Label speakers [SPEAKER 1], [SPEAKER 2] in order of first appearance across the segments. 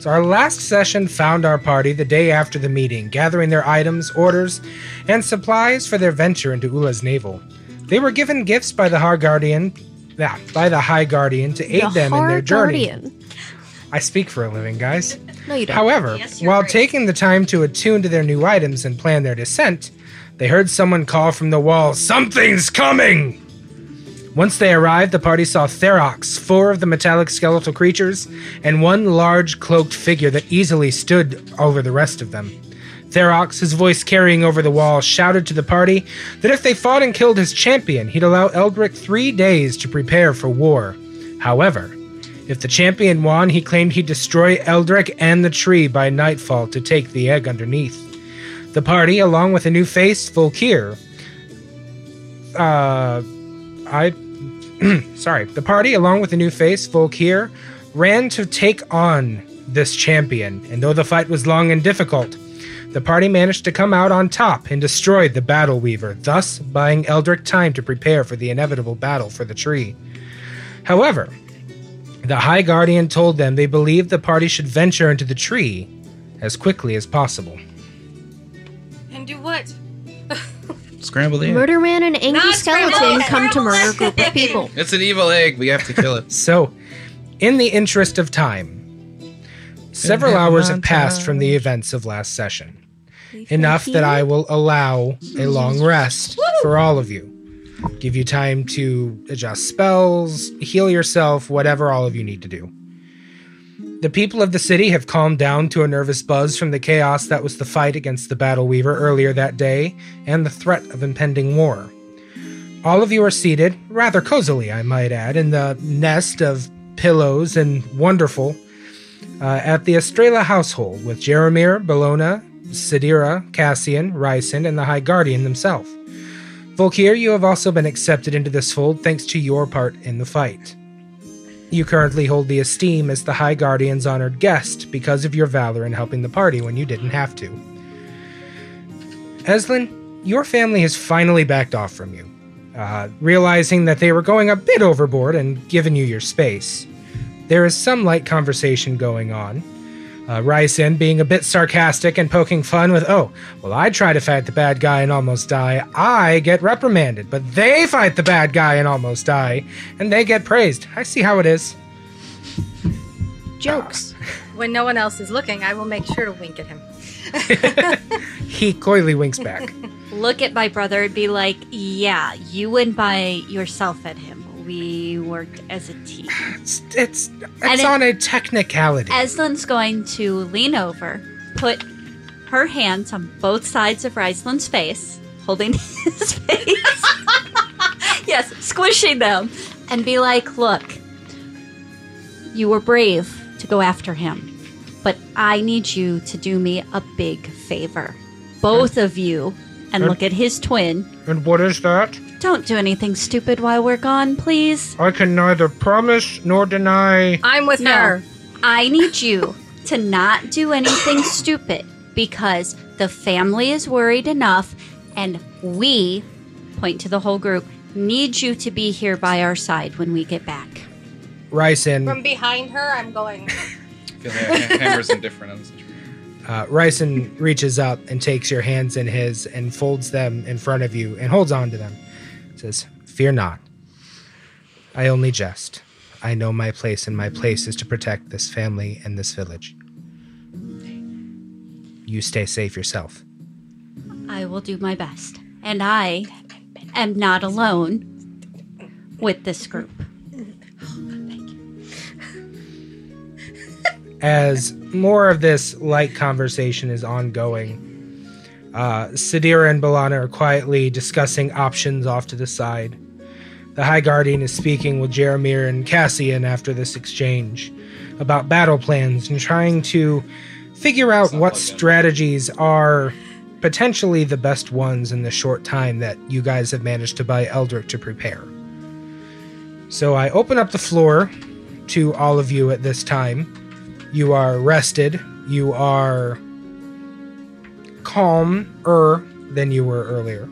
[SPEAKER 1] So, our last session found our party the day after the meeting, gathering their items, orders, and supplies for their venture into Ula's navel. They were given gifts by the High Guardian, yeah, by the High Guardian to aid
[SPEAKER 2] The
[SPEAKER 1] them in their
[SPEAKER 2] hard
[SPEAKER 1] journey.
[SPEAKER 2] guardian.
[SPEAKER 1] I speak for a living, guys.
[SPEAKER 2] No, you don't.
[SPEAKER 1] However,
[SPEAKER 3] Yes, you're
[SPEAKER 1] while
[SPEAKER 3] right.
[SPEAKER 1] taking the time to attune to their new items and plan their descent, they heard someone call from the wall, Something's coming! Once they arrived, the party saw Therox, four of the metallic skeletal creatures, and one large cloaked figure that easily stood over the rest of them. Therox, his voice carrying over the wall, shouted to the party that if they fought and killed his champion, he'd allow Eldrick three days to prepare for war. However, if the champion won, he claimed he'd destroy Eldrick and the tree by nightfall to take the egg underneath. The party, along with a new face, Volkir, uh, I, sorry, the party, along with a new face, Volkir, ran to take on this champion, and though the fight was long and difficult, the party managed to come out on top and destroyed the Battle Weaver, thus buying Eldrick time to prepare for the inevitable battle for the tree. However, the High Guardian told them they believed the party should venture into the tree as quickly as possible.
[SPEAKER 3] And do what?
[SPEAKER 4] Scramble the egg.
[SPEAKER 2] Murder Man and Angry
[SPEAKER 3] Not
[SPEAKER 2] Skeleton
[SPEAKER 3] scrambled.
[SPEAKER 2] come to murder a
[SPEAKER 3] Scrambled.
[SPEAKER 2] group of people.
[SPEAKER 4] It's an evil egg. We have to kill it.
[SPEAKER 1] So, in the interest of time, several
[SPEAKER 4] In the
[SPEAKER 1] hours have
[SPEAKER 4] montage.
[SPEAKER 1] passed from the events of last session. Enough that I will allow a long rest for all of you. Give you time to adjust spells, heal yourself, whatever all of you need to do. The people of the city have calmed down to a nervous buzz from the chaos that was the fight against the Battle Weaver earlier that day and the threat of impending war. All of you are seated, rather cozily, I might add, in the nest of pillows and wonderful uh, at the Estrella household with Jeremir, Bellona, Sidira, Cassian, Ryson, and the High Guardian himself. Volkir, you have also been accepted into this fold thanks to your part in the fight. You currently hold the esteem as the High Guardian's honored guest because of your valor in helping the party when you didn't have to. Eslin, your family has finally backed off from you, uh, realizing that they were going a bit overboard and giving you your space. There is some light conversation going on. Uh, Ryzen being a bit sarcastic and poking fun with, oh, well, I try to fight the bad guy and almost die. I get reprimanded, but they fight the bad guy and almost die, and they get praised. I see how it is.
[SPEAKER 2] Jokes.
[SPEAKER 3] When no one else is looking, I will make sure to wink at him.
[SPEAKER 1] He coyly winks back.
[SPEAKER 5] Look at my brother and be like, yeah, you went by yourself at him. We worked as a team.
[SPEAKER 1] it's it's,
[SPEAKER 5] And
[SPEAKER 1] it's
[SPEAKER 5] it-
[SPEAKER 1] on a technicality.
[SPEAKER 5] Eslin's going to lean over, put her hands on both sides of Ryzlin's face, holding his face. yes, squishing them, and be like, look, you were brave to go after him, but I need you to do me a big favor. Both of you, and
[SPEAKER 1] Good.
[SPEAKER 5] look at his twin.
[SPEAKER 1] and what is that?
[SPEAKER 5] Don't do anything stupid while we're gone, please.
[SPEAKER 1] I can neither promise nor deny.
[SPEAKER 3] I'm with
[SPEAKER 5] No,
[SPEAKER 3] her.
[SPEAKER 5] I need you to not do anything stupid because the family is worried enough, and we, point to the whole group, need you to be here by our side when we get back.
[SPEAKER 1] Ryzen,
[SPEAKER 3] From behind her, I'm going.
[SPEAKER 4] Feel ha- ha- hammers indifferent.
[SPEAKER 1] uh, Ryson reaches up and takes your hands in his and folds them in front of you and holds on to them. Says, Fear not. I only jest. I know my place, and my place is to protect this family and this village. You stay safe yourself.
[SPEAKER 5] I will do my best. And I am not alone with this group.
[SPEAKER 1] as more of this light conversation is ongoing, uh, Sadira and Balana are quietly discussing options off to the side. The High Guardian is speaking with Jeremir and Cassian after this exchange about battle plans and trying to figure out
[SPEAKER 4] not
[SPEAKER 1] what
[SPEAKER 4] plugged in.
[SPEAKER 1] strategies are potentially the best ones in the short time that you guys have managed to buy Eldrick to prepare. So I open up the floor to all of you at this time. You are rested. You are calmer than you were earlier.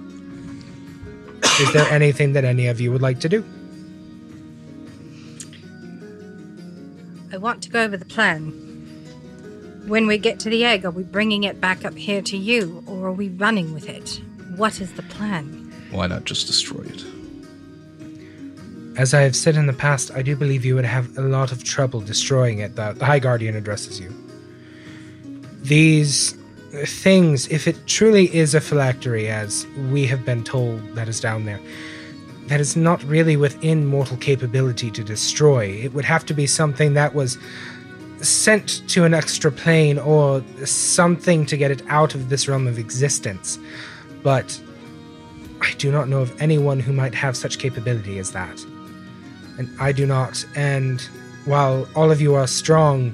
[SPEAKER 1] Is there anything that any of you would like to do?
[SPEAKER 3] I want to go over the plan. When we get to the egg, are we bringing it back up here to you, or are we running with it? What is the plan?
[SPEAKER 4] Why not just destroy it?
[SPEAKER 1] As I have said in the past, I do believe you would have a lot of trouble destroying it, the, the High Guardian addresses you. These things, if it truly is a phylactery, as we have been told that is down there, that is not really within mortal capability to destroy. It would have to be something that was sent to an extra plane or something to get it out of this realm of existence. But I do not know of anyone who might have such capability as that. And I do not. And while all of you are strong,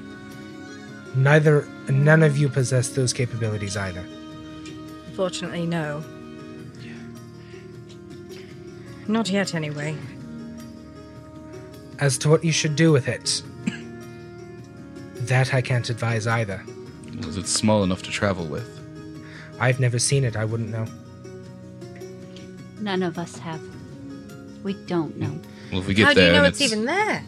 [SPEAKER 1] neither none of you possess those capabilities either.
[SPEAKER 3] Fortunately, no. Not yet, anyway.
[SPEAKER 1] As to what you should do with it, that I can't advise either.
[SPEAKER 4] Was it small enough to travel with?
[SPEAKER 1] I've never seen it, I wouldn't know.
[SPEAKER 5] None of us have. We don't know
[SPEAKER 4] Well, if we get
[SPEAKER 3] How do
[SPEAKER 4] there,
[SPEAKER 3] you know
[SPEAKER 4] and
[SPEAKER 3] it's, even there?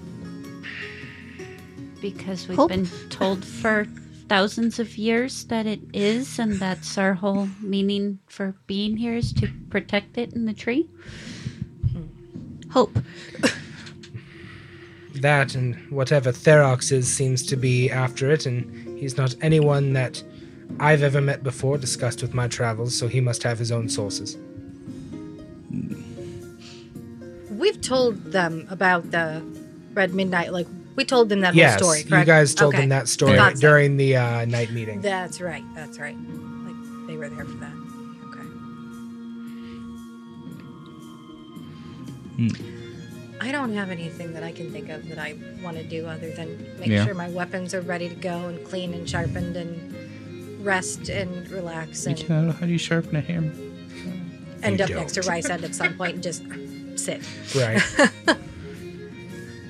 [SPEAKER 5] because we've
[SPEAKER 2] Hope.
[SPEAKER 5] been told for thousands of years that it is, and that's our whole meaning for being here is to protect it in the tree.
[SPEAKER 2] Hope.
[SPEAKER 1] That and whatever Therox is seems to be after it, and he's not anyone that I've ever met before discussed with my travels, so he must have his own sources.
[SPEAKER 3] We've told them about the Red Midnight. Like we told them that
[SPEAKER 1] yes,
[SPEAKER 3] whole story.
[SPEAKER 1] you
[SPEAKER 3] Correct?
[SPEAKER 1] guys told
[SPEAKER 3] Okay.
[SPEAKER 1] him that story
[SPEAKER 3] Thought so.
[SPEAKER 1] during the uh, night meeting.
[SPEAKER 3] That's right. That's right. Like they were there for that. Okay. I don't have anything that I can think of that I want to do other than make
[SPEAKER 4] Yeah.
[SPEAKER 3] sure my weapons are ready to go and clean and sharpened and rest and relax
[SPEAKER 4] You
[SPEAKER 3] and
[SPEAKER 4] don't know how do you sharpen a hammer?
[SPEAKER 3] end
[SPEAKER 1] You
[SPEAKER 3] up next to
[SPEAKER 1] don't.
[SPEAKER 3] rice end at some point and just sit.
[SPEAKER 1] Right.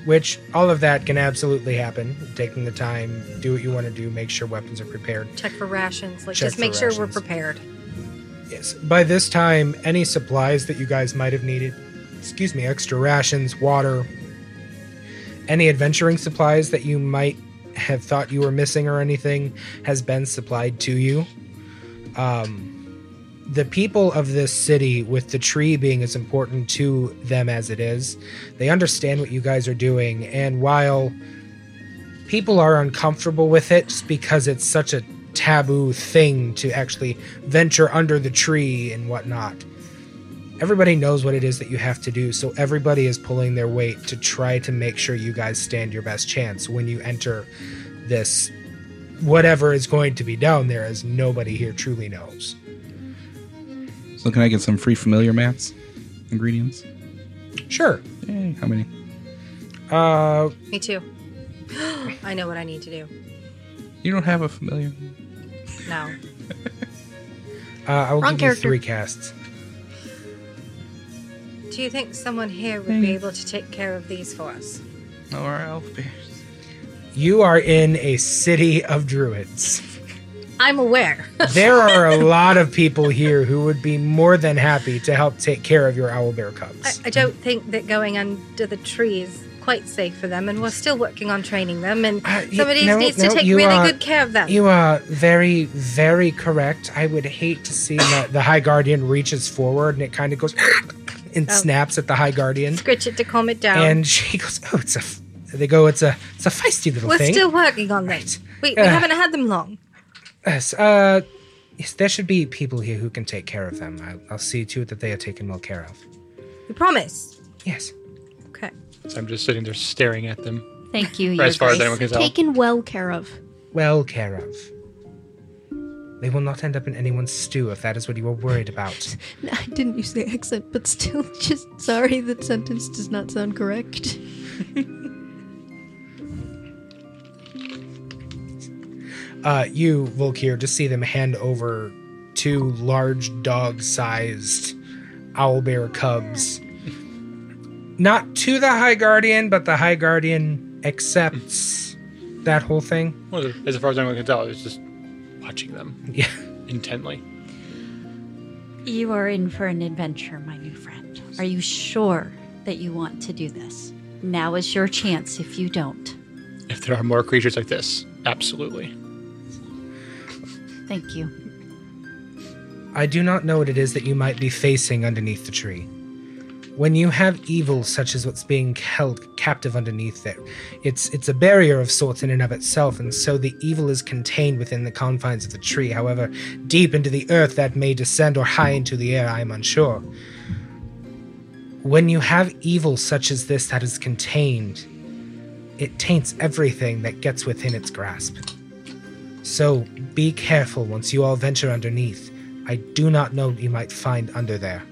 [SPEAKER 1] Which all of that can absolutely happen. Taking the time, do what you want to do, make sure weapons are prepared.
[SPEAKER 3] Check for rations. Like
[SPEAKER 1] Check
[SPEAKER 3] just make
[SPEAKER 1] for
[SPEAKER 3] sure we're
[SPEAKER 1] rations.
[SPEAKER 3] prepared.
[SPEAKER 1] Yes. By this time, any supplies that you guys might have needed, excuse me, extra rations, water, any adventuring supplies that you might have thought you were missing or anything has been supplied to you. Um, the people of this city, with the tree being as important to them as it is, they understand what you guys are doing. And while people are uncomfortable with it just because it's such a taboo thing to actually venture under the tree and whatnot. Everybody knows what it is that you have to do, so everybody is pulling their weight to try to make sure you guys stand your best chance when you enter this whatever is going to be down there, as nobody here truly knows.
[SPEAKER 4] So can I get some free familiar mats? Ingredients?
[SPEAKER 1] Sure.
[SPEAKER 4] Yay, how many?
[SPEAKER 1] Uh,
[SPEAKER 3] Me too. I know what I need to do.
[SPEAKER 4] You don't have a familiar.
[SPEAKER 3] No.
[SPEAKER 1] uh, I will
[SPEAKER 2] Wrong
[SPEAKER 1] give
[SPEAKER 2] character.
[SPEAKER 1] you three casts.
[SPEAKER 3] Do you think someone here would be able to take care of these for us?
[SPEAKER 4] No, our elf bears.
[SPEAKER 1] You are in a city of druids.
[SPEAKER 3] I'm aware.
[SPEAKER 1] there are a lot of people here who would be more than happy to help take care of your owlbear
[SPEAKER 3] I,
[SPEAKER 1] cubs.
[SPEAKER 3] I don't think that going under the tree is quite safe for them, and we're still working on training them, and
[SPEAKER 1] Uh, y-
[SPEAKER 3] somebody
[SPEAKER 1] no,
[SPEAKER 3] needs
[SPEAKER 1] no,
[SPEAKER 3] to take
[SPEAKER 1] you
[SPEAKER 3] really
[SPEAKER 1] are-
[SPEAKER 3] good care of them.
[SPEAKER 1] You are very, very correct. I would hate to see that the High Guardian reaches forward and it kind of goes and
[SPEAKER 3] Oh.
[SPEAKER 1] snaps at the High Guardian.
[SPEAKER 3] Scritch it to calm it down.
[SPEAKER 1] And she goes, "Oh, it's a." F-. They go, "It's a, it's a feisty little
[SPEAKER 3] we're
[SPEAKER 1] thing."
[SPEAKER 3] still working on them.
[SPEAKER 1] Right.
[SPEAKER 3] We, we
[SPEAKER 1] Uh.
[SPEAKER 3] haven't had them long.
[SPEAKER 1] yes, uh, yes, there should be people here who can take care of them. I'll, I'll see to it that they are taken well care of.
[SPEAKER 3] We promise.
[SPEAKER 1] Yes.
[SPEAKER 3] Okay.
[SPEAKER 6] So I'm just sitting there staring at them,
[SPEAKER 5] Thank you,
[SPEAKER 6] or
[SPEAKER 5] Your
[SPEAKER 6] as far as
[SPEAKER 5] Grace.
[SPEAKER 6] anyone can tell.
[SPEAKER 2] Taken well care of.
[SPEAKER 1] well care of. They will not end up in anyone's stew if that is what you are worried about.
[SPEAKER 2] No, I didn't use the accent, but still, just sorry that sentence does not sound correct.
[SPEAKER 1] Uh, you, Volkir, just see them hand over two large dog sized owlbear cubs. Not to the High Guardian, but the High Guardian accepts that whole thing.
[SPEAKER 6] Well, As far as anyone can tell, I was just watching them
[SPEAKER 1] Yeah.
[SPEAKER 6] intently.
[SPEAKER 5] You are in for an adventure, my new friend. Are you sure that you want to do this? Now is your chance if you don't.
[SPEAKER 6] If there are more creatures like this, absolutely.
[SPEAKER 5] Thank you.
[SPEAKER 1] I do not know what it is that you might be facing underneath the tree. When you have evil such as what's being held captive underneath there, it's it's a barrier of sorts in and of itself, and so the evil is contained within the confines of the tree. However, deep into the earth that may descend or high into the air, I am unsure. When you have evil such as this that is contained, it taints everything that gets within its grasp. So be careful once you all venture underneath. I do not know what you might find under there.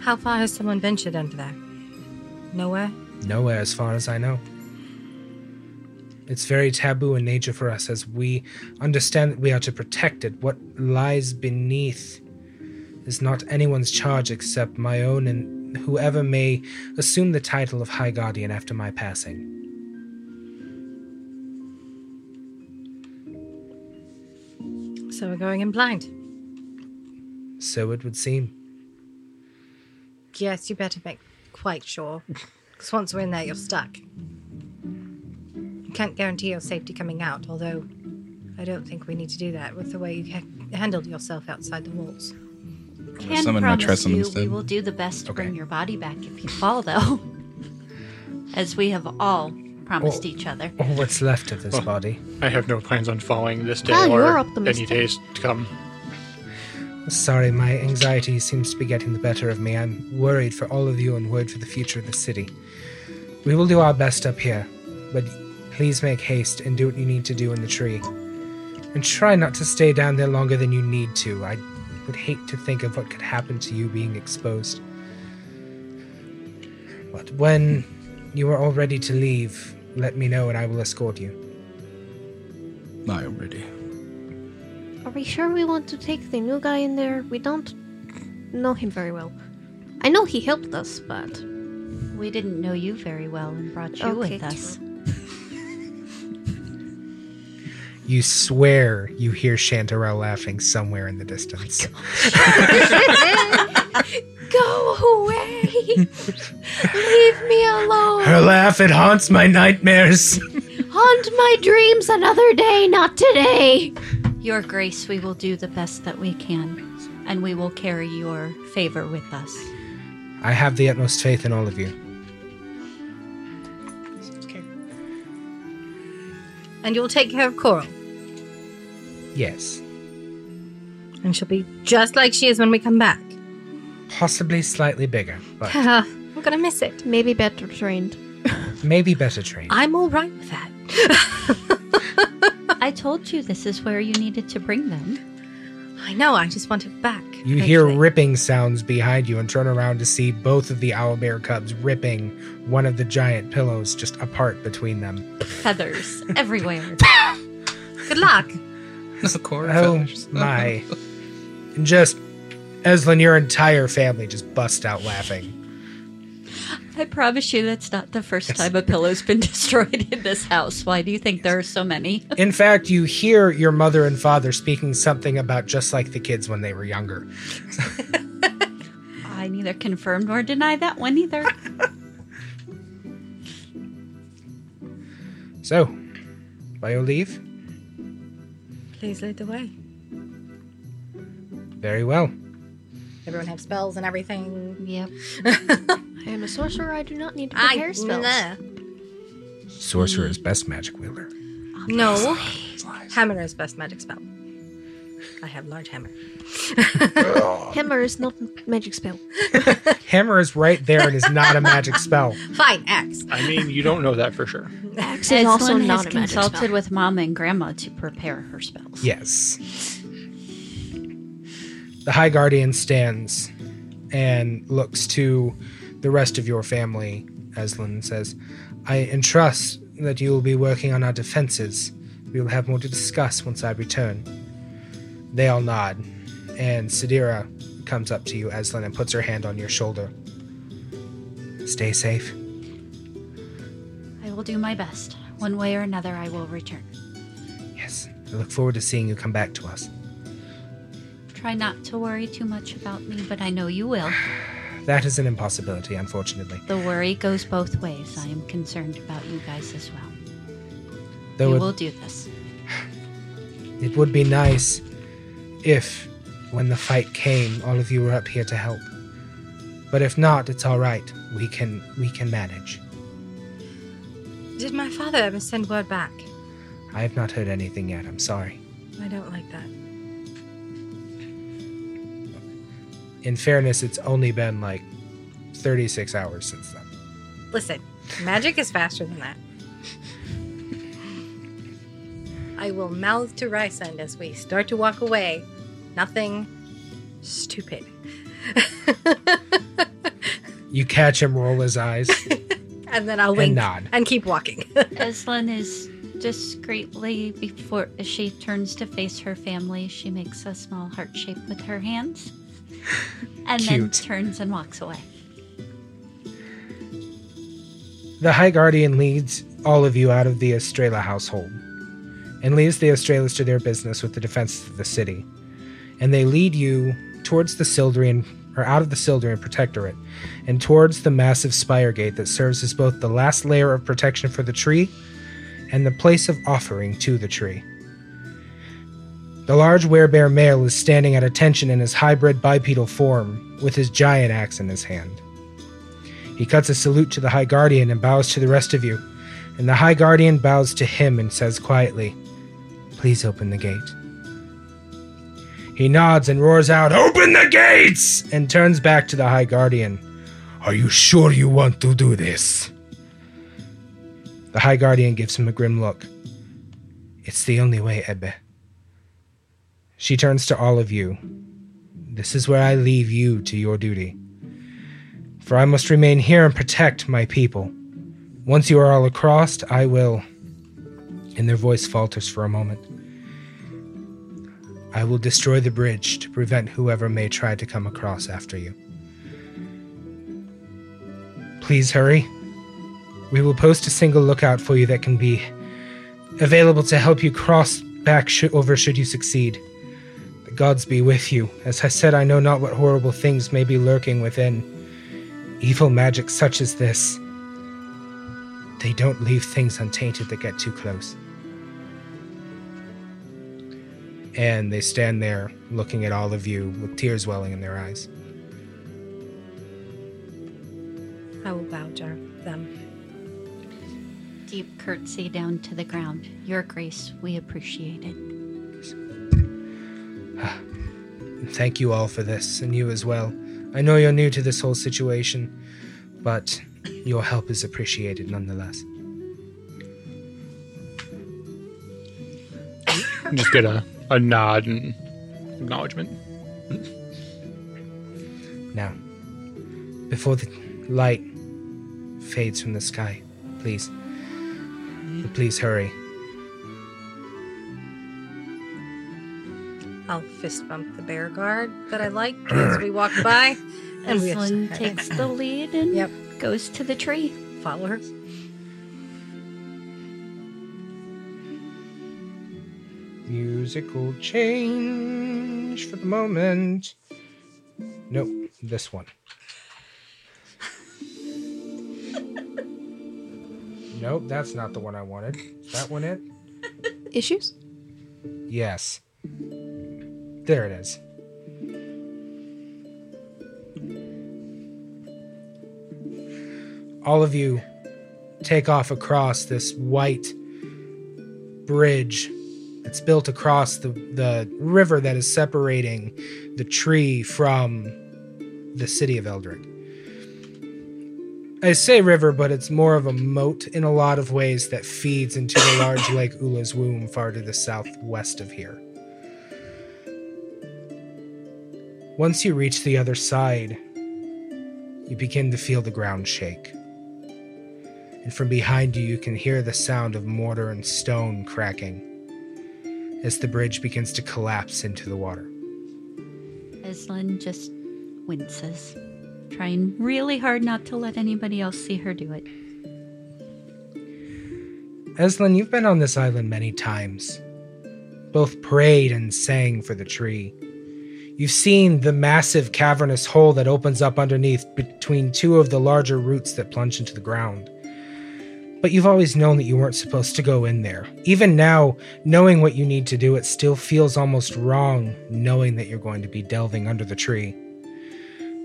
[SPEAKER 3] How far has someone ventured under there? Nowhere?
[SPEAKER 1] Nowhere, as far as I know. It's very taboo in nature for us, as we understand that we are to protect it. What lies beneath is not anyone's charge except my own and whoever may assume the title of High Guardian after my passing.
[SPEAKER 3] So we're going in blind.
[SPEAKER 1] So it would seem.
[SPEAKER 3] Yes, you better make quite sure. Because once we're in there, you're stuck. I can't guarantee your safety coming out, although I don't think we need to do that with the way you ha- handled yourself outside the walls.
[SPEAKER 5] Can
[SPEAKER 4] summon my
[SPEAKER 5] promise
[SPEAKER 4] Tresemme
[SPEAKER 5] you we
[SPEAKER 4] instead.
[SPEAKER 5] will do the best to
[SPEAKER 1] Okay.
[SPEAKER 5] bring your body back if you fall, though. As we have all promised
[SPEAKER 1] Oh.
[SPEAKER 5] each other.
[SPEAKER 1] Or what's left of this body.
[SPEAKER 6] I have no plans on following this day
[SPEAKER 2] Ah, you are
[SPEAKER 6] or any
[SPEAKER 2] optimistic.
[SPEAKER 6] days to come.
[SPEAKER 1] Sorry, my anxiety seems to be getting the better of me. I'm worried for all of you and worried for the future of the city. We will do our best up here, but please make haste and do what you need to do in the tree. And try not to stay down there longer than you need to. I would hate to think of what could happen to you being exposed. But when you are all ready to leave, let me know and I will escort you.
[SPEAKER 4] Not already.
[SPEAKER 2] Are we sure we want to take the new guy in there? We don't know him very well. I know he helped us, but
[SPEAKER 5] We didn't know you very well and brought you
[SPEAKER 2] Okay,
[SPEAKER 5] with us.
[SPEAKER 1] You swear you hear Chantarelle laughing somewhere in the distance.
[SPEAKER 2] go away. Leave me alone.
[SPEAKER 1] Her laugh, it haunts my nightmares.
[SPEAKER 2] Haunt my dreams another day, not today.
[SPEAKER 5] Your grace, we will do the best that we can, and we will carry your favor with us.
[SPEAKER 1] I have the utmost faith in all of you.
[SPEAKER 3] And you'll take care of Coral.
[SPEAKER 1] Yes.
[SPEAKER 3] And she'll be just like she is when we come back.
[SPEAKER 1] Possibly slightly bigger, but
[SPEAKER 3] I'm gonna miss it.
[SPEAKER 2] Maybe better trained.
[SPEAKER 1] maybe better trained.
[SPEAKER 3] I'm all right with that.
[SPEAKER 5] I told you this is where you needed to bring them.
[SPEAKER 3] I know, I just want it back.
[SPEAKER 1] You hear
[SPEAKER 3] eventually.
[SPEAKER 1] ripping sounds behind you and turn around to see both of the owlbear cubs ripping one of the giant pillows just apart between them.
[SPEAKER 5] Feathers everywhere.
[SPEAKER 3] Good luck.
[SPEAKER 4] It's a core.
[SPEAKER 1] Oh my. And just, Eslin, your entire family just bust out laughing.
[SPEAKER 5] I promise you that's not the first time a pillow's been destroyed in this house. Why do you think there are so many?
[SPEAKER 1] In fact, you hear your mother and father speaking something about just like the kids when they were younger.
[SPEAKER 5] I neither confirm nor deny that one either.
[SPEAKER 1] So, by your leave,
[SPEAKER 3] Please lead the way.
[SPEAKER 1] very well.
[SPEAKER 3] Everyone have spells and everything.
[SPEAKER 5] yep.
[SPEAKER 2] I am a sorcerer. I do not need to prepare spells.
[SPEAKER 1] Sorcerer's best magic wielder.
[SPEAKER 3] No. Hammer is best magic spell. I have large hammer.
[SPEAKER 2] Hammer is not a magic spell.
[SPEAKER 1] Hammer is right there and is not a magic spell.
[SPEAKER 3] Fine, axe.
[SPEAKER 6] I mean, you don't know that for sure.
[SPEAKER 2] Axe is
[SPEAKER 5] Eslin
[SPEAKER 2] also
[SPEAKER 5] has
[SPEAKER 2] not a magic
[SPEAKER 5] consulted
[SPEAKER 2] spell.
[SPEAKER 5] with Mom and Grandma to prepare her spells.
[SPEAKER 1] Yes. The High Guardian stands and looks to the rest of your family, Eslin, and says, I entrust that you will be working on our defenses. We will have more to discuss once I return. They all nod, and Sadira comes up to you, Eslin, and puts her hand on your shoulder. Stay safe.
[SPEAKER 5] I will do my best. One way or another, I will return.
[SPEAKER 1] Yes. I look forward to seeing you come back to us.
[SPEAKER 5] Try not to worry too much about me, but I know you will.
[SPEAKER 1] that is an impossibility, unfortunately.
[SPEAKER 5] The worry goes both ways. I am concerned about you guys as well.
[SPEAKER 1] Though
[SPEAKER 5] we
[SPEAKER 1] it-
[SPEAKER 5] will do this.
[SPEAKER 1] It would be nice if, when the fight came, all of you were up here to help. But if not, it's all right. We can we can manage.
[SPEAKER 3] Did my father ever send word back?
[SPEAKER 1] I have not heard anything yet. I'm sorry.
[SPEAKER 3] I don't like that.
[SPEAKER 1] In fairness, it's only been like 36 hours since then.
[SPEAKER 3] Listen, magic is faster than that. I will mouth to Rysand as we start to walk away. Nothing stupid.
[SPEAKER 1] You catch him roll his eyes.
[SPEAKER 3] and then I'll wink and,
[SPEAKER 1] nod.
[SPEAKER 3] keep walking.
[SPEAKER 5] Eslan is discreetly before as she turns to face her family, she makes a small heart shape with her hands. And then
[SPEAKER 1] Cute.
[SPEAKER 5] turns and walks away.
[SPEAKER 1] The High Guardian leads all of you out of the Estrella household and leaves the Estrellas to their business with the defense of the city. And they lead you towards the Sildrian, or out of the Sildrian Protectorate, and towards the massive spire gate that serves as both the last layer of protection for the tree and the place of offering to the tree. The large werebear male is standing at attention in his hybrid bipedal form with his giant axe in his hand. He cuts a salute to the High Guardian and bows to the rest of you, and the High Guardian bows to him and says quietly, Please open the gate. He nods and roars out, Open the gates! and turns back to the High Guardian. Are you sure you want to do this? The High Guardian gives him a grim look. It's the only way, Ebbe. She turns to all of you. This is where I leave you to your duty for I must remain here and protect my people. Once you are all across, I will. And their voice falters for a moment. I will destroy the bridge to prevent whoever may try to come across after you. Please hurry. We will post a single lookout for you that can be available to help you cross back sh- over should you succeed. The gods be with you. As I said, I know not what horrible things may be lurking within evil magic such as this, they don't leave things untainted that get too close. And they stand there looking at all of you with tears welling in their eyes.
[SPEAKER 3] I will bow to them.
[SPEAKER 5] Deep curtsy down to the ground. Your grace, we appreciate it.
[SPEAKER 1] And thank you all for this, and you as well. I know you're new to this whole situation, but your help is appreciated nonetheless.
[SPEAKER 6] Just get a, a nod and acknowledgement.
[SPEAKER 1] Now, before the light fades from the sky, please, please hurry.
[SPEAKER 3] I'll fist bump the bear guard that I like as we walk by. And we
[SPEAKER 5] Eslan takes the lead and
[SPEAKER 3] Yep.
[SPEAKER 5] goes to the tree.
[SPEAKER 3] follow her.
[SPEAKER 1] Musical change for the moment. Nope, this one. nope, that's not the one I wanted. Is that one it?
[SPEAKER 2] Issues?
[SPEAKER 1] Yes. There it is. All of you take off across this white bridge that's built across the, the river that is separating the tree from the city of Eldrick. I say river, but it's more of a moat in a lot of ways that feeds into the large lake Ula's womb far to the southwest of here. Once you reach the other side, you begin to feel the ground shake. And from behind you, you can hear the sound of mortar and stone cracking as the bridge begins to collapse into the water.
[SPEAKER 5] Eslan just winces, trying really hard not to let anybody else see her do it.
[SPEAKER 1] Eslin, you've been on this island many times, both prayed and sang for the tree. You've seen the massive cavernous hole that opens up underneath between two of the larger roots that plunge into the ground. But you've always known that you weren't supposed to go in there. Even now, knowing what you need to do, it still feels almost wrong knowing that you're going to be delving under the tree.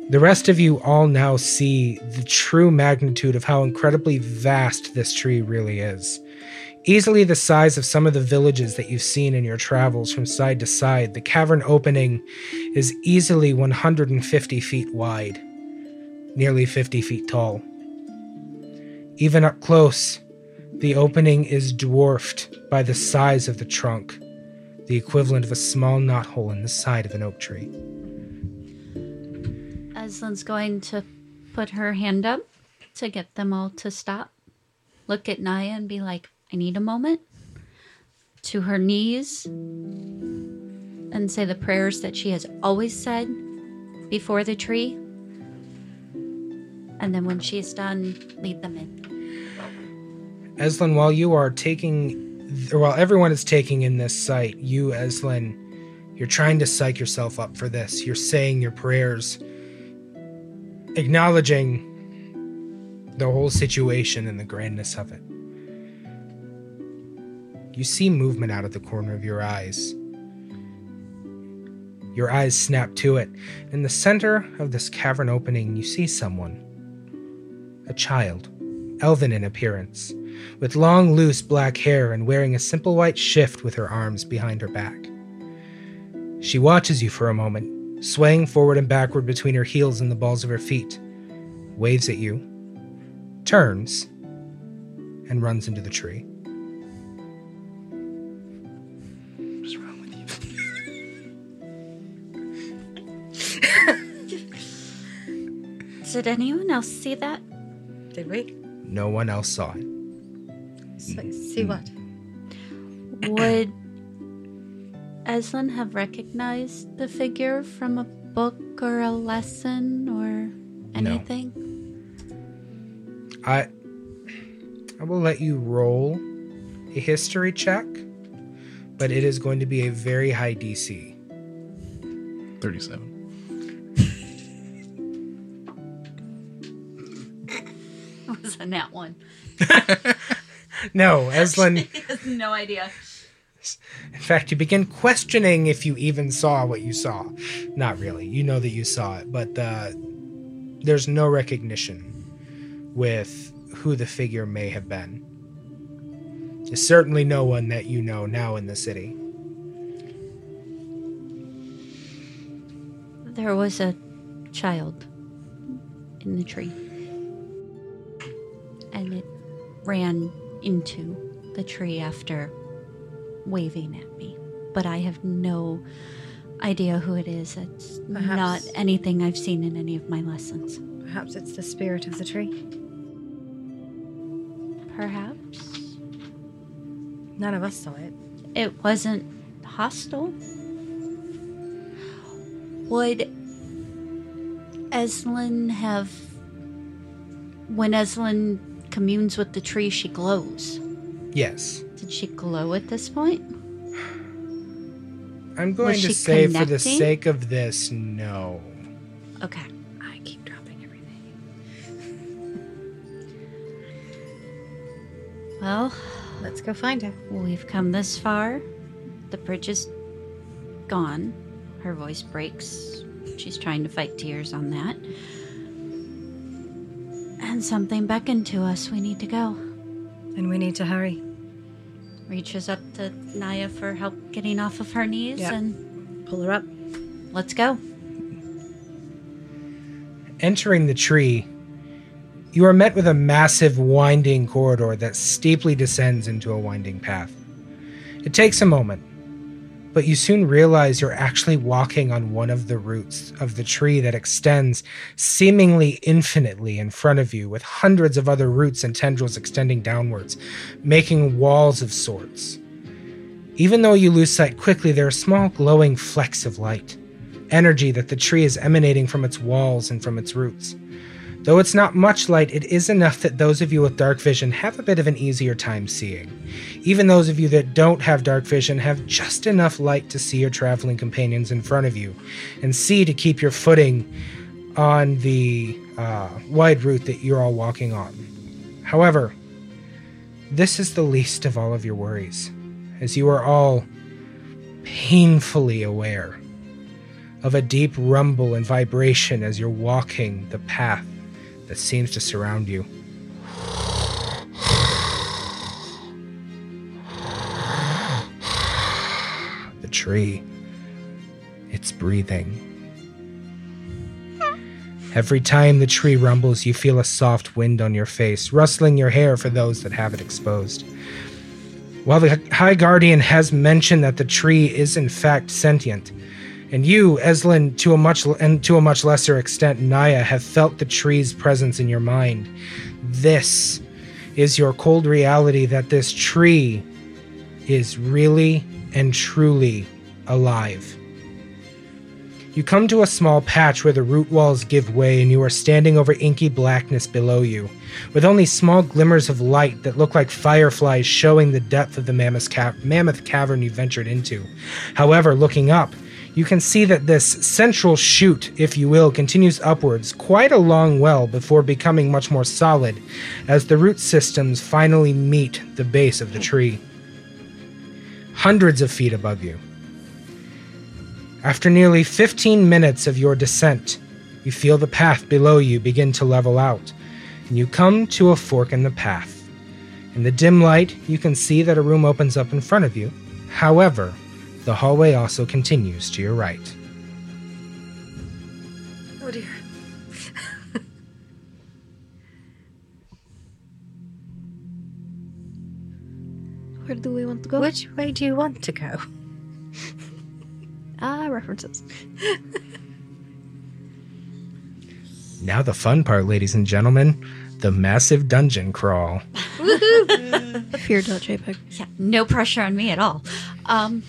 [SPEAKER 1] The rest of you all now see the true magnitude of how incredibly vast this tree really is. Easily the size of some of the villages that you've seen in your travels from side to side, the cavern opening is easily 150 feet wide, nearly 50 feet tall. Even up close, the opening is dwarfed by the size of the trunk, the equivalent of a small knothole in the side of an oak tree.
[SPEAKER 5] Aslan's going to put her hand up to get them all to stop. Look at Naya and be like, I need a moment. To her knees and say the prayers that she has always said before the tree. And then when she is done, lead them in.
[SPEAKER 1] Eslin, while you are taking, or while everyone is taking in this sight, you, Eslin, you're trying to psych yourself up for this. You're saying your prayers, acknowledging the whole situation and the grandness of it. You see movement out of the corner of your eyes. Your eyes snap to it. In the center of this cavern opening, you see someone. A child, elven in appearance with long, loose black hair and wearing a simple white shift with her arms behind her back. She watches you for a moment, swaying forward and backward between her heels and the balls of her feet, waves at you, turns, and runs into the tree.
[SPEAKER 5] Did anyone else see that?
[SPEAKER 3] Did we?
[SPEAKER 1] No one else saw it.
[SPEAKER 3] S- see what?
[SPEAKER 5] Would Aslan have recognized the figure from a book or a lesson or
[SPEAKER 1] No.
[SPEAKER 5] anything?
[SPEAKER 1] I I will let you roll a history check, but it is going to be a very high DC.
[SPEAKER 4] 37.
[SPEAKER 5] was in that one.
[SPEAKER 1] No, Eslin.
[SPEAKER 5] He has no idea.
[SPEAKER 1] In fact, you begin questioning if you even saw what you saw. Not really. You know that you saw it, but uh, there's no recognition with who the figure may have been. There's certainly no one that you know now in the city.
[SPEAKER 5] There was a child in the tree. And it ran into the tree after waving at me. But I have no idea who it is. It's not
[SPEAKER 3] Perhaps-
[SPEAKER 5] anything I've seen in any of my lessons.
[SPEAKER 3] Perhaps it's the spirit of the tree.
[SPEAKER 5] Perhaps
[SPEAKER 3] None of us saw it.
[SPEAKER 5] it wasn't hostile. Would Eslin have. When Eslin communes with the tree, she glows.
[SPEAKER 1] Yes.
[SPEAKER 5] Did she glow at this point?
[SPEAKER 1] I'm going
[SPEAKER 5] Was
[SPEAKER 1] to
[SPEAKER 5] she
[SPEAKER 1] say, for the
[SPEAKER 5] connecting?
[SPEAKER 1] sake of this, no.
[SPEAKER 5] Okay.
[SPEAKER 3] I keep dropping everything.
[SPEAKER 5] Well,
[SPEAKER 3] Let's go find her.
[SPEAKER 5] we've come this far. The bridge is gone. Her voice breaks. She's trying to fight tears on that. And something beckoned to us. We need to go.
[SPEAKER 3] And we need to hurry.
[SPEAKER 5] reaches up to Naya for help getting off of her knees
[SPEAKER 3] Yeah.
[SPEAKER 5] and
[SPEAKER 3] Pull her up.
[SPEAKER 5] let's go.
[SPEAKER 1] Entering the tree, you are met with a massive winding corridor that steeply descends into a winding path. It takes a moment, but you soon realize you're actually walking on one of the roots of the tree that extends seemingly infinitely in front of you, with hundreds of other roots and tendrils extending downwards, making walls of sorts. Even though you lose sight quickly, there are small glowing flecks of light energy that the tree is emanating from its walls and from its roots. Though it's not much light, it is enough that those of you with dark vision have a bit of an easier time seeing. Even those of you that don't have dark vision have just enough light to see your traveling companions in front of you and see to keep your footing on the uh, wide route that you're all walking on. However, this is the least of all of your worries, as you are all painfully aware of a deep rumble and vibration as you're walking the path that seems to surround you. The tree, it's breathing. Every time the tree rumbles, you feel a soft wind on your face, rustling your hair for those that have it exposed. While the High Guardian has mentioned that the tree is in fact sentient, and you, Eslin, to a much and to a much lesser extent, Naya, have felt the tree's presence in your mind. This is your cold reality that this tree is really and truly alive. You come to a small patch where the root walls give way, and you are standing over inky blackness below you, with only small glimmers of light that look like fireflies showing the depth of the mammoth, ca- mammoth cavern you ventured into. However, looking up, you can see that this central chute, if you will, continues upwards quite a long well before becoming much more solid as the root systems finally meet the base of the tree. Hundreds of feet above you. After nearly 15 minutes of your descent, you feel the path below you begin to level out, and you come to a fork in the path. In the dim light, you can see that a room opens up in front of you. However, the hallway also continues to your right.
[SPEAKER 3] Oh dear.
[SPEAKER 2] Where do we want to go?
[SPEAKER 3] Which way do you want to go?
[SPEAKER 2] Ah, references.
[SPEAKER 1] Now, the fun part, ladies and gentlemen the massive dungeon crawl.
[SPEAKER 2] Fear.jpg.
[SPEAKER 5] Yeah, no pressure on me at all. Um,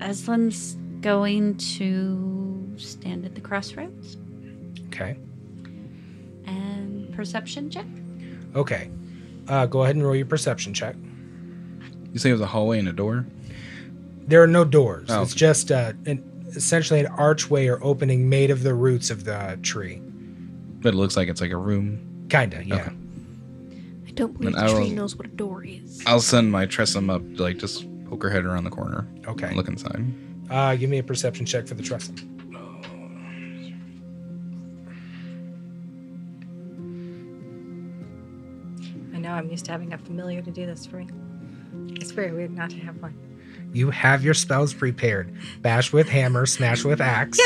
[SPEAKER 5] Aslan's going to stand at the crossroads
[SPEAKER 1] Okay.
[SPEAKER 5] and perception check.
[SPEAKER 1] Okay. Uh, go ahead and roll your perception check.
[SPEAKER 4] You say it was a hallway and a door?
[SPEAKER 1] There are no doors.
[SPEAKER 4] Oh.
[SPEAKER 1] It's just uh, an, essentially an archway or opening made of the roots of the tree.
[SPEAKER 4] But it looks like it's like a room.
[SPEAKER 1] Kinda, yeah.
[SPEAKER 4] Okay.
[SPEAKER 2] I don't believe
[SPEAKER 4] Then
[SPEAKER 2] the
[SPEAKER 4] I
[SPEAKER 2] tree
[SPEAKER 4] will-
[SPEAKER 2] knows what a door is.
[SPEAKER 4] I'll send my Tressum up to like just poke her head around the corner.
[SPEAKER 1] Okay.
[SPEAKER 4] And look inside.
[SPEAKER 1] Uh, give me a perception check for the tressum.
[SPEAKER 3] I know I'm used to having a familiar to do this for me. It's very weird not to have one.
[SPEAKER 1] You have your spells prepared. Bash with hammer, smash with axe.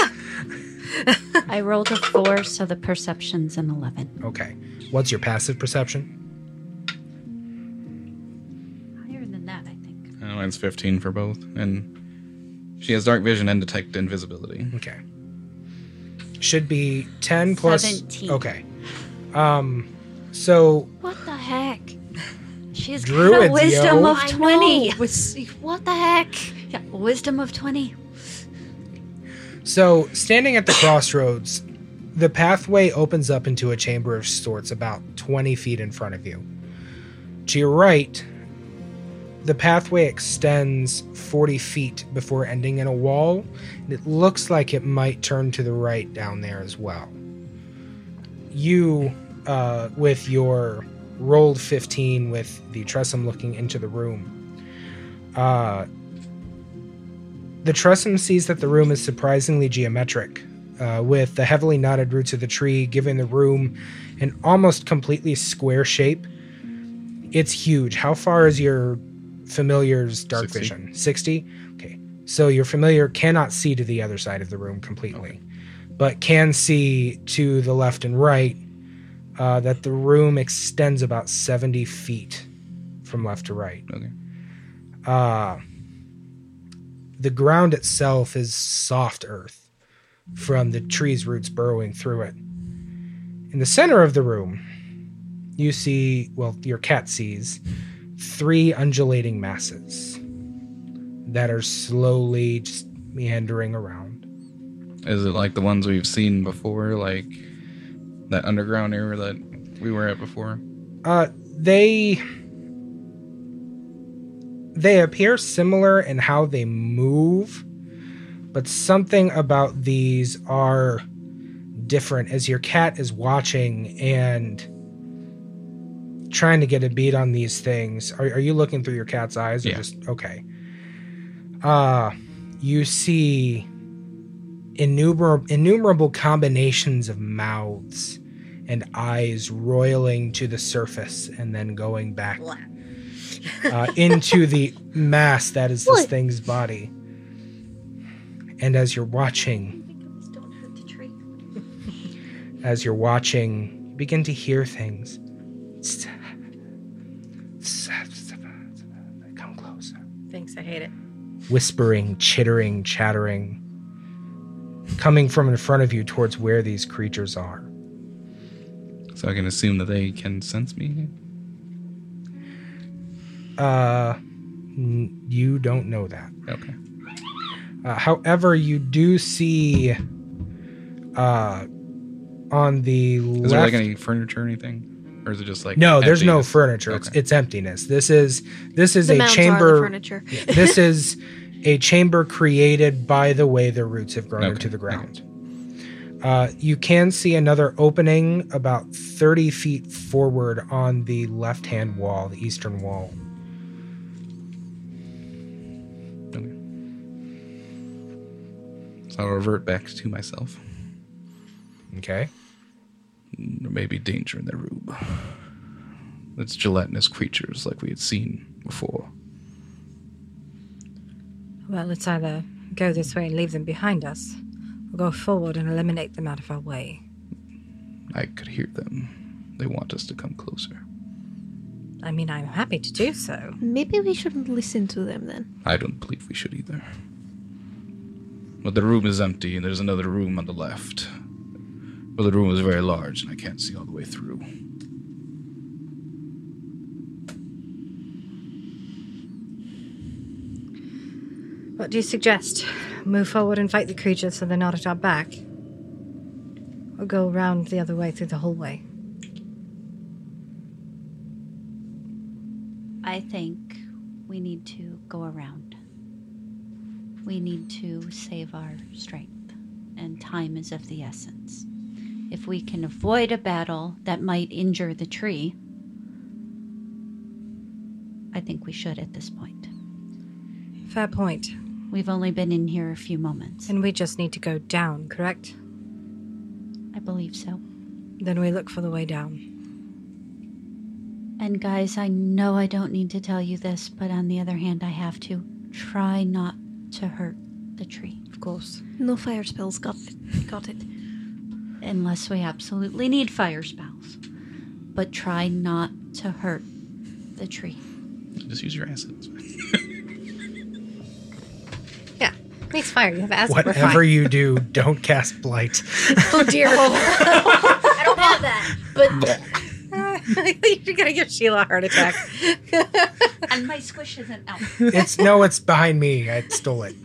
[SPEAKER 5] I rolled a four, so the perception's an 11.
[SPEAKER 1] Okay. What's your passive perception?
[SPEAKER 5] Higher than that, I think.
[SPEAKER 4] Uh, mine's 15 for both. And she has dark vision and detect invisibility.
[SPEAKER 1] Okay. Should be 10 plus.
[SPEAKER 5] 17.
[SPEAKER 1] Okay. Um, so
[SPEAKER 2] What the heck?
[SPEAKER 5] She's got
[SPEAKER 1] Druids,
[SPEAKER 5] a wisdom
[SPEAKER 1] yo.
[SPEAKER 5] of
[SPEAKER 2] I
[SPEAKER 5] 20.
[SPEAKER 2] know. Wis- What the heck?
[SPEAKER 5] Yeah, wisdom of 20.
[SPEAKER 1] So, standing at the crossroads, the pathway opens up into a chamber of sorts about 20 feet in front of you. To your right, the pathway extends 40 feet before ending in a wall, and it looks like it might turn to the right down there as well. You, uh, with your rolled 15 with the Tressum looking into the room, uh, the Tressum sees that the room is surprisingly geometric, uh, with the heavily knotted roots of the tree giving the room an almost completely square shape. It's huge. How far is your familiar's dark
[SPEAKER 4] 60.
[SPEAKER 1] vision? 60? Okay. So your familiar cannot see to the other side of the room completely, but can see to the left and right uh, that the room extends about 70 feet from left to right.
[SPEAKER 4] Okay.
[SPEAKER 1] Uh, the ground itself is soft earth from the tree's roots burrowing through it. In the center of the room, you see, well, your cat sees three undulating masses that are slowly just meandering around.
[SPEAKER 4] Is it like the ones we've seen before, like that underground area that we were at before?
[SPEAKER 1] Uh, they they appear similar in how they move, but something about these are different as your cat is watching and trying to get a beat on these things. Are, are you looking through your cat's eyes or
[SPEAKER 4] Yeah.
[SPEAKER 1] just okay? Uh you see innumerable innumerable combinations of mouths and eyes roiling to the surface and then going back uh, into the mass that is this
[SPEAKER 2] What?
[SPEAKER 1] thing's body. And as you're watching,
[SPEAKER 2] Don't hurt the tree.
[SPEAKER 1] as you're watching, you begin to hear things. Come closer.
[SPEAKER 3] Thanks, I hate it.
[SPEAKER 1] Whispering, chittering, chattering, coming from in front of you towards where these creatures are.
[SPEAKER 4] So I can assume that they can sense me.
[SPEAKER 1] Uh, n- you don't know that.
[SPEAKER 4] Okay.
[SPEAKER 1] Uh, however, you do see uh, on the
[SPEAKER 4] Is
[SPEAKER 1] left.
[SPEAKER 4] there like any furniture or anything, or is it just like
[SPEAKER 1] no, there's no
[SPEAKER 4] emptiness?
[SPEAKER 1] furniture. It's,
[SPEAKER 4] Okay.
[SPEAKER 1] it's emptiness. This is this is
[SPEAKER 2] The
[SPEAKER 1] a
[SPEAKER 2] mounds are the
[SPEAKER 1] chamber.
[SPEAKER 2] furniture.
[SPEAKER 1] this is a chamber created by the way the roots have grown
[SPEAKER 4] Okay,
[SPEAKER 1] into the ground. Uh, you can see another opening about 30 feet forward on the left hand wall, the eastern wall.
[SPEAKER 4] So I'll revert back to myself.
[SPEAKER 1] Okay.
[SPEAKER 4] There may be danger in the room. It's gelatinous creatures like we had seen before.
[SPEAKER 3] Well, let's either go this way and leave them behind us, or go forward and eliminate them out of our way.
[SPEAKER 4] I could hear them. They want us to come closer.
[SPEAKER 3] I mean, I'm happy to do so.
[SPEAKER 2] Maybe we shouldn't listen to them then.
[SPEAKER 4] I don't believe we should either. But the room is empty, and there's another room on the left. But the room is very large, and I can't see all the way through.
[SPEAKER 3] What do you suggest? Move forward and fight the creatures so they're not at our back? Or go round the other way through the hallway?
[SPEAKER 5] I think we need to go around. We need to save our strength, and time is of the essence. If we can avoid a battle that might injure the tree, I think we should at this point.
[SPEAKER 3] Fair point.
[SPEAKER 5] We've only been in here a few moments.
[SPEAKER 3] And we just need to go down, correct?
[SPEAKER 5] I believe so.
[SPEAKER 3] Then we look for the way down.
[SPEAKER 5] And guys, I know I don't need to tell you this, but on the other hand, I have to. Try not to hurt the tree.
[SPEAKER 3] Of course.
[SPEAKER 2] No fire spells. Got it. Got it.
[SPEAKER 5] unless we absolutely need fire spells. But try not to hurt the tree.
[SPEAKER 4] Just use your assets.
[SPEAKER 3] Yeah. Please fire. You have acid.
[SPEAKER 1] Whatever you do, don't cast blight.
[SPEAKER 3] Oh dear.
[SPEAKER 5] I don't have that. But
[SPEAKER 3] You're gonna give Sheila a heart attack.
[SPEAKER 5] and my squish isn't out.
[SPEAKER 1] It's no, it's behind me. I stole it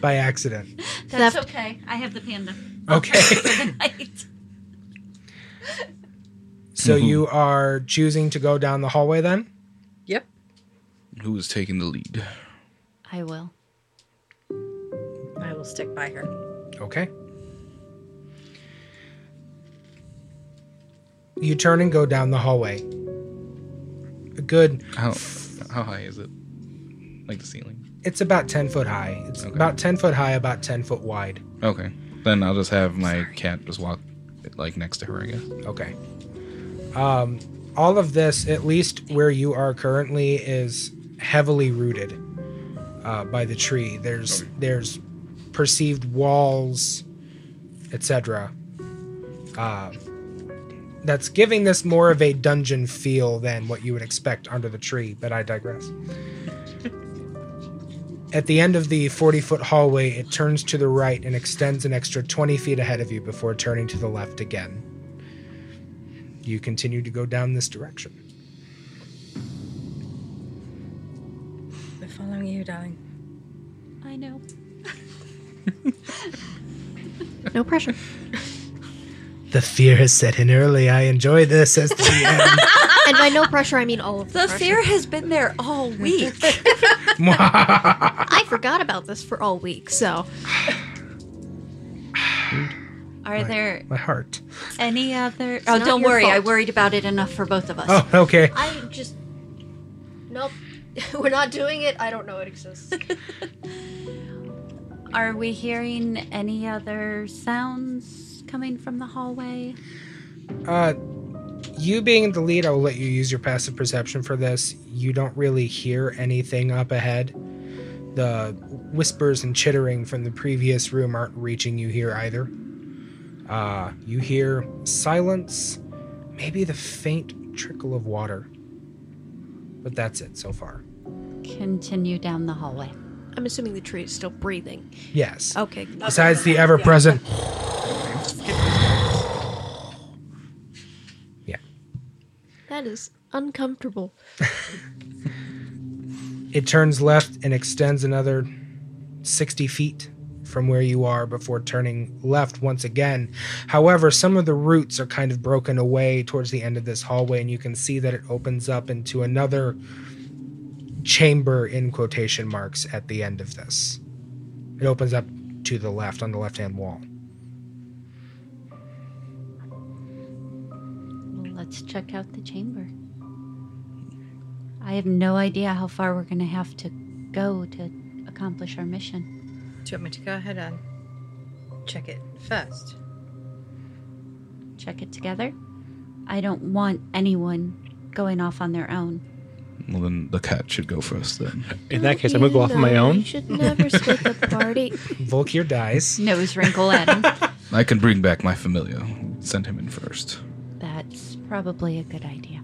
[SPEAKER 1] by accident.
[SPEAKER 5] That's
[SPEAKER 2] Theft.
[SPEAKER 5] okay. I have the panda.
[SPEAKER 1] Okay.
[SPEAKER 5] For the night.
[SPEAKER 1] So you are choosing to go down the hallway then?
[SPEAKER 3] yep.
[SPEAKER 4] Who is taking the lead?
[SPEAKER 5] I will.
[SPEAKER 3] I will stick by her.
[SPEAKER 1] Okay. You turn and go down the hallway. A good,
[SPEAKER 4] How how high is it? Like the ceiling?
[SPEAKER 1] it's about 10 foot high. It's
[SPEAKER 4] Okay.
[SPEAKER 1] about 10 foot high, about 10 foot wide.
[SPEAKER 4] Okay. Then I'll just have my cat just walk like next to her, I guess.
[SPEAKER 1] Okay. Um, all of this, at least where you are currently, is heavily rooted uh, by the tree. There's there's perceived walls, etc. Uh, that's giving this more of a dungeon feel than what you would expect under the tree. But I digress. At the end of the 40 foot hallway, it turns to the right and extends an extra 20 feet ahead of you before turning to the left again you continue to go down this direction.
[SPEAKER 3] We're following you, darling.
[SPEAKER 5] I know.
[SPEAKER 2] No pressure.
[SPEAKER 1] The fear has set in early. I enjoy this as the
[SPEAKER 2] And by no pressure, I mean all of the,
[SPEAKER 5] The
[SPEAKER 2] pressure.
[SPEAKER 5] fear has been there all week.
[SPEAKER 1] end.
[SPEAKER 2] I forgot about this for all week, so
[SPEAKER 5] Are there
[SPEAKER 1] My heart.
[SPEAKER 5] any other? Oh,
[SPEAKER 2] not
[SPEAKER 5] don't
[SPEAKER 2] your
[SPEAKER 5] worry. I
[SPEAKER 2] fault.
[SPEAKER 5] worried about it enough for both of us.
[SPEAKER 1] Oh, okay.
[SPEAKER 2] I just nope. We're not doing it. I don't know it exists.
[SPEAKER 5] Are we hearing any other sounds coming from the hallway?
[SPEAKER 1] Uh, you being the lead, I will let you use your passive perception for this. You don't really hear anything up ahead. The whispers and chittering from the previous room aren't reaching you here either. Uh, you hear silence, maybe the faint trickle of water. But that's it so far.
[SPEAKER 5] Continue down the hallway.
[SPEAKER 2] I'm assuming the tree is still breathing.
[SPEAKER 1] Yes.
[SPEAKER 2] Okay.
[SPEAKER 1] Besides the ever present.
[SPEAKER 2] That is uncomfortable.
[SPEAKER 1] It turns left and extends another 60 feet from where you are before turning left once again. However, some of the roots are kind of broken away towards the end of this hallway, and you can see that it opens up into another chamber in quotation marks at the end of this. It opens up to the left on the left hand wall.
[SPEAKER 5] Let's check out the chamber. I have no idea how far we're going to have to go to accomplish our mission.
[SPEAKER 3] Do you want me to go ahead and check it first?
[SPEAKER 5] Check it together. I don't want anyone going off on their own.
[SPEAKER 4] Well, then the cat should go first then.
[SPEAKER 6] In that case, I'm gonna go off on my own.
[SPEAKER 2] should never split the party.
[SPEAKER 1] Volkir dies.
[SPEAKER 5] Nose wrinkle at him.
[SPEAKER 4] I can bring back my familiar. Send him in first.
[SPEAKER 5] That's probably a good idea.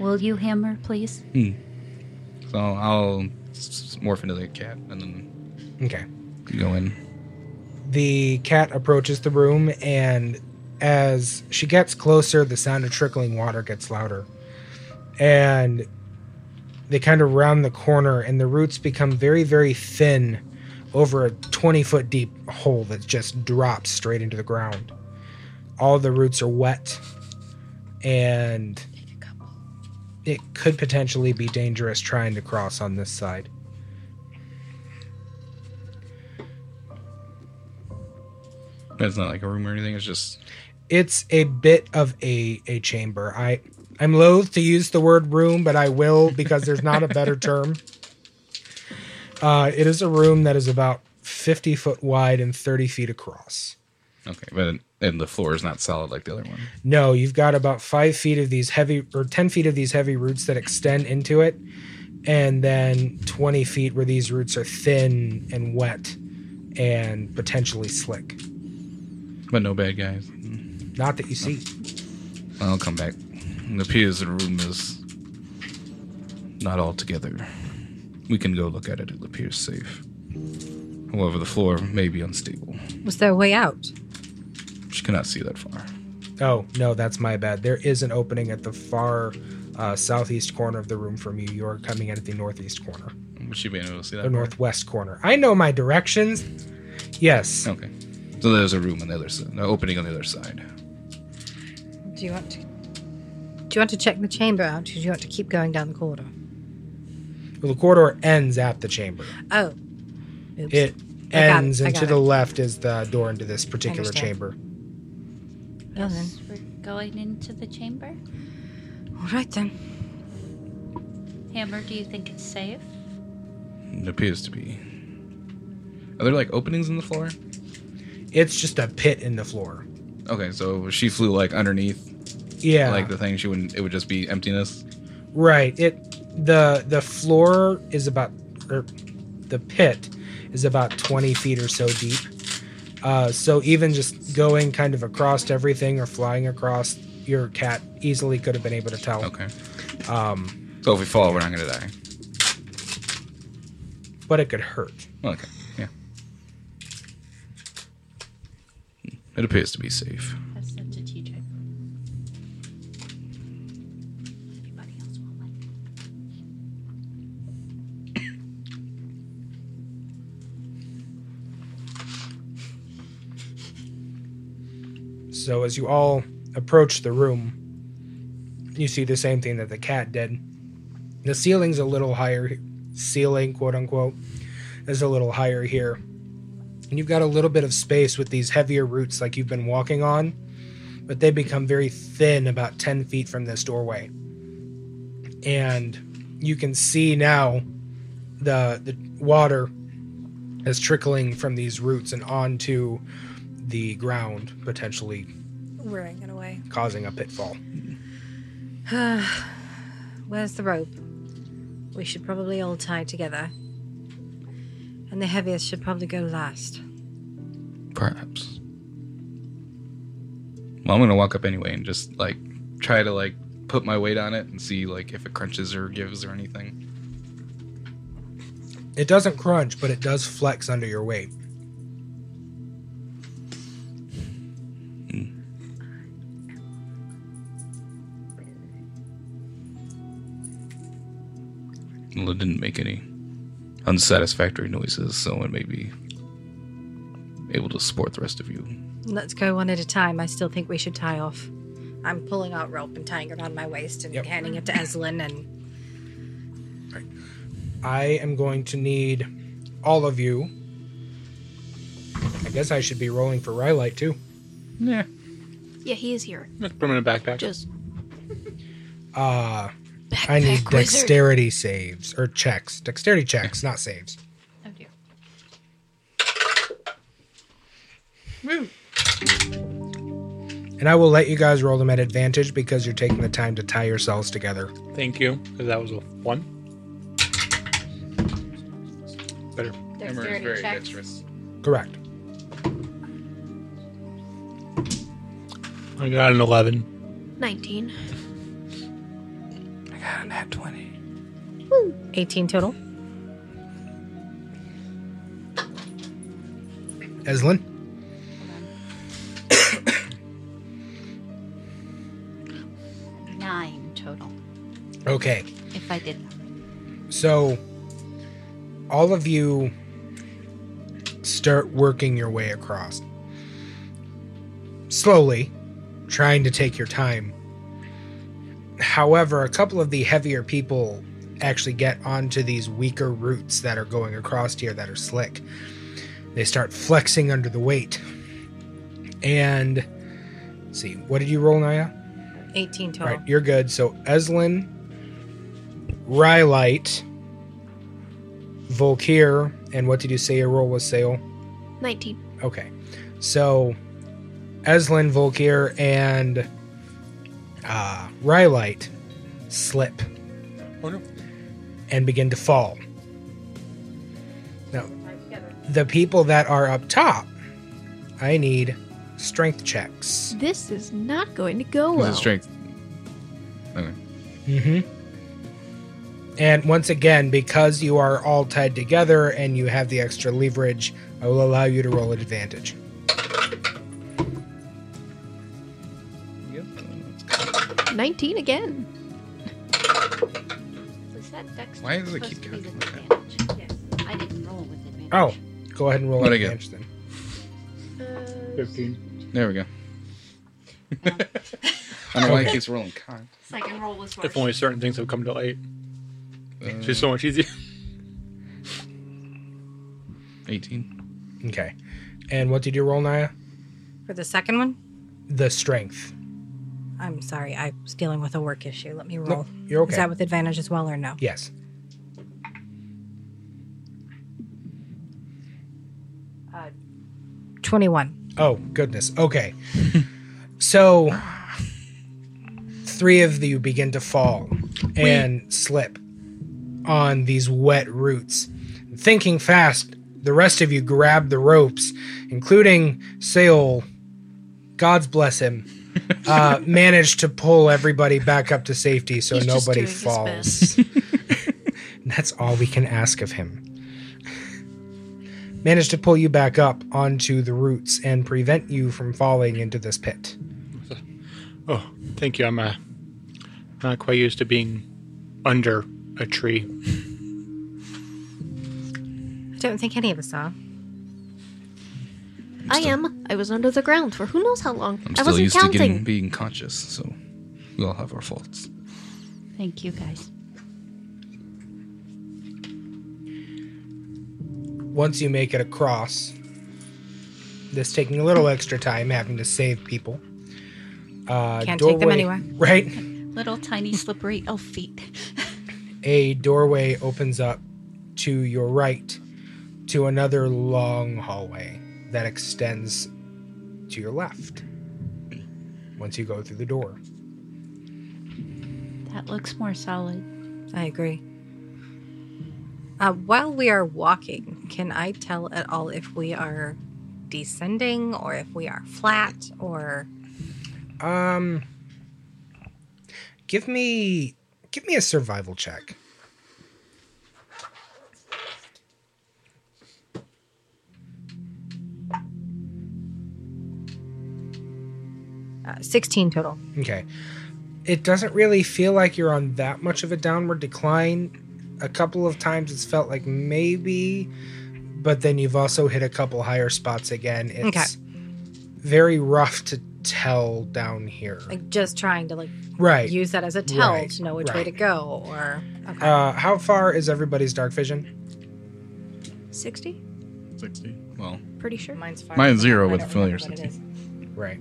[SPEAKER 5] Will you hammer, please?
[SPEAKER 4] So I'll s- s- morph into the cat and then
[SPEAKER 1] Okay.
[SPEAKER 4] go in.
[SPEAKER 1] the cat approaches the room and as she gets closer the sound of trickling water gets louder and they kind of round the corner and the roots become very very thin over a 20 foot deep hole that just drops straight into the ground all the roots are wet and it could potentially be dangerous trying to cross on this side
[SPEAKER 4] It's not like a room or anything. It's just
[SPEAKER 1] it's a bit of a a chamber. I I'm loath to use the word room, but I will because there's not a better term. Uh, it is a room that is about 50 foot wide and 30 feet across.
[SPEAKER 4] okay, but and the floor is not solid like the other one.
[SPEAKER 1] No, you've got about five feet of these heavy or 10 feet of these heavy roots that extend into it, and then 20 feet where these roots are thin and wet and potentially slick.
[SPEAKER 4] But no bad guys.
[SPEAKER 1] Not that you see.
[SPEAKER 4] I'll come back. It appears the room is not all together. We can go look at it. It appears safe. However, the floor may be unstable.
[SPEAKER 3] Was there a way out?
[SPEAKER 4] She cannot see that far.
[SPEAKER 1] Oh, no, that's my bad. There is an opening at the far uh, southeast corner of the room from you. You're coming in at the northeast corner,
[SPEAKER 4] Would she be able to see that?
[SPEAKER 1] the
[SPEAKER 4] far?
[SPEAKER 1] northwest corner. I know my directions. Yes.
[SPEAKER 4] Okay. So there's a room on the other side, an opening on the other side.
[SPEAKER 3] Do you want to? Do you want to check the chamber out, or do you want to keep going down the corridor?
[SPEAKER 1] Well, the corridor ends at the chamber.
[SPEAKER 3] Oh, oops.
[SPEAKER 1] It
[SPEAKER 3] I got it,
[SPEAKER 1] ends,
[SPEAKER 3] I
[SPEAKER 1] and to
[SPEAKER 3] got
[SPEAKER 1] the
[SPEAKER 3] it.
[SPEAKER 1] left is the door into this particular
[SPEAKER 3] understand.
[SPEAKER 1] chamber.
[SPEAKER 3] Well then.
[SPEAKER 5] We're going into the chamber.
[SPEAKER 3] All right then.
[SPEAKER 5] Hammer, do you think it's safe?
[SPEAKER 4] It appears to be. Are there like openings in the floor?
[SPEAKER 1] It's just a pit in the floor.
[SPEAKER 4] Okay, so if she flew like underneath,
[SPEAKER 1] Yeah.
[SPEAKER 4] like the thing. She wouldn't. It would just be emptiness.
[SPEAKER 1] Right. It the the floor is about or the pit is about twenty feet or so deep. Uh, so even just going kind of across everything or flying across, your cat easily could have been able to tell.
[SPEAKER 4] Okay.
[SPEAKER 1] Um,
[SPEAKER 4] So if we fall, we're not gonna die.
[SPEAKER 1] but it could hurt.
[SPEAKER 4] Okay. Yeah. It appears to be safe.
[SPEAKER 5] Have such a tea trip. Everybody else want one?
[SPEAKER 1] So as you all approach the room, you see the same thing that the cat did. The ceiling's a little higher, ceiling, quote unquote, is a little higher here. And you've got a little bit of space with these heavier roots like you've been walking on, but they become very thin about 10 feet from this doorway. And you can see now the, the water is trickling from these roots and onto the ground, potentially
[SPEAKER 3] Wearing it away.
[SPEAKER 1] causing a pitfall.
[SPEAKER 3] Where's the rope? We should probably all tie together. And the heaviest should probably go last.
[SPEAKER 4] Perhaps. Well, I'm gonna walk up anyway and just like try to like put my weight on it and see like if it crunches or gives or anything.
[SPEAKER 1] It doesn't crunch, but it does flex under your weight.
[SPEAKER 4] Well, it didn't make any unsatisfactory noises, so it may be able to support the rest of you.
[SPEAKER 3] Let's go one at a time. I still think we should tie off. I'm pulling out rope and tying it on my waist and
[SPEAKER 1] Yep.
[SPEAKER 3] handing it to Eslin and
[SPEAKER 1] I am going to need all of you. I guess I should be rolling for Rylite too.
[SPEAKER 4] Yeah.
[SPEAKER 2] Yeah, he is here.
[SPEAKER 6] Put him in a backpack.
[SPEAKER 2] Just
[SPEAKER 1] Uh
[SPEAKER 2] backpack
[SPEAKER 1] I need
[SPEAKER 2] wizard.
[SPEAKER 1] dexterity saves or checks. Dexterity checks, not saves.
[SPEAKER 5] Oh dear.
[SPEAKER 1] And I will let you guys roll them at advantage because you're taking the time to tie yourselves together.
[SPEAKER 6] Thank you. 'cause that was a one. Better.
[SPEAKER 5] Dexterity very checks. dexterous.
[SPEAKER 1] Correct.
[SPEAKER 6] I got an 11.
[SPEAKER 2] 19.
[SPEAKER 4] I got a nat 20.
[SPEAKER 3] 18 total.
[SPEAKER 1] Eslin?
[SPEAKER 5] Nine total.
[SPEAKER 1] Okay.
[SPEAKER 5] If I did not.
[SPEAKER 1] So, all of you start working your way across. Slowly, trying to take your time. However, a couple of the heavier people actually get onto these weaker roots that are going across here that are slick. They start flexing under the weight. And let's see, what did you roll, Naya?
[SPEAKER 3] 18 total.
[SPEAKER 1] Right, you're good. So Eslin, Rylite, Volkir, and what did you say your roll was, Sale?
[SPEAKER 2] 19.
[SPEAKER 1] Okay. So Eslin, Volkir, and uh, Rylite slip
[SPEAKER 6] Oh, no.
[SPEAKER 1] and begin to fall. Now, the people that are up top, I need strength checks.
[SPEAKER 2] This is not going to go
[SPEAKER 4] This
[SPEAKER 2] well.
[SPEAKER 4] is strength. Okay.
[SPEAKER 1] hmm And once again, because you are all tied together and you have the extra leverage, I will allow you to roll at advantage.
[SPEAKER 4] Yep.
[SPEAKER 2] 19 again. Was that dex?
[SPEAKER 4] Why does it keep counting like that?
[SPEAKER 5] I didn't roll with advantage.
[SPEAKER 1] Oh, go ahead and roll at
[SPEAKER 4] What'd I get?
[SPEAKER 1] advantage then.
[SPEAKER 6] 15.
[SPEAKER 4] There we go. I don't know why it keeps rolling con.
[SPEAKER 5] Second roll was worse.
[SPEAKER 6] If only certain things have come to light. It's
[SPEAKER 4] Uh,
[SPEAKER 6] just so much easier.
[SPEAKER 4] 18.
[SPEAKER 1] Okay. And what did you roll, Naya?
[SPEAKER 3] For the second one,
[SPEAKER 1] The strength.
[SPEAKER 3] I'm sorry. I was dealing with a work issue. Let me roll.
[SPEAKER 1] No, you're okay.
[SPEAKER 3] Is that with advantage as well or no?
[SPEAKER 1] yes.
[SPEAKER 5] Uh,
[SPEAKER 3] 21.
[SPEAKER 1] Oh, goodness. Okay. so, three of you begin to fall and slip on these wet roots. Thinking fast, the rest of you grab the ropes, including Seol. God's bless him. Uh, managed to pull everybody back up to safety so
[SPEAKER 2] He's just
[SPEAKER 1] nobody
[SPEAKER 2] doing his
[SPEAKER 1] falls. That's all we can ask of him manage to pull you back up onto the roots and prevent you from falling into this pit.
[SPEAKER 6] Oh, thank you. I'm uh, not quite used to being under a tree.
[SPEAKER 3] I don't think any of us are.
[SPEAKER 2] I
[SPEAKER 4] still-
[SPEAKER 2] am. I was under the ground for who knows how long. I
[SPEAKER 4] I'm still
[SPEAKER 2] wasn't
[SPEAKER 4] used to getting,
[SPEAKER 2] counting.
[SPEAKER 4] being conscious, so we all have our faults.
[SPEAKER 5] Thank you guys.
[SPEAKER 1] once you make it across, this taking a little extra time having to save people. Uh,
[SPEAKER 3] Can't take them anywhere.
[SPEAKER 1] Right?
[SPEAKER 5] Little tiny slippery elf feet.
[SPEAKER 1] A doorway opens up to your right to another long hallway that extends to your left once you go through the door.
[SPEAKER 5] That looks more solid.
[SPEAKER 3] I agree. Uh, while we are walking, can I tell at all if we are descending or if we are flat or
[SPEAKER 1] Um, give me give me a survival check.
[SPEAKER 3] uh, 16 total?
[SPEAKER 1] Okay. It doesn't really feel like you're on that much of a downward decline. A couple of times it's felt like maybe, but then you've also hit a couple higher spots again. It's
[SPEAKER 3] Okay.
[SPEAKER 1] very rough to tell down here.
[SPEAKER 3] Like just trying to like
[SPEAKER 1] right.
[SPEAKER 3] use that as a tell
[SPEAKER 1] Right,
[SPEAKER 3] to know which way
[SPEAKER 1] right.
[SPEAKER 3] to go or okay.
[SPEAKER 1] uh, how far is everybody's dark vision?
[SPEAKER 2] 60?
[SPEAKER 7] 60.
[SPEAKER 4] Well,
[SPEAKER 2] Pretty sure.
[SPEAKER 3] Mine's far.
[SPEAKER 4] Mine's zero
[SPEAKER 3] I
[SPEAKER 4] with
[SPEAKER 3] don't
[SPEAKER 4] familiar
[SPEAKER 3] remember what it
[SPEAKER 4] sentence.
[SPEAKER 3] is.
[SPEAKER 1] Right.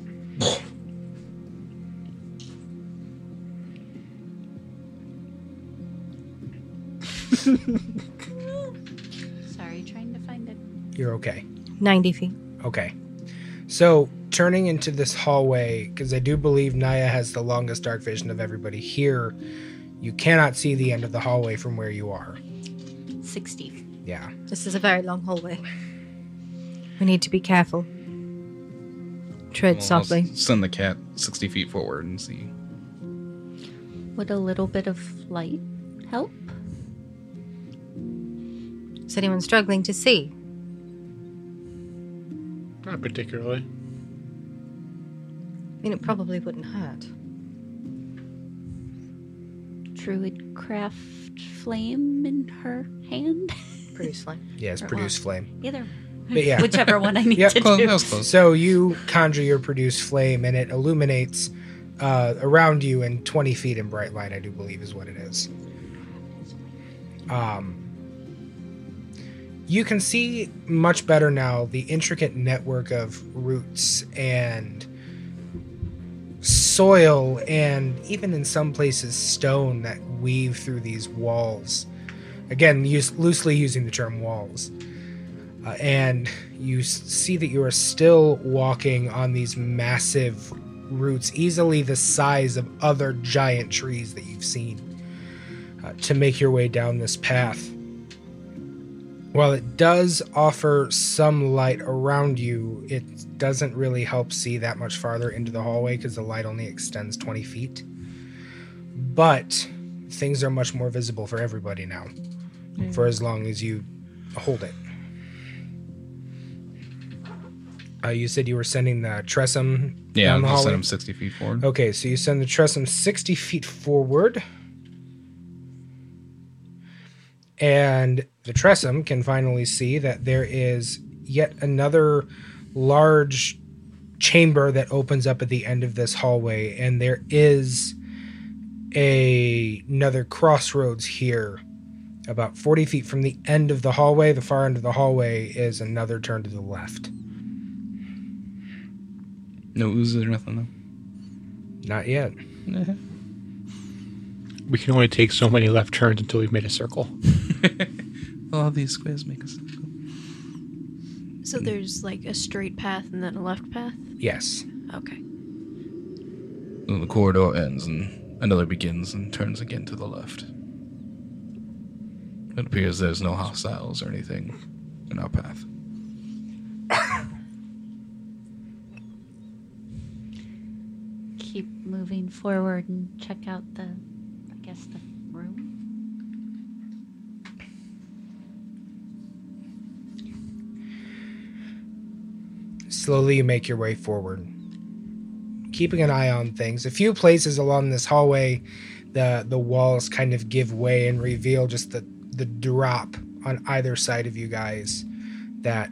[SPEAKER 5] Sorry, trying to find it.
[SPEAKER 1] You're okay.
[SPEAKER 3] 90 feet.
[SPEAKER 1] Okay. So turning into this hallway, because I do believe Naya has the longest dark vision of everybody here, you cannot see the end of the hallway from where you are.
[SPEAKER 5] 60.
[SPEAKER 1] Yeah.
[SPEAKER 3] This is a very long hallway. We need to be careful. Tread
[SPEAKER 4] well, I'll
[SPEAKER 2] eh?
[SPEAKER 3] softly.
[SPEAKER 4] s- send the cat 60 feet forward and see.
[SPEAKER 5] Would a little bit of light help?
[SPEAKER 3] Is anyone struggling to see?
[SPEAKER 6] Not particularly.
[SPEAKER 3] I mean, it probably wouldn't hurt.
[SPEAKER 5] Druid craft flame in her hand?
[SPEAKER 3] Pretty slim.
[SPEAKER 1] Yeah, it's
[SPEAKER 5] Or
[SPEAKER 1] produce
[SPEAKER 5] lung.
[SPEAKER 1] flame.
[SPEAKER 5] Either.
[SPEAKER 1] But yeah.
[SPEAKER 5] Whichever one I need
[SPEAKER 1] Yep.
[SPEAKER 5] to
[SPEAKER 4] Close,
[SPEAKER 5] do.
[SPEAKER 4] that was close.
[SPEAKER 1] So you conjure your produce flame, and it illuminates uh, around you in 20 feet in bright light. I do believe is what it is. Um, you can see much better now the intricate network of roots and soil, and even in some places stone that weave through these walls. Again, use, loosely using the term walls uh, and you s- see that you are still walking on these massive roots, easily the size of other giant trees that you've seen, uh, to make your way down this path. While it does offer some light around you, it doesn't really help see that much farther into the hallway because the light only extends 20 feet. But things are much more visible for everybody now,
[SPEAKER 4] Mm.
[SPEAKER 1] for as long as you hold it. Uh, you said you were sending the Tressum
[SPEAKER 4] Yeah,
[SPEAKER 1] down the
[SPEAKER 4] I'll just
[SPEAKER 1] hallway.
[SPEAKER 4] send him 60 feet forward.
[SPEAKER 1] Okay, so you send the Tressum 60 feet forward. And the Tressum can finally see that there is yet another large chamber that opens up at the end of this hallway, and there is a, another crossroads here. About 40 feet from the end of the hallway, the far end of the hallway is another turn to the left.
[SPEAKER 4] No oozes or nothing,
[SPEAKER 1] Not yet.
[SPEAKER 4] though.
[SPEAKER 6] We can only take so many left turns until we've made a circle.
[SPEAKER 4] All these squares make us.
[SPEAKER 2] So
[SPEAKER 4] Hmm.
[SPEAKER 2] there's like a straight path and then a left path?
[SPEAKER 1] Yes.
[SPEAKER 2] Okay.
[SPEAKER 4] The corridor ends and another begins and turns again to the left. It appears there's no hostiles or anything in our path.
[SPEAKER 5] Keep moving forward and check out the, I guess, the room.
[SPEAKER 1] Slowly you make your way forward, keeping an eye on things. A few places along this hallway, the the walls kind of give way and reveal just the the drop on either side of you guys that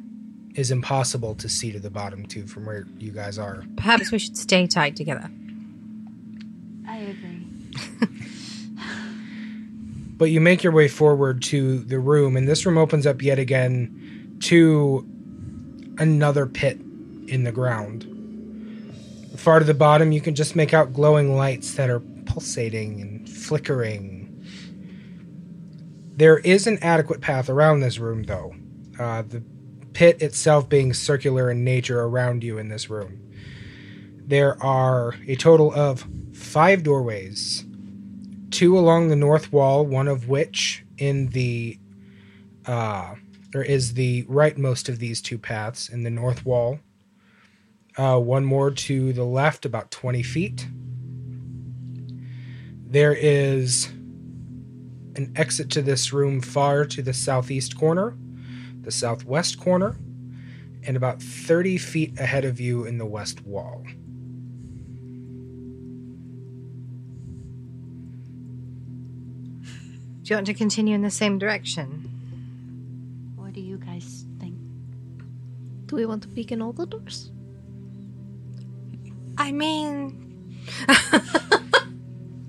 [SPEAKER 1] is impossible to see to the bottom two from where you guys are.
[SPEAKER 3] Perhaps we should stay tied together.
[SPEAKER 5] I agree.
[SPEAKER 1] But you make your way forward to the room, and this room opens up yet again to another pit in the ground. Far to the bottom, you can just make out glowing lights that are pulsating and flickering. There is an adequate path around this room, though. Uh, the pit itself being circular in nature around you in this room. There are a total of five doorways two along the north wall, one of which in the uh, or is the rightmost of these two paths in the north wall. Uh, one more to the left, about 20 feet. There is an exit to this room far to the southeast corner, the southwest corner, and about 30 feet ahead of you in the west wall.
[SPEAKER 3] Do you want to continue in the same direction?
[SPEAKER 5] What do you guys think?
[SPEAKER 2] Do we want to peek in all the doors?
[SPEAKER 3] I mean,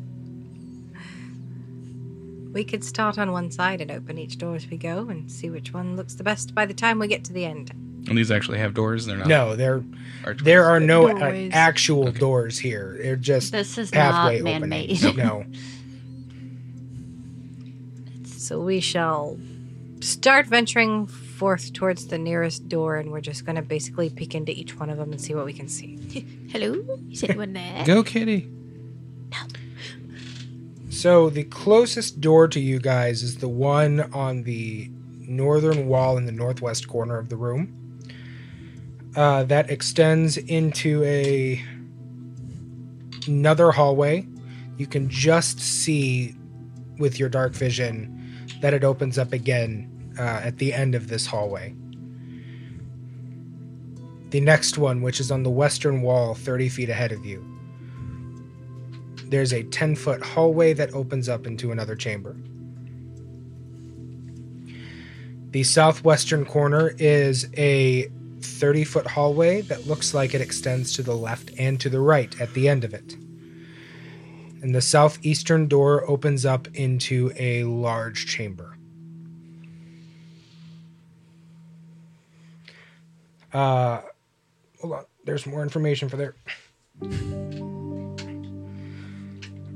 [SPEAKER 3] we could start on one side and open each door as we go and see which one looks the best by the time we get to the end.
[SPEAKER 4] And these actually have doors. They're not.
[SPEAKER 1] No, there
[SPEAKER 4] archways?
[SPEAKER 1] there are no uh,
[SPEAKER 3] Doorways.
[SPEAKER 1] actual
[SPEAKER 4] Okay.
[SPEAKER 1] doors here. They're just
[SPEAKER 5] This is
[SPEAKER 1] pathway
[SPEAKER 5] not man-made.
[SPEAKER 1] openings. No.
[SPEAKER 3] So we shall start venturing forth towards the nearest door, and we're just going to basically peek into each one of them and see what we can see.
[SPEAKER 2] Hello? Is anyone there?
[SPEAKER 4] Go, kitty.
[SPEAKER 1] So the closest door to you guys is the one on the northern wall in the northwest corner of the room. Uh, that extends into a another hallway. You can just see with your dark vision that it opens up again uh, at the end of this hallway. The next one, which is on the western wall, 30 feet ahead of you there's a 10 foot hallway that opens up into another chamber. The southwestern corner is a 30 foot hallway that looks like it extends to the left and to the right at the end of it. And the southeastern door opens up into a large chamber. Uh, hold on. There's more information for there.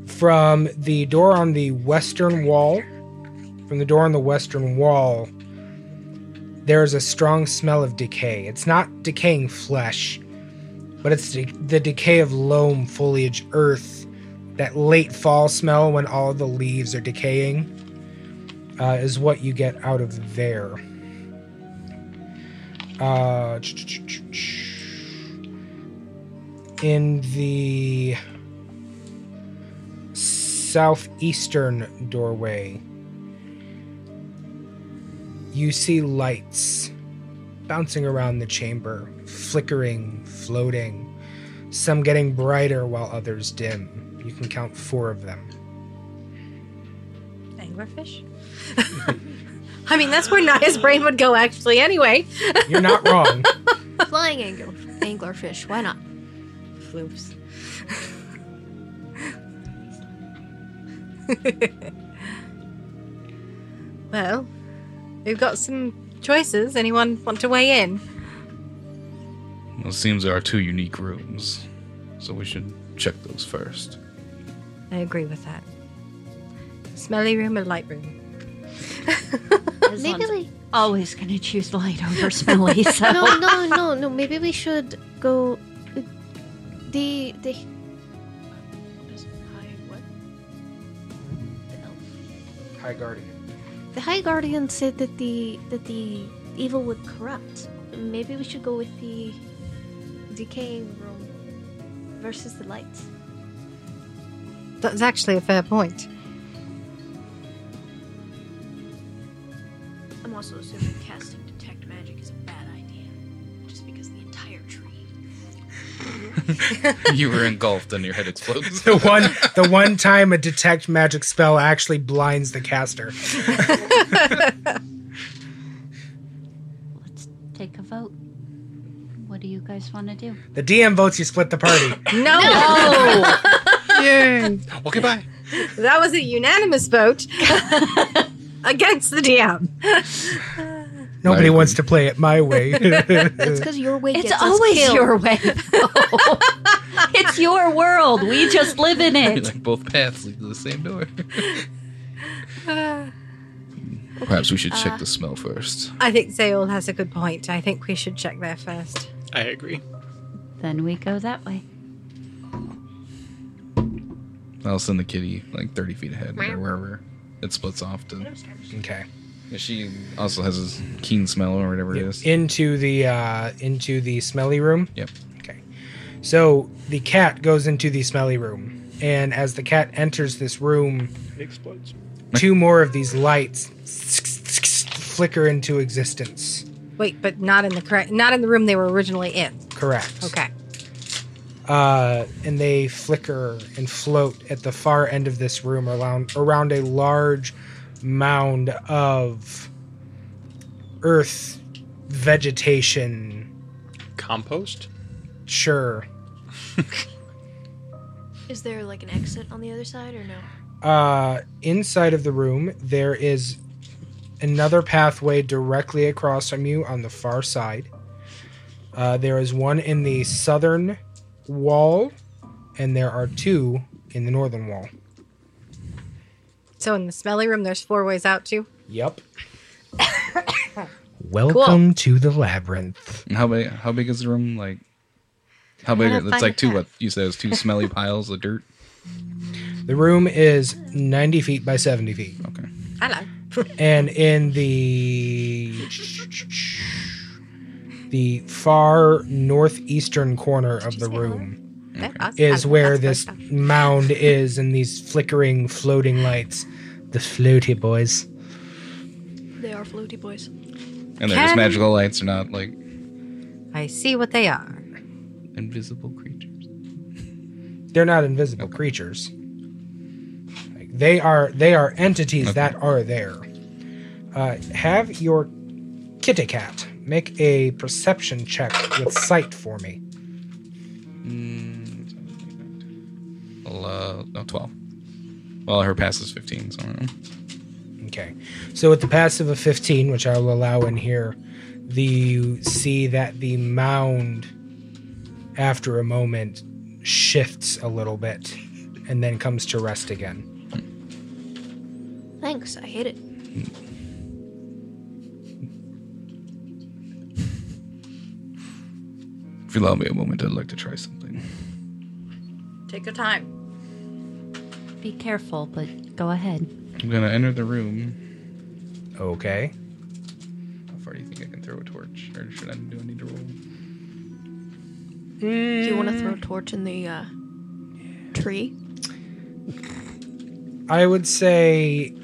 [SPEAKER 1] from the door on the western wall from the door on the western wall there is a strong smell of decay it's not decaying flesh but it's de- the decay of loam foliage earth that late fall smell when all the leaves are decaying uh, is what you get out of there uh, in the southeastern doorway, you see lights bouncing around the chamber, flickering, floating, some getting brighter while others dim. You can count four of them.
[SPEAKER 3] Anglerfish? I mean, that's where Naya's brain would go, actually, anyway.
[SPEAKER 1] You're not wrong.
[SPEAKER 2] Flying angler, anglerfish. Why not?
[SPEAKER 3] Floops. well, we've got some choices. Anyone want to weigh in?
[SPEAKER 4] Well, it seems there are two unique rooms, so we should check those first.
[SPEAKER 3] I agree with that. Smelly room and light room.
[SPEAKER 2] Maybe we.
[SPEAKER 5] always gonna choose light over smelly. So
[SPEAKER 2] No, no, no, no. Maybe we should go. uh, The the
[SPEAKER 1] High Guardian.
[SPEAKER 2] the High Guardian said that the that the evil would corrupt. Maybe we should go with the decaying room versus the lights.
[SPEAKER 3] That's actually a fair point.
[SPEAKER 7] I'm also assuming casting detect magic is a bad idea, just because the entire tree.
[SPEAKER 4] you were engulfed and your head explodes.
[SPEAKER 1] The one, the one time a detect magic spell actually blinds the caster.
[SPEAKER 5] let's take take a vote. What do you guys want to do?
[SPEAKER 1] The DM votes you split the party.
[SPEAKER 3] No,
[SPEAKER 1] Yay.
[SPEAKER 6] Okay, bye.
[SPEAKER 3] that was a unanimous vote against the DM.
[SPEAKER 1] Nobody
[SPEAKER 4] I
[SPEAKER 1] wants to play it my way.
[SPEAKER 2] It's because your way
[SPEAKER 5] It's
[SPEAKER 2] gets us
[SPEAKER 5] always
[SPEAKER 2] killed.
[SPEAKER 5] your way. though. it's your world. We just live in it.
[SPEAKER 4] like both paths lead to the same door. Perhaps we should check the smell first.
[SPEAKER 3] I think Zayol has a good point. I think we should check there first.
[SPEAKER 6] I agree.
[SPEAKER 5] Then we go that way.
[SPEAKER 4] I'll send the kitty like 30 feet ahead or wherever it splits off to.
[SPEAKER 1] okay.
[SPEAKER 4] She also has a keen smell or whatever it is.
[SPEAKER 1] Into the uh, into the smelly room.
[SPEAKER 4] Yep.
[SPEAKER 1] So the cat goes into the smelly room, and as the cat enters this room,
[SPEAKER 6] It explodes.
[SPEAKER 1] two more of these lights flicker into existence.
[SPEAKER 3] Wait, but not in the correct, not in the room they were originally in.
[SPEAKER 1] Correct.
[SPEAKER 3] Okay.
[SPEAKER 1] uh, and they flicker and float at the far end of this room around around a large mound of earth vegetation.
[SPEAKER 6] Compost?
[SPEAKER 1] Sure.
[SPEAKER 7] Is there like an exit on the other side or no?
[SPEAKER 1] Uh, inside of the room, there is another pathway directly across from you on the far side. Uh, there is one in the southern wall, and there are two in the northern wall.
[SPEAKER 3] So in the smelly room, there's four ways out too.
[SPEAKER 1] Yep. Welcome to the labyrinth.
[SPEAKER 4] And How big? How big is the room? Like, how big?
[SPEAKER 3] Gotta
[SPEAKER 4] It's
[SPEAKER 3] find
[SPEAKER 4] like
[SPEAKER 3] a
[SPEAKER 4] two.
[SPEAKER 3] path.
[SPEAKER 4] What you said is two smelly piles of dirt.
[SPEAKER 1] The room is 90 feet by 70 feet.
[SPEAKER 4] Okay.
[SPEAKER 3] Hello.
[SPEAKER 1] And in the the far northeastern corner of the room
[SPEAKER 3] That's-
[SPEAKER 1] is
[SPEAKER 3] hello,
[SPEAKER 1] where this
[SPEAKER 3] that's good stuff.
[SPEAKER 1] mound is and these flickering floating lights. The floaty boys.
[SPEAKER 7] They are floaty boys.
[SPEAKER 4] And they're just
[SPEAKER 3] Can-
[SPEAKER 4] magical lights. They're not like
[SPEAKER 3] I see what they are.
[SPEAKER 4] invisible creatures.
[SPEAKER 1] They're not invisible creatures. Like, they are they are entities that are there. Uh, have your kitty cat make a perception check with sight for me.
[SPEAKER 4] Well, Mm, uh, no, twelve. Well, her pass is fifteen. So I don't know.
[SPEAKER 1] Okay. So with the passive of 15, which I will allow in here, the you see that the mound after a moment shifts a little bit and then comes to rest again.
[SPEAKER 2] Thanks, I hate it.
[SPEAKER 4] if you allow me a moment, I'd like to try something.
[SPEAKER 3] Take your time.
[SPEAKER 5] Be careful, but go ahead.
[SPEAKER 4] I'm gonna enter the room.
[SPEAKER 1] Okay.
[SPEAKER 4] How far do you think I can throw a torch, or should I do I need to roll?
[SPEAKER 7] Do you want to throw a torch in the uh, tree?
[SPEAKER 1] I would say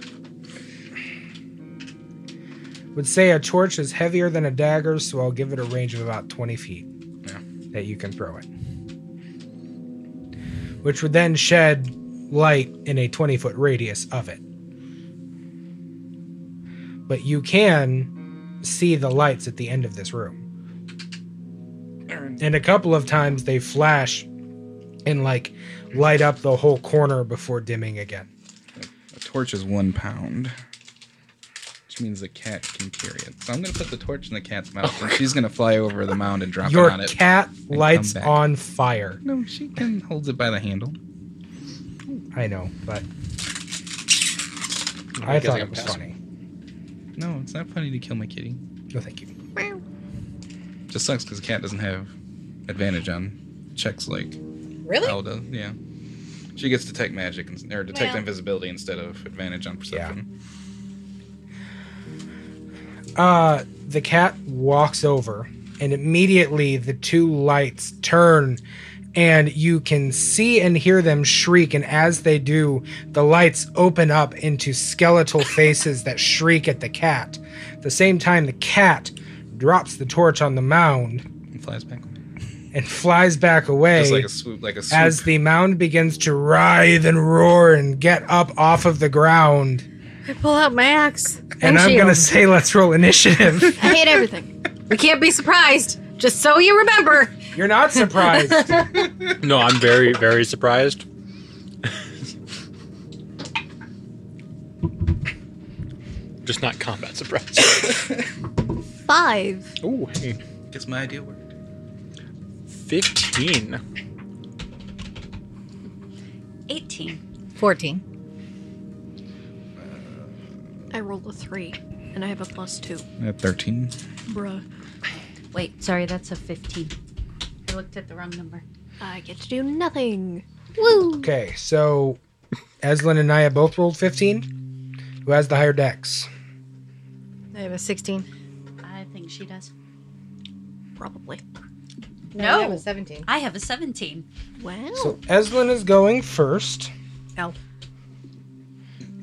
[SPEAKER 1] would say a torch is heavier than a dagger, so I'll give it a range of about 20 feet
[SPEAKER 4] Yeah.
[SPEAKER 1] that you can throw it. Which would then shed light in a 20 foot radius of it. But you can see the lights at the end of this room. And a couple of times they flash and like light up the whole corner before dimming again.
[SPEAKER 4] A torch is one pound, which means the cat can carry it. So I'm gonna put the torch in the cat's mouth, and she's gonna fly over the mound and drop
[SPEAKER 1] Your
[SPEAKER 4] it on it.
[SPEAKER 1] cat lights
[SPEAKER 4] back.
[SPEAKER 1] on fire.
[SPEAKER 4] No, she can holds it by the handle.
[SPEAKER 1] I know, but
[SPEAKER 6] I
[SPEAKER 1] I,
[SPEAKER 6] guess I
[SPEAKER 1] thought
[SPEAKER 6] can
[SPEAKER 1] it was
[SPEAKER 6] pass.
[SPEAKER 1] funny.
[SPEAKER 4] No, it's not funny to kill my kitty.
[SPEAKER 1] No, thank you.
[SPEAKER 4] Just sucks because the cat doesn't have advantage on checks like
[SPEAKER 3] Really?
[SPEAKER 4] Alda. Yeah, she gets detect magic and or detect
[SPEAKER 7] Well.
[SPEAKER 4] invisibility instead of advantage on perception.
[SPEAKER 1] Uh, the cat walks over, and immediately the two lights turn, and you can see and hear them shriek. And as they do, the lights open up into skeletal faces that shriek at the cat. At the same time, the cat drops the torch on the mound
[SPEAKER 4] And flies back.
[SPEAKER 1] and flies back away.
[SPEAKER 4] Just like a swoop, like a swoop.
[SPEAKER 1] as the mound begins to writhe and roar and get up off of the ground.
[SPEAKER 3] I pull out my axe.
[SPEAKER 1] And I'm
[SPEAKER 3] shield.
[SPEAKER 1] gonna say, let's roll initiative.
[SPEAKER 7] I hate everything.
[SPEAKER 3] We can't be surprised. Just so you remember.
[SPEAKER 1] You're not surprised.
[SPEAKER 6] No, I'm very, very surprised. Just not combat surprise.
[SPEAKER 5] Five.
[SPEAKER 6] Ooh, hey,
[SPEAKER 4] Guess my idea worked.
[SPEAKER 6] 15.
[SPEAKER 5] 18.
[SPEAKER 3] 14.
[SPEAKER 7] I rolled a three, and I have a plus two.
[SPEAKER 4] At 13.
[SPEAKER 7] Bruh.
[SPEAKER 5] Wait, sorry, that's a 15. I looked at the wrong number.
[SPEAKER 7] I get to do nothing.
[SPEAKER 1] okay, so Eslin and Naya both rolled 15. Who has the higher dex?
[SPEAKER 3] I have a 16.
[SPEAKER 5] I think she does.
[SPEAKER 7] Probably.
[SPEAKER 5] No.
[SPEAKER 3] I have a 17.
[SPEAKER 5] I have a 17.
[SPEAKER 7] Wow.
[SPEAKER 1] So Eslin is going first,
[SPEAKER 3] L.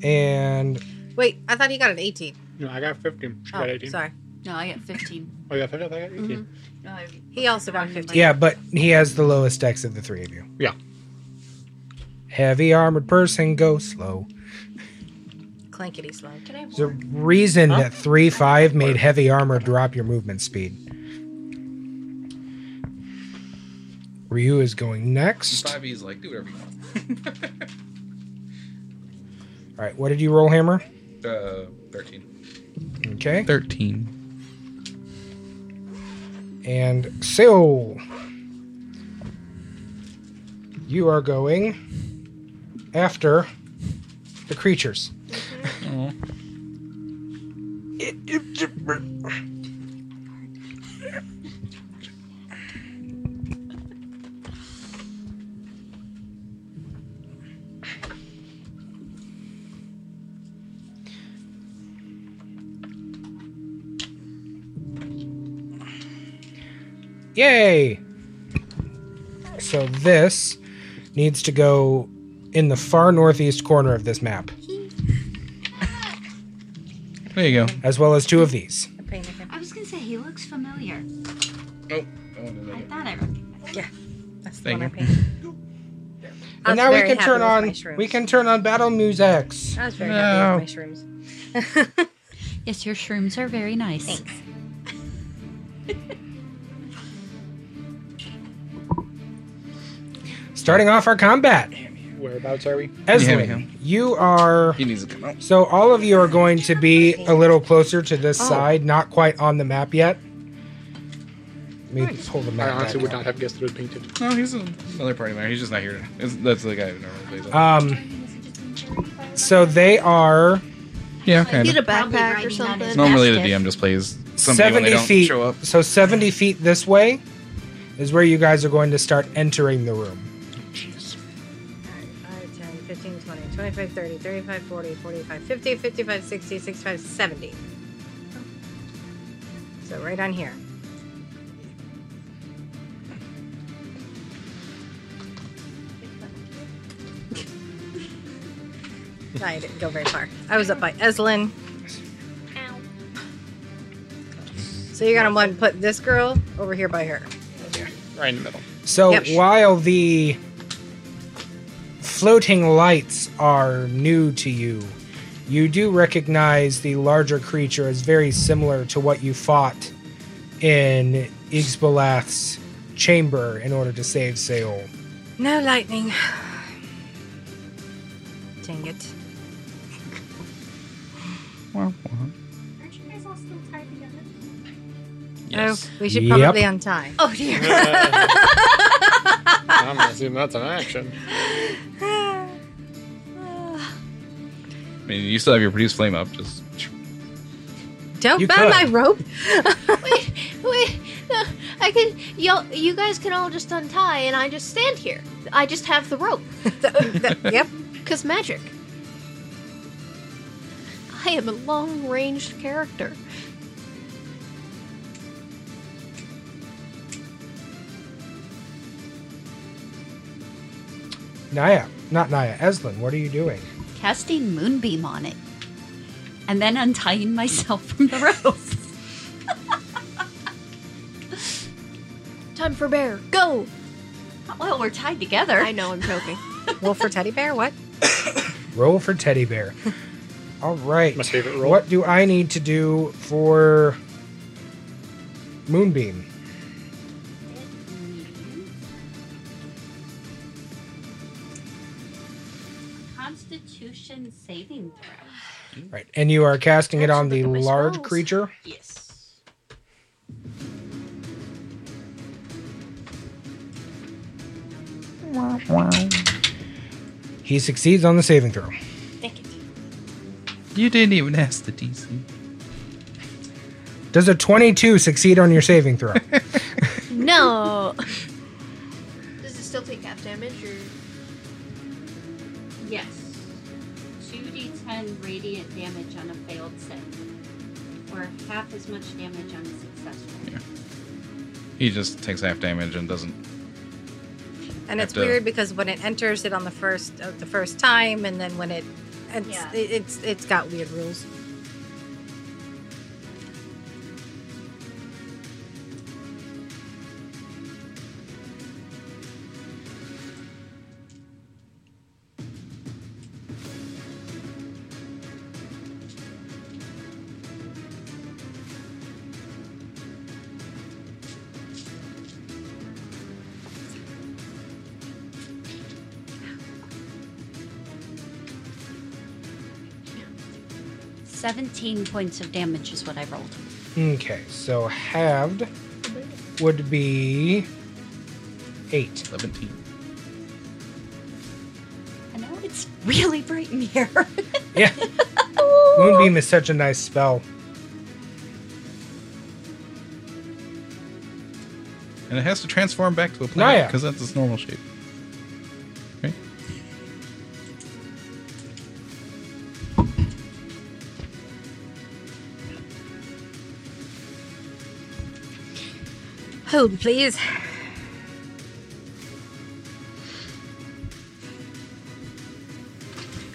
[SPEAKER 1] and
[SPEAKER 3] Wait, I thought he got an 18.
[SPEAKER 6] No, I got 15. She
[SPEAKER 3] Oh,
[SPEAKER 6] got 18.
[SPEAKER 3] sorry.
[SPEAKER 5] No, I got 15.
[SPEAKER 6] Oh, you got 15? I got 18.
[SPEAKER 3] He also got a 15.
[SPEAKER 1] yeah, but he has the lowest dex of the three of you.
[SPEAKER 6] Yeah.
[SPEAKER 1] Heavy armored person, go slow.
[SPEAKER 3] Clankety slow.
[SPEAKER 1] There's a reason that three five made heavy armor drop your movement speed. Ryu is going next. All
[SPEAKER 4] 5e's like, do whatever you want.
[SPEAKER 1] right, what did you roll, Hammer?
[SPEAKER 4] Uh, 13.
[SPEAKER 1] Okay,
[SPEAKER 4] 13.
[SPEAKER 1] and Seol, you are going after the creatures. Yay! So this needs to go in the far northeast corner of this map,
[SPEAKER 4] There you go.
[SPEAKER 1] as well as two of these.
[SPEAKER 5] I was going to say, he looks familiar.
[SPEAKER 4] Oh, I wanted to
[SPEAKER 5] I thought I recognized
[SPEAKER 3] That's the
[SPEAKER 4] Thank
[SPEAKER 3] one I
[SPEAKER 4] you.
[SPEAKER 3] painted. I was
[SPEAKER 1] And now we
[SPEAKER 3] very
[SPEAKER 1] can
[SPEAKER 3] happy
[SPEAKER 1] turn
[SPEAKER 3] with
[SPEAKER 1] on
[SPEAKER 3] my shrooms.
[SPEAKER 1] we can turn on battle musics.
[SPEAKER 3] I was very happy with my shrooms.
[SPEAKER 5] Yes, your shrooms are very nice.
[SPEAKER 3] Thanks.
[SPEAKER 1] Starting off our combat.
[SPEAKER 3] Mm-hmm.
[SPEAKER 6] Whereabouts are we?
[SPEAKER 4] Yeah, we
[SPEAKER 1] Eslin,
[SPEAKER 4] can.
[SPEAKER 1] you are
[SPEAKER 4] He needs to come out.
[SPEAKER 1] so all of you are going to be a little closer to
[SPEAKER 3] Oh.
[SPEAKER 1] this side, not quite on the map yet. Let me pull the
[SPEAKER 6] I
[SPEAKER 1] map.
[SPEAKER 6] honestly
[SPEAKER 1] back
[SPEAKER 6] would
[SPEAKER 1] up.
[SPEAKER 6] not have guessed it was painted.
[SPEAKER 4] No, Oh, he's a- another party member. He's just not here. It's, that's the guy who normally plays. it.
[SPEAKER 1] Um so they are
[SPEAKER 4] yeah, kind
[SPEAKER 7] Need
[SPEAKER 4] of.
[SPEAKER 7] a backpack or something.
[SPEAKER 4] Normally the DM just plays somebody when
[SPEAKER 1] 70
[SPEAKER 4] they don't
[SPEAKER 1] feet.
[SPEAKER 4] show up.
[SPEAKER 1] So 70 feet this way is where you guys are going to start entering the room.
[SPEAKER 3] Alright, 5, 10, 15, 20, 25, 30, 35, 40, 45, 50, 55, 60, 65, 70. So right on here. No, I didn't go very far. I was up by Eslin. So you're gonna want to put this girl over here by her.
[SPEAKER 6] Right in the middle.
[SPEAKER 1] So
[SPEAKER 3] Yep.
[SPEAKER 1] while the floating lights are new to you, you do recognize the larger creature as very similar to what you fought in Igzbalath's chamber in order to save Seol.
[SPEAKER 3] No lightning. Dang it.
[SPEAKER 6] Yes.
[SPEAKER 3] Oh, we should
[SPEAKER 1] Yep.
[SPEAKER 3] probably untie.
[SPEAKER 5] Oh, dear.
[SPEAKER 6] I'm gonna assume that's an action.
[SPEAKER 4] I mean, you still have your produce flame up. Just
[SPEAKER 3] Don't
[SPEAKER 1] You
[SPEAKER 3] buy
[SPEAKER 1] could.
[SPEAKER 3] my rope.
[SPEAKER 7] wait, wait. No, I can. Y'all, you guys can all just untie, and I just stand here. I just have the rope,
[SPEAKER 3] yep.
[SPEAKER 7] cause magic. I am a long-range character.
[SPEAKER 1] Naya, not Naya, Eslin, what are you doing?
[SPEAKER 5] Casting Moonbeam on it. And then untying myself from the rope.
[SPEAKER 7] Time for bear. Go.
[SPEAKER 5] well, we're tied together.
[SPEAKER 7] I know I'm joking.
[SPEAKER 3] Wolf or teddy bear? What?
[SPEAKER 1] Roll for teddy bear. All right.
[SPEAKER 6] My favorite roll.
[SPEAKER 1] What do I need to do for Moonbeam.
[SPEAKER 5] Constitution saving throw.
[SPEAKER 1] Right. And you are casting it on
[SPEAKER 2] Actually,
[SPEAKER 1] the
[SPEAKER 2] look at my
[SPEAKER 1] large
[SPEAKER 2] spells.
[SPEAKER 1] creature.
[SPEAKER 5] Yes.
[SPEAKER 1] He succeeds on the saving throw.
[SPEAKER 5] Thank it.
[SPEAKER 4] You didn't even ask the DC.
[SPEAKER 1] Does a 22 succeed on your saving throw?
[SPEAKER 2] No.
[SPEAKER 7] Does it still take half damage or
[SPEAKER 5] Yes. 2d10 radiant damage on a failed save. Or half as much damage on a successful.
[SPEAKER 4] He just takes half damage and doesn't.
[SPEAKER 3] And it's
[SPEAKER 4] Have to-
[SPEAKER 3] weird because when it enters it on the first uh, the first time, and then when it it's
[SPEAKER 7] Yeah.
[SPEAKER 3] it, it's it's got weird rules.
[SPEAKER 5] Seventeen points of damage is what I rolled.
[SPEAKER 1] okay, so halved would be 8.
[SPEAKER 4] 17.
[SPEAKER 5] I know it's really bright in here.
[SPEAKER 1] Yeah. Moonbeam is such a nice spell.
[SPEAKER 4] And it has to transform back to a
[SPEAKER 1] Oh,
[SPEAKER 4] planet
[SPEAKER 1] yeah.
[SPEAKER 4] because that's its normal shape. Right?
[SPEAKER 3] Hold, Oh, please.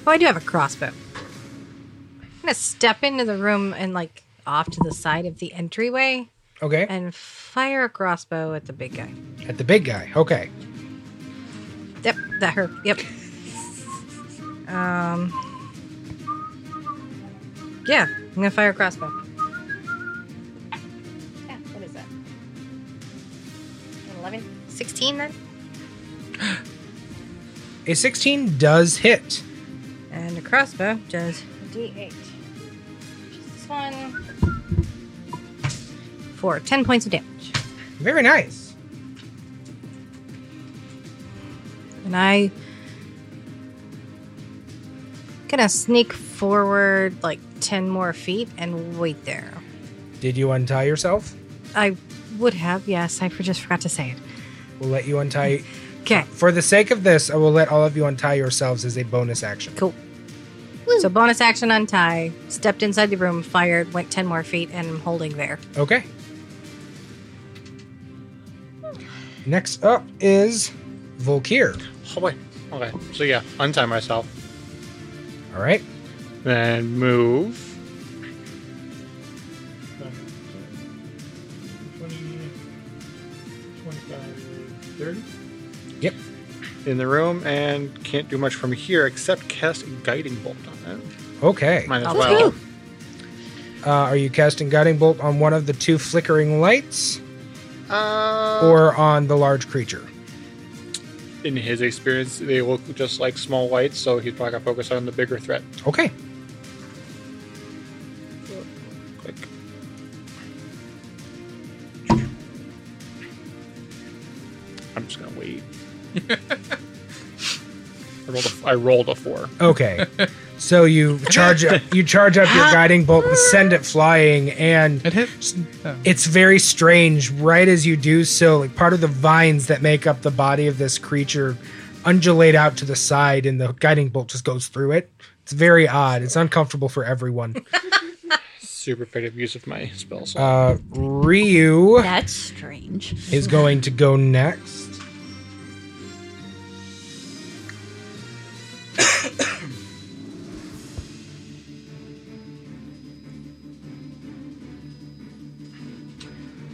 [SPEAKER 3] Oh, I do have a crossbow. I'm gonna step into the room and like off to the side of the entryway
[SPEAKER 1] Okay.
[SPEAKER 3] and fire a crossbow at the big guy.
[SPEAKER 1] At the big guy. Okay.
[SPEAKER 3] Yep, that hurt. Yep. Um. Yeah, I'm gonna fire a crossbow. Yeah, what is that? An 11? 16 then?
[SPEAKER 1] A 16 does hit.
[SPEAKER 3] And a crossbow does a d8. Just this one. For 10 points of damage.
[SPEAKER 1] Very nice.
[SPEAKER 3] And I. Gonna sneak forward like 10 more feet and wait there.
[SPEAKER 1] Did you untie yourself?
[SPEAKER 3] I would have, yes. I just forgot to say it.
[SPEAKER 1] We'll let you untie.
[SPEAKER 3] Okay,
[SPEAKER 1] For the sake of this, I will let all of you untie yourselves as a bonus action.
[SPEAKER 3] cool. So bonus action untie, stepped inside the room, fired, went 10 more feet, and I'm holding there.
[SPEAKER 1] Okay. Next up is Volkir.
[SPEAKER 6] Oh, wait. Okay. So, yeah, untie myself.
[SPEAKER 1] All right.
[SPEAKER 6] Then move. 20, 25, 30.
[SPEAKER 1] Yep.
[SPEAKER 6] In the room and can't do much from here except cast Guiding Bolt on that.
[SPEAKER 1] Okay.
[SPEAKER 6] Might as
[SPEAKER 3] Let's
[SPEAKER 6] well.
[SPEAKER 3] go.
[SPEAKER 1] Uh, are you casting Guiding Bolt on one of the two flickering lights
[SPEAKER 6] Uh,
[SPEAKER 1] or on the large creature?
[SPEAKER 6] in his experience, they look just like small lights, so he's probably gonna focus on the bigger threat.
[SPEAKER 1] Okay.
[SPEAKER 6] Click. I'm just gonna wait. I rolled a, I rolled a four.
[SPEAKER 1] Okay. So you charge up, you charge up your guiding bolt and send it flying, and
[SPEAKER 4] It hits. Oh.
[SPEAKER 1] it's very strange. Right as you do so, like part of the vines that make up the body of this creature undulate out to the side, and the guiding bolt just goes through it. It's very odd. It's uncomfortable for everyone.
[SPEAKER 6] Super effective use of my spell slot.
[SPEAKER 1] Uh, Ryu
[SPEAKER 5] That's strange.
[SPEAKER 1] is going to go next.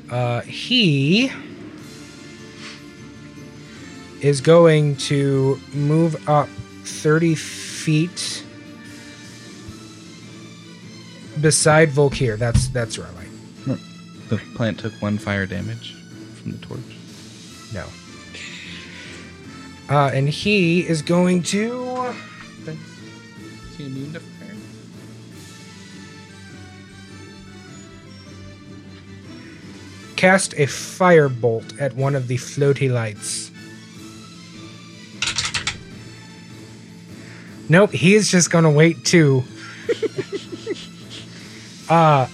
[SPEAKER 1] Uh, he is going to move up 30 feet beside Volkir. That's that's Riley.
[SPEAKER 4] The plant took one fire damage from the torch.
[SPEAKER 1] No. Uh, and he is going to.
[SPEAKER 6] Uh,
[SPEAKER 4] Is he immune to fire?
[SPEAKER 1] cast a firebolt at one of the floaty lights. Nope, he is just gonna wait too. uh,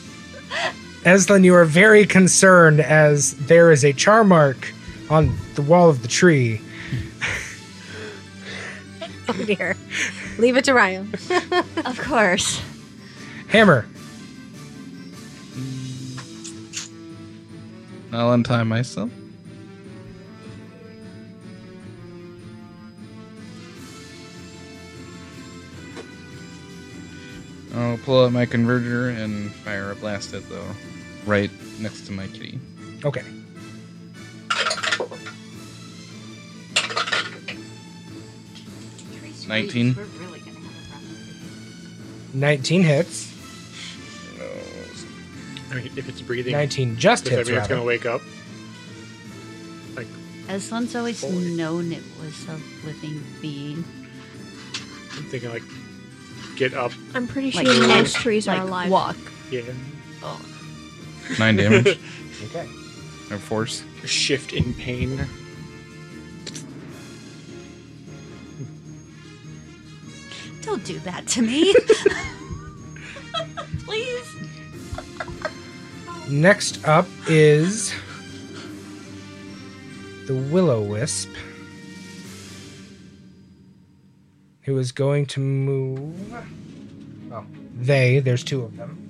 [SPEAKER 1] Eslin, you are very concerned as there is a char mark on the wall of the tree.
[SPEAKER 3] Oh dear. Leave it to Ryan.
[SPEAKER 5] Of course.
[SPEAKER 1] Hammer,
[SPEAKER 4] I'll untie myself. I'll pull out my converter and fire a blast at the right next to my kitty.
[SPEAKER 1] Okay.
[SPEAKER 4] Nineteen.
[SPEAKER 5] We're really gonna have a problem.
[SPEAKER 1] 19 hits.
[SPEAKER 4] No.
[SPEAKER 6] I mean, if it's breathing,
[SPEAKER 1] 19 just
[SPEAKER 6] if
[SPEAKER 1] hits.
[SPEAKER 6] everyone's
[SPEAKER 1] rather.
[SPEAKER 6] gonna wake up.
[SPEAKER 5] Eslan's always
[SPEAKER 6] Boy.
[SPEAKER 5] known it was a living being.
[SPEAKER 6] I'm thinking like, get up.
[SPEAKER 7] I'm pretty sure
[SPEAKER 5] Like,
[SPEAKER 7] most
[SPEAKER 5] act-
[SPEAKER 7] trees
[SPEAKER 5] Like,
[SPEAKER 7] are alive.
[SPEAKER 5] walk.
[SPEAKER 6] Yeah.
[SPEAKER 4] Nine damage.
[SPEAKER 1] Okay.
[SPEAKER 4] or force.
[SPEAKER 6] Shift in pain.
[SPEAKER 5] Don't do that to me. Please.
[SPEAKER 1] Next up is the Willow Wisp, who is going to move. Oh, they, there's two of them.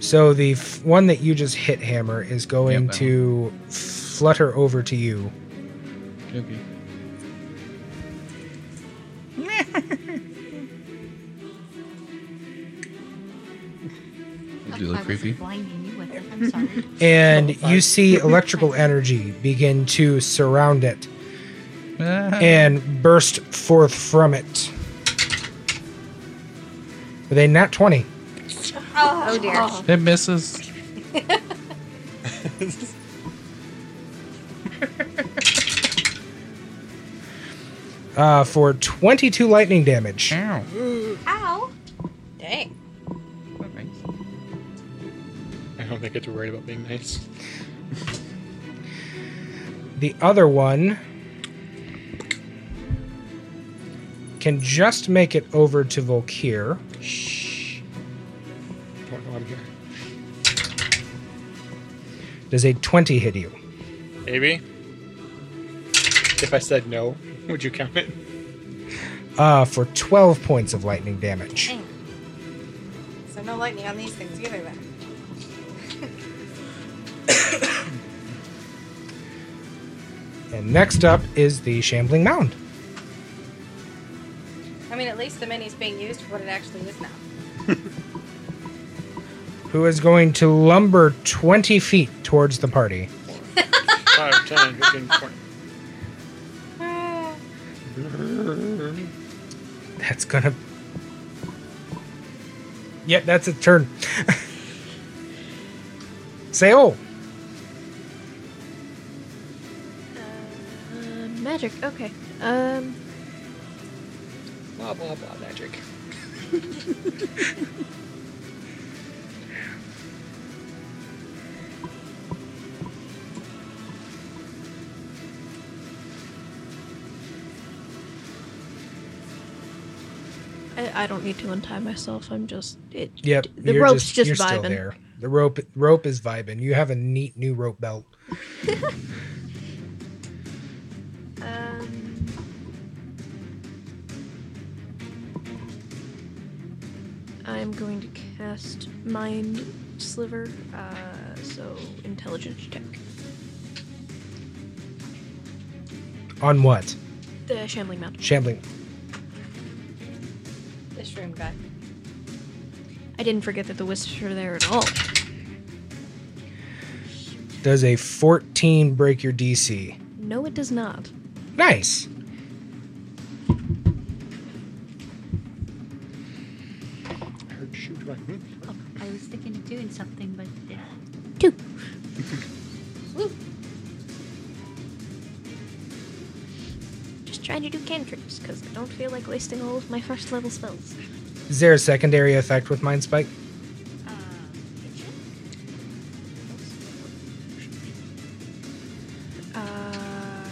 [SPEAKER 1] So the f- one that you just hit, Hammer, is going
[SPEAKER 4] Yep, that
[SPEAKER 1] to flutter over to you.
[SPEAKER 4] Okay. That'd be a
[SPEAKER 5] I
[SPEAKER 4] little
[SPEAKER 5] wasn't
[SPEAKER 4] creepy.
[SPEAKER 5] blinding you with it. I'm sorry.
[SPEAKER 1] And you see electrical energy begin to surround it.
[SPEAKER 4] Ah.
[SPEAKER 1] and burst forth from it. With a nat 20.
[SPEAKER 3] Oh dear.
[SPEAKER 4] It misses.
[SPEAKER 1] Uh, for 22 lightning damage.
[SPEAKER 4] Ow.
[SPEAKER 5] Ow.
[SPEAKER 3] Dang.
[SPEAKER 6] I don't think it's worried about being nice.
[SPEAKER 1] The other one can just make it over to Volkir.
[SPEAKER 6] Don't know I'm here.
[SPEAKER 1] Does a 20 hit you?
[SPEAKER 6] Maybe. If I said no, would you count it?
[SPEAKER 1] Uh, for 12 points of lightning damage.
[SPEAKER 3] So no lightning on these things either then.
[SPEAKER 1] And next up is the Shambling Mound.
[SPEAKER 3] I mean at least the mini's being used for what it actually is now.
[SPEAKER 1] Who is going to lumber 20 feet towards the party?
[SPEAKER 6] 5, 10, 15, 20.
[SPEAKER 3] Ah,
[SPEAKER 1] That's gonna. Yep, that's its turn. Say oh.
[SPEAKER 7] Uh, magic. Okay. Um.
[SPEAKER 6] Blah, blah, blah, magic.
[SPEAKER 7] I, I don't need to untie myself. I'm just it.
[SPEAKER 1] Yep.
[SPEAKER 7] The
[SPEAKER 1] you're
[SPEAKER 7] rope's just
[SPEAKER 1] you're still
[SPEAKER 7] vibing.
[SPEAKER 1] there. The rope rope is vibing. You have a neat new rope belt.
[SPEAKER 7] Um, I'm going to cast Mind Sliver, uh, so intelligence check.
[SPEAKER 1] On what?
[SPEAKER 7] The Shambling Mountain.
[SPEAKER 1] Shambling.
[SPEAKER 3] This room guy.
[SPEAKER 7] I didn't forget that the wisps were there at all.
[SPEAKER 1] Does a 14 break your DC?
[SPEAKER 7] No, it does not.
[SPEAKER 1] Nice.
[SPEAKER 6] heard shoot. I'm like, hmm?
[SPEAKER 5] Oh, I was thinking of doing something, but it,
[SPEAKER 2] Just trying to do cantrips, because I don't feel like wasting all of my first level spells.
[SPEAKER 1] Is there a secondary effect with Mind Spike?
[SPEAKER 5] uh,
[SPEAKER 2] Uh,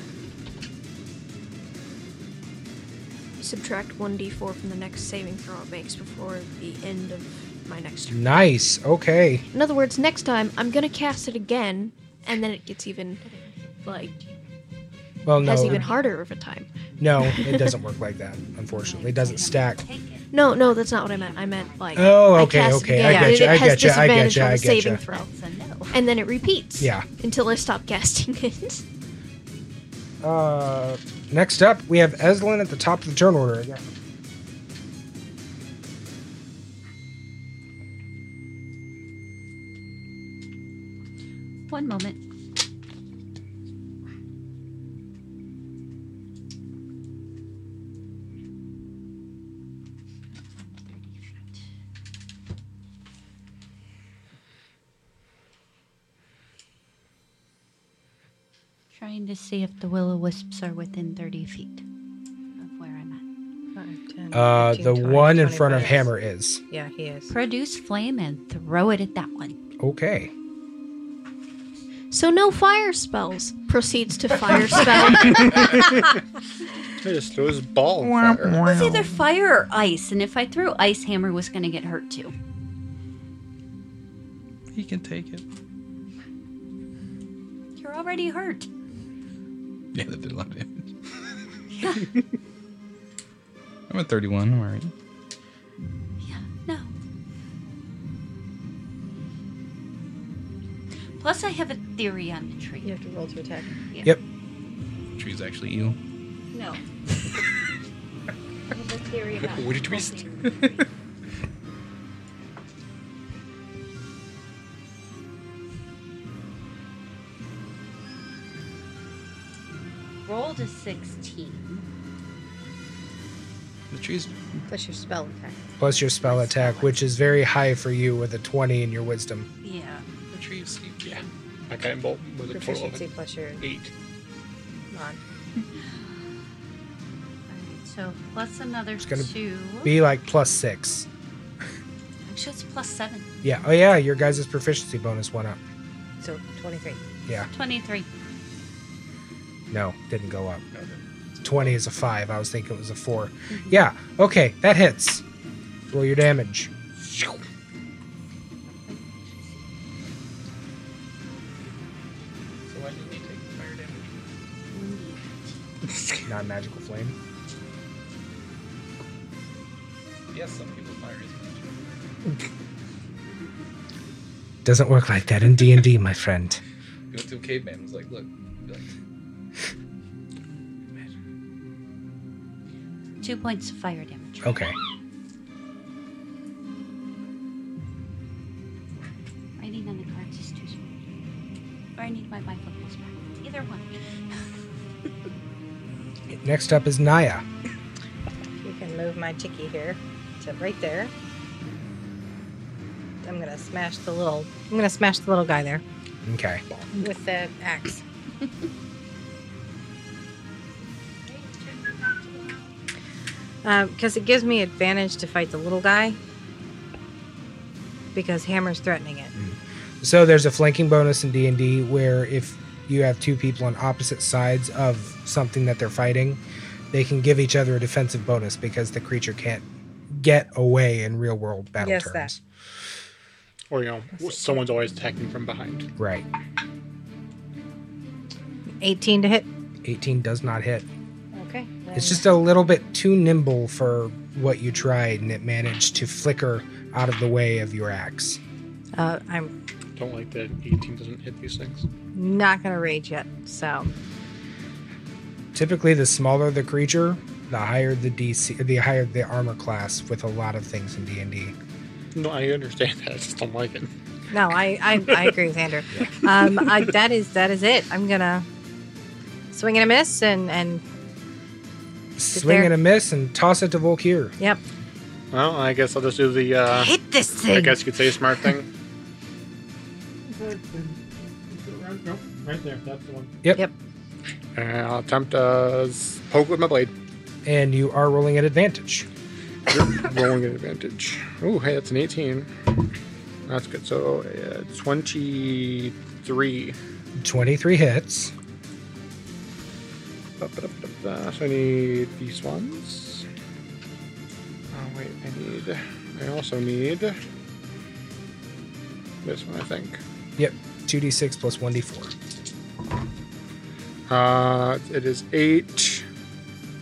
[SPEAKER 2] you subtract 1d4 from the next saving throw it makes before the end of my next turn.
[SPEAKER 1] Nice. Okay.
[SPEAKER 2] In other words, next time I'm gonna cast it again, and then it gets even like
[SPEAKER 1] Well, no.
[SPEAKER 2] has even harder of a time.
[SPEAKER 1] No, it doesn't work like that, unfortunately. It doesn't stack.
[SPEAKER 5] Take it.
[SPEAKER 2] No, no, that's not what I meant. I meant like
[SPEAKER 1] Oh, okay,
[SPEAKER 2] I cast
[SPEAKER 1] okay,
[SPEAKER 2] It
[SPEAKER 1] I
[SPEAKER 2] again,
[SPEAKER 1] getcha,
[SPEAKER 2] and it
[SPEAKER 1] I
[SPEAKER 2] has
[SPEAKER 1] getcha, I
[SPEAKER 2] disadvantage
[SPEAKER 1] getcha,
[SPEAKER 2] on
[SPEAKER 1] I
[SPEAKER 2] the saving
[SPEAKER 1] getcha.
[SPEAKER 2] throw,
[SPEAKER 5] That's a no.
[SPEAKER 2] and then it repeats.
[SPEAKER 1] Yeah.
[SPEAKER 2] Until I stop casting it.
[SPEAKER 1] Uh, next up, we have Eslin at the top of the turn order again.
[SPEAKER 5] One moment. Trying to see if the will o wisps are within 30 feet of where I'm
[SPEAKER 3] Five, 10,
[SPEAKER 1] Uh, the
[SPEAKER 3] 15, 20,
[SPEAKER 1] one in front of
[SPEAKER 3] 25.
[SPEAKER 1] Hammer is.
[SPEAKER 3] Yeah, he
[SPEAKER 5] at.
[SPEAKER 3] is.
[SPEAKER 5] Produce flame and throw it at that one.
[SPEAKER 1] Okay.
[SPEAKER 2] So no fire spells. Proceeds to fire spell.
[SPEAKER 6] I just throw this ball. on fire.
[SPEAKER 5] It was either fire or ice, and if I threw ice, Hammer was going to get hurt too.
[SPEAKER 4] He can take it.
[SPEAKER 5] You're already hurt.
[SPEAKER 4] Yeah, that did a lot of damage. I'm at 31. I'm alright.
[SPEAKER 5] Yeah, no. Plus, I have a theory on the tree.
[SPEAKER 3] You have to roll to attack.
[SPEAKER 1] Yep.
[SPEAKER 4] Tree's actually eel.
[SPEAKER 5] No. I have a theory about
[SPEAKER 6] What a twist.
[SPEAKER 5] Roll to 16.
[SPEAKER 4] The tree's
[SPEAKER 3] Plus your spell attack.
[SPEAKER 1] Plus your spell attack, which is very high for you with a 20 in your wisdom.
[SPEAKER 5] Yeah.
[SPEAKER 4] the tree's steep. Yeah.
[SPEAKER 6] I got involved with a total
[SPEAKER 3] Proficiency
[SPEAKER 6] of
[SPEAKER 3] plus your
[SPEAKER 6] eight.
[SPEAKER 3] mod.
[SPEAKER 5] Alright, so plus another
[SPEAKER 1] It's gonna
[SPEAKER 5] two.
[SPEAKER 1] Be like plus six.
[SPEAKER 5] Actually, it's plus seven.
[SPEAKER 1] Yeah. Oh, yeah. Your guys' proficiency bonus went up.
[SPEAKER 3] So 23.
[SPEAKER 1] Yeah.
[SPEAKER 5] 23.
[SPEAKER 1] No, didn't go up. 20 is a five. I was thinking it was a 4 Yeah. Okay. That hits. Roll your damage.
[SPEAKER 6] So why didn't you take fire damage?
[SPEAKER 1] Non magical flame.
[SPEAKER 4] Yes, some people fire is
[SPEAKER 1] Doesn't work like that in D&D, my friend.
[SPEAKER 4] Go to a caveman. was like, look. Like,
[SPEAKER 5] Two points of fire damage.
[SPEAKER 1] Okay.
[SPEAKER 5] Writing on the cards is too small. Or I need my bifocals back. Either one.
[SPEAKER 1] Next up is Naya.
[SPEAKER 3] You can move my tiki here to right there. I'm gonna smash the little. I'm gonna smash the little guy there
[SPEAKER 1] Okay.
[SPEAKER 3] with the axe. Because Um, it gives me advantage to fight the little guy because hammer's threatening it.
[SPEAKER 1] So there's a flanking bonus in D&D where if you have two people on opposite sides of something that they're fighting, they can give each other a defensive bonus because the creature can't get away in real world battle
[SPEAKER 3] Yes, that.
[SPEAKER 1] terms.
[SPEAKER 6] Or, you know, someone's always attacking from behind.
[SPEAKER 1] Right.
[SPEAKER 3] 18 to hit.
[SPEAKER 1] 18 does not hit.
[SPEAKER 3] Okay.
[SPEAKER 1] It's just a little bit too nimble for what you tried and it managed to flicker out of the way of your axe.
[SPEAKER 3] Uh, I'm
[SPEAKER 6] Don't like that 18 doesn't hit these things.
[SPEAKER 3] not gonna rage yet, so
[SPEAKER 1] Typically the smaller the creature, the higher the DC the higher the armor class with a lot of things in D&D.
[SPEAKER 6] No, I understand that. I just don't like it.
[SPEAKER 3] No, I, I, I agree with Andrew. Um, I, that is that is it. I'm gonna swing and a miss, and and
[SPEAKER 1] Swing
[SPEAKER 3] there.
[SPEAKER 1] and a miss and toss it to Volkir.
[SPEAKER 3] yep.
[SPEAKER 6] Well, I guess I'll just do the. Uh,
[SPEAKER 3] Hit this thing.
[SPEAKER 6] I guess you could say smart thing. Right there, that's the one.
[SPEAKER 1] Yep.
[SPEAKER 3] Yep.
[SPEAKER 6] And I'll attempt uh, s- poke with my blade.
[SPEAKER 1] And you are rolling at advantage.
[SPEAKER 6] Rolling at advantage. Ooh, hey, that's an 18. That's good. So uh, 23.
[SPEAKER 1] 23 hits.
[SPEAKER 6] Ba-ba-da-ba-da-ba. So I need these ones. Oh, wait, I need. I also need. This one, I think.
[SPEAKER 1] Yep. 2d6 plus 1d4.
[SPEAKER 6] Uh, it is 8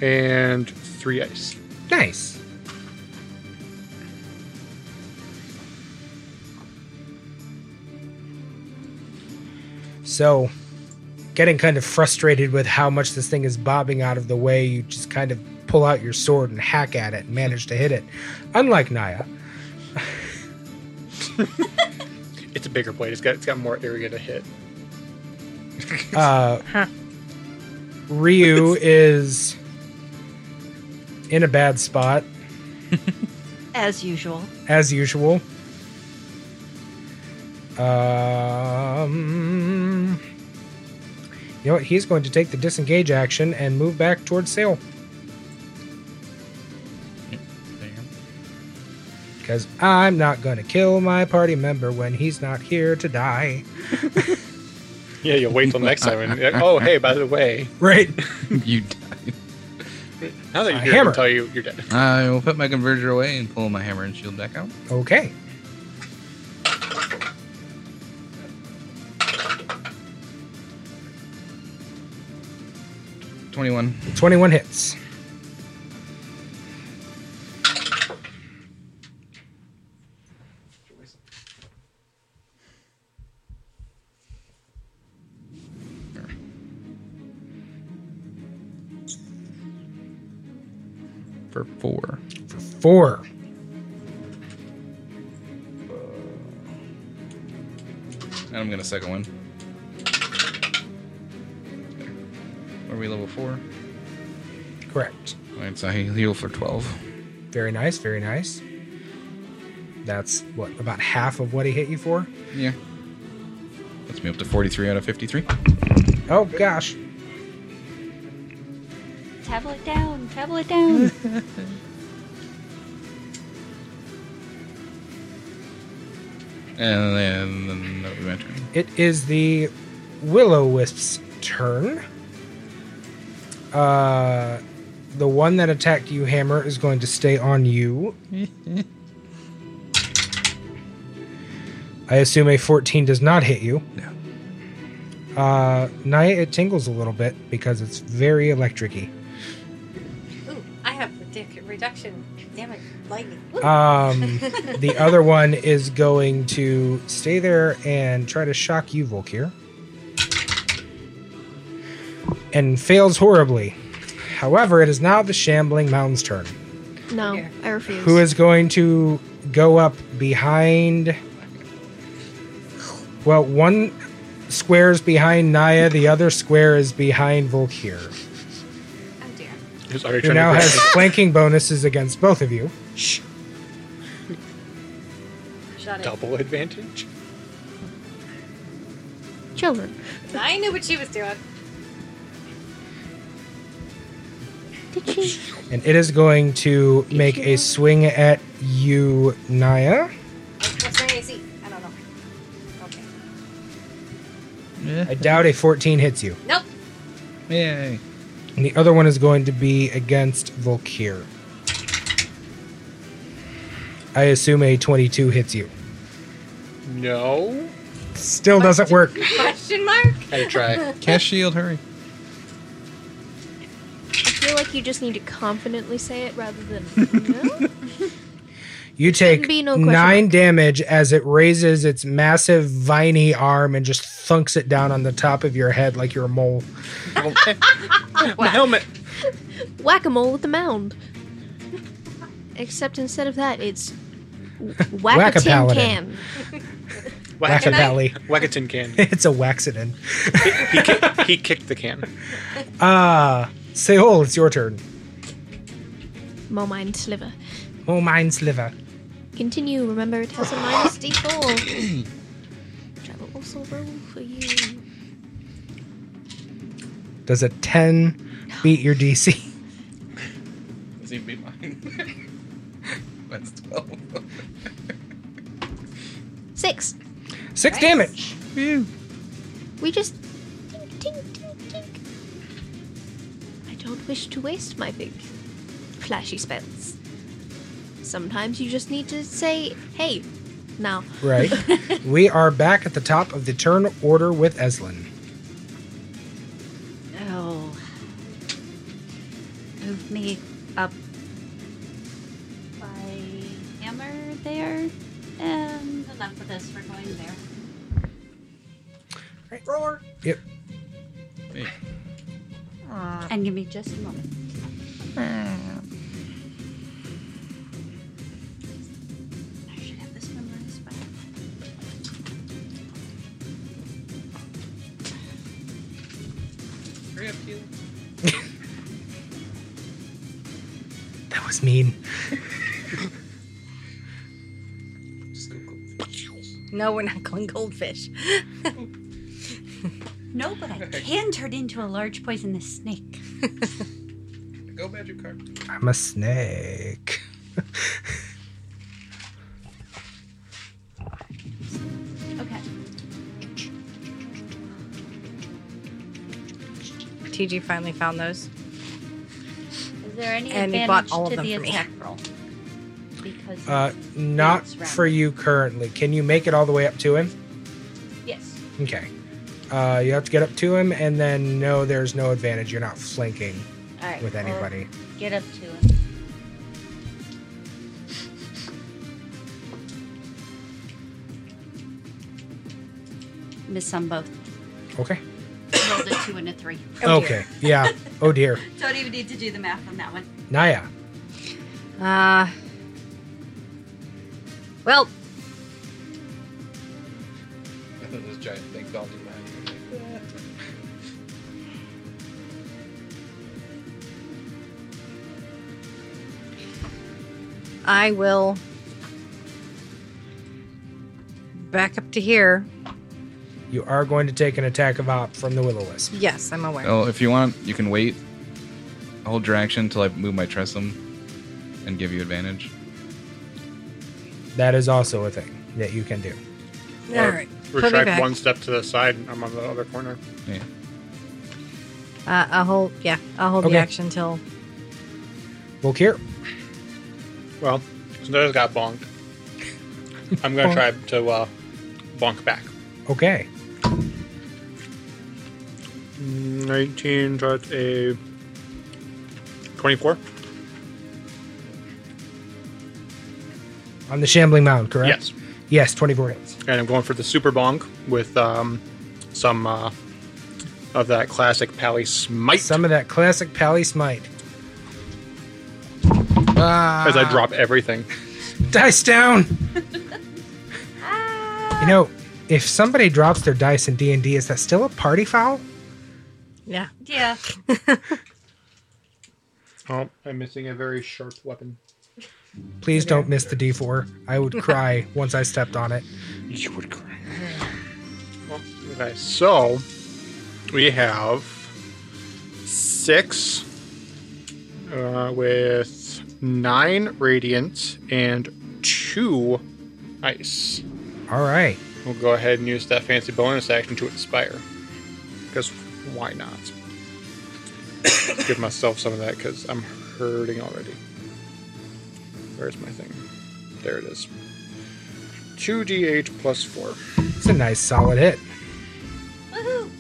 [SPEAKER 6] and 3 ice.
[SPEAKER 1] Nice. So, getting kind of frustrated with how much this thing is bobbing out of the way, you just kind of pull out your sword and hack at it and manage to hit it. Unlike Naya.
[SPEAKER 6] It's a bigger blade. It's got it's got more area to hit.
[SPEAKER 1] Uh,
[SPEAKER 3] Huh.
[SPEAKER 1] Ryu is in a bad spot,
[SPEAKER 5] As usual.
[SPEAKER 1] as usual. Um, you know what? He's going to take the disengage action and move back towards Sail because I'm not going to kill my party member when he's not here to die.
[SPEAKER 6] Yeah, you'll wait till next time. And, oh, hey, by the way,
[SPEAKER 1] Right.
[SPEAKER 4] you died.
[SPEAKER 6] now that
[SPEAKER 1] A
[SPEAKER 6] you're here, I
[SPEAKER 1] hammer.
[SPEAKER 6] can tell you you're dead.
[SPEAKER 4] I will Uh, put my converger away and pull my hammer and shield back out.
[SPEAKER 1] Okay.
[SPEAKER 4] Twenty-one.
[SPEAKER 1] 21 hits.
[SPEAKER 4] for four.
[SPEAKER 1] for four.
[SPEAKER 4] And I'm gonna second one. Are we level four?
[SPEAKER 1] Correct.
[SPEAKER 4] Alright, so he heal for twelve.
[SPEAKER 1] Very nice, very nice. That's what, about half of what he hit you for?
[SPEAKER 4] Yeah. That's me up to forty-three out of fifty-three.
[SPEAKER 1] Oh gosh.
[SPEAKER 5] Tablet down, tablet down.
[SPEAKER 4] And then, then that would be my turn.
[SPEAKER 1] It is the Willow Wisp's turn. Uh the one that attacked you, Hammer, is going to stay on you. I assume a 14 does not hit you.
[SPEAKER 4] No.
[SPEAKER 1] Uh, Naya, it tingles a little bit because it's very electricy.
[SPEAKER 8] Ooh, I have ridic- reduction. Damn it, lightning.
[SPEAKER 1] Um, the other one is going to stay there and try to shock you, Volkir. And fails horribly. However, it is now the Shambling Mountain's turn,
[SPEAKER 7] No,
[SPEAKER 3] Here.
[SPEAKER 7] I refuse.
[SPEAKER 1] who is going to go up behind. Well, one square is behind Naya, the other square is behind Volkir,
[SPEAKER 8] Oh dear.
[SPEAKER 6] Who's already
[SPEAKER 1] who
[SPEAKER 6] trying
[SPEAKER 1] now
[SPEAKER 6] to
[SPEAKER 1] has flanking bonuses against both of you.
[SPEAKER 8] Shut it.
[SPEAKER 6] double advantage?
[SPEAKER 7] Children.
[SPEAKER 8] I knew what she was doing.
[SPEAKER 7] Did she?
[SPEAKER 1] And it is going to make a swing at you, Naya.
[SPEAKER 8] What's my AC? I don't know. Okay.
[SPEAKER 1] I doubt a 14 hits you.
[SPEAKER 8] Nope.
[SPEAKER 4] Yay.
[SPEAKER 1] And the other one is going to be against Volkir. I assume a 22 hits you.
[SPEAKER 6] No.
[SPEAKER 1] Still doesn't work.
[SPEAKER 8] Question mark?
[SPEAKER 6] Had to try.
[SPEAKER 4] Cast shield, hurry.
[SPEAKER 7] I feel like you just need to confidently say it rather than. no?
[SPEAKER 1] You take
[SPEAKER 7] Shouldn't be no question
[SPEAKER 1] nine
[SPEAKER 7] mark.
[SPEAKER 1] damage as it raises its massive viney arm and just thunks it down on the top of your head like you're a mole.
[SPEAKER 6] My helmet.
[SPEAKER 7] Whack a mole with the mound. Except instead of that, it's. Whack a tin
[SPEAKER 1] Whack-a-paladin.
[SPEAKER 7] can.
[SPEAKER 1] Whack a pally.
[SPEAKER 6] Whack a tin can.
[SPEAKER 1] It's a waxidin.
[SPEAKER 6] he, ki- he kicked the can.
[SPEAKER 1] Ah, Seol, it's your turn.
[SPEAKER 7] Momine sliver.
[SPEAKER 1] Oh, mine sliver.
[SPEAKER 7] Continue. Remember, it has a minus d4. Which I will also roll for you.
[SPEAKER 1] Does a 10 beat your DC?
[SPEAKER 4] Does he beat mine? That's 12.
[SPEAKER 7] Six.
[SPEAKER 8] Nice.
[SPEAKER 1] Six damage.
[SPEAKER 7] We just. Tink, tink, tink, tink. I don't wish to waste my big flashy spells. Sometimes you just need to say, hey, now.
[SPEAKER 1] Right. we are back at the top of the turn order with Eslin.
[SPEAKER 5] Oh. Move me up by hammer there. And enough of this, we're going there.
[SPEAKER 8] Roar.
[SPEAKER 5] And give me just a moment. I should have this memorized by
[SPEAKER 4] Hurry up, Keely.
[SPEAKER 1] That was mean.
[SPEAKER 4] Just go, go.
[SPEAKER 3] No, we're not going goldfish.
[SPEAKER 5] No, but I can turn into a large poisonous snake.
[SPEAKER 4] Go magic card.
[SPEAKER 1] I'm a snake.
[SPEAKER 5] Okay.
[SPEAKER 3] TG finally found those.
[SPEAKER 5] Is there any
[SPEAKER 3] And he bought
[SPEAKER 5] advantage
[SPEAKER 3] all of
[SPEAKER 5] to
[SPEAKER 3] them
[SPEAKER 5] the
[SPEAKER 3] for me.
[SPEAKER 5] attack roll? Because
[SPEAKER 1] Uh, not
[SPEAKER 5] That's right.
[SPEAKER 1] for you currently. Can you make it all the way up to him?
[SPEAKER 5] yes.
[SPEAKER 1] Okay. Uh, you have to get up to him, and then no, there's no advantage. You're not flanking
[SPEAKER 5] All right.
[SPEAKER 1] with
[SPEAKER 5] well,
[SPEAKER 1] anybody.
[SPEAKER 5] get up to him. Miss on both. oh
[SPEAKER 1] Okay.
[SPEAKER 5] Rolled a two and a three.
[SPEAKER 3] Oh, dear.
[SPEAKER 1] okay. Yeah. Oh dear.
[SPEAKER 5] Don't even need to do the math on that one.
[SPEAKER 1] Naya.
[SPEAKER 3] Uh, well,
[SPEAKER 4] this giant thing fell in my
[SPEAKER 3] I will back up to here.
[SPEAKER 1] You are going to take an attack of op from the will o wisp.
[SPEAKER 3] Yes, I'm aware.
[SPEAKER 4] Oh, if you want, you can wait. Hold your action till I move my Tressum and give you advantage.
[SPEAKER 1] That is also a thing that you can do.
[SPEAKER 3] All right. Put me
[SPEAKER 6] uh, Retract
[SPEAKER 3] back.
[SPEAKER 6] one step to the side, and I'm on the other corner.
[SPEAKER 4] Yeah.
[SPEAKER 3] Uh, I'll hold. Yeah, I'll hold
[SPEAKER 1] Okay.
[SPEAKER 3] the action till.
[SPEAKER 1] Volkir,
[SPEAKER 6] Well, Snows got bonked. I'm gonna
[SPEAKER 1] Bonk.
[SPEAKER 6] try to uh, bonk back.
[SPEAKER 1] okay.
[SPEAKER 6] 19 that's a 24
[SPEAKER 1] On the shambling mound, correct?
[SPEAKER 6] yes
[SPEAKER 1] Yes, 24 hits.
[SPEAKER 6] and i'm going for the super bonk with um, some uh, of that classic pally smite
[SPEAKER 1] Some of that classic Pally Smite. Ah,
[SPEAKER 6] as i drop everything
[SPEAKER 1] Dice down! you know, if somebody drops their dice in D&D, is that still a party foul?
[SPEAKER 3] Yeah.
[SPEAKER 5] Yeah.
[SPEAKER 6] oh i'm missing a very sharp weapon
[SPEAKER 1] Please don't miss the D4. I would cry once I stepped on it.
[SPEAKER 4] You would cry.
[SPEAKER 6] Well, Oh, okay so we have six uh, with nine radiant and two ice
[SPEAKER 1] All right.
[SPEAKER 6] We'll go ahead and use that fancy bonus action to inspire. Because why not? Let's give myself some of that because I'm hurting already. Where's my thing? There it is. 2d8 plus 4.
[SPEAKER 1] It's a nice solid hit.
[SPEAKER 5] Woohoo!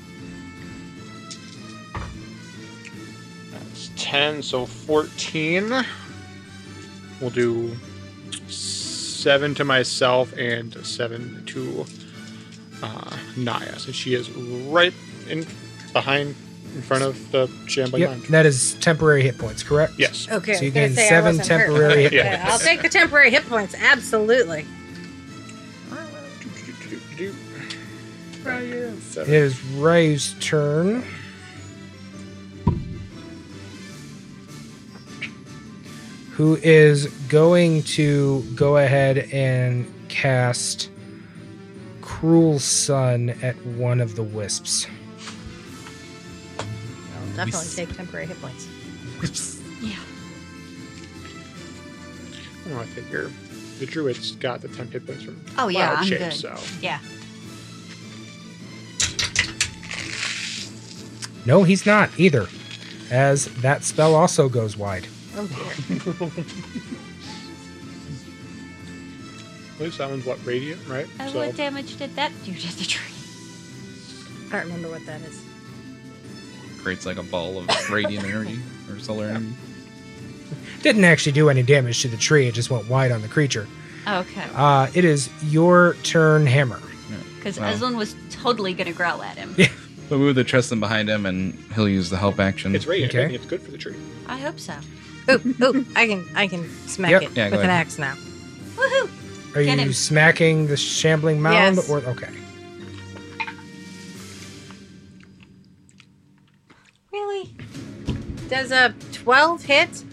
[SPEAKER 6] That's 10, so 14. We'll do 7 to myself and 7 to uh, Naya. So she is right in behind, in front of the shambling
[SPEAKER 1] Yep,
[SPEAKER 6] mound.
[SPEAKER 1] that is temporary hit points, correct?
[SPEAKER 6] Yes.
[SPEAKER 5] Oh.
[SPEAKER 3] Okay.
[SPEAKER 1] So you
[SPEAKER 3] I was
[SPEAKER 1] gain
[SPEAKER 3] gonna say I
[SPEAKER 1] seven
[SPEAKER 3] wasn't hurt.
[SPEAKER 1] temporary hit
[SPEAKER 6] Yeah.
[SPEAKER 3] Yeah, I'll take the temporary hit points. Absolutely.
[SPEAKER 1] It is Ray's turn. who is going to go ahead and cast Cruel Sun at one of the wisps.
[SPEAKER 3] I'll definitely take temporary hit points.
[SPEAKER 6] Well, Oh, I figure the druid's got the temp hit points from
[SPEAKER 5] Oh, yeah,
[SPEAKER 6] Wild
[SPEAKER 5] I'm
[SPEAKER 6] shape,
[SPEAKER 5] good.
[SPEAKER 6] so
[SPEAKER 5] Yeah.
[SPEAKER 1] No, he's not either, as that spell also goes wide.
[SPEAKER 3] Oh dear.
[SPEAKER 6] I believe that one's what radiant, right?
[SPEAKER 5] And
[SPEAKER 6] so
[SPEAKER 5] Oh, what damage did that do to the tree?
[SPEAKER 3] I don't remember what that is.
[SPEAKER 4] Creates like a ball of radiant energy or solar energy.
[SPEAKER 1] Didn't actually do any damage to the tree, it just went wide on the creature.
[SPEAKER 5] Okay.
[SPEAKER 1] Uh, it is your turn, Hammer.
[SPEAKER 5] Because
[SPEAKER 4] Wow.
[SPEAKER 5] Eslin was totally going to growl at him.
[SPEAKER 4] But move the Tristan behind him, and he'll use the help action.
[SPEAKER 6] it's radiant.
[SPEAKER 1] Okay.
[SPEAKER 6] I think it's good for the tree.
[SPEAKER 5] I hope so.
[SPEAKER 3] Ooh, ooh, I can I can smack
[SPEAKER 1] Yep.
[SPEAKER 3] it
[SPEAKER 4] Yeah, go
[SPEAKER 3] with an
[SPEAKER 4] ahead.
[SPEAKER 3] axe now.
[SPEAKER 5] Woohoo!
[SPEAKER 1] Are
[SPEAKER 5] Get
[SPEAKER 1] you
[SPEAKER 5] him.
[SPEAKER 1] smacking the shambling mound
[SPEAKER 3] Yes.
[SPEAKER 1] or okay.
[SPEAKER 3] Really? Does a 12 hit?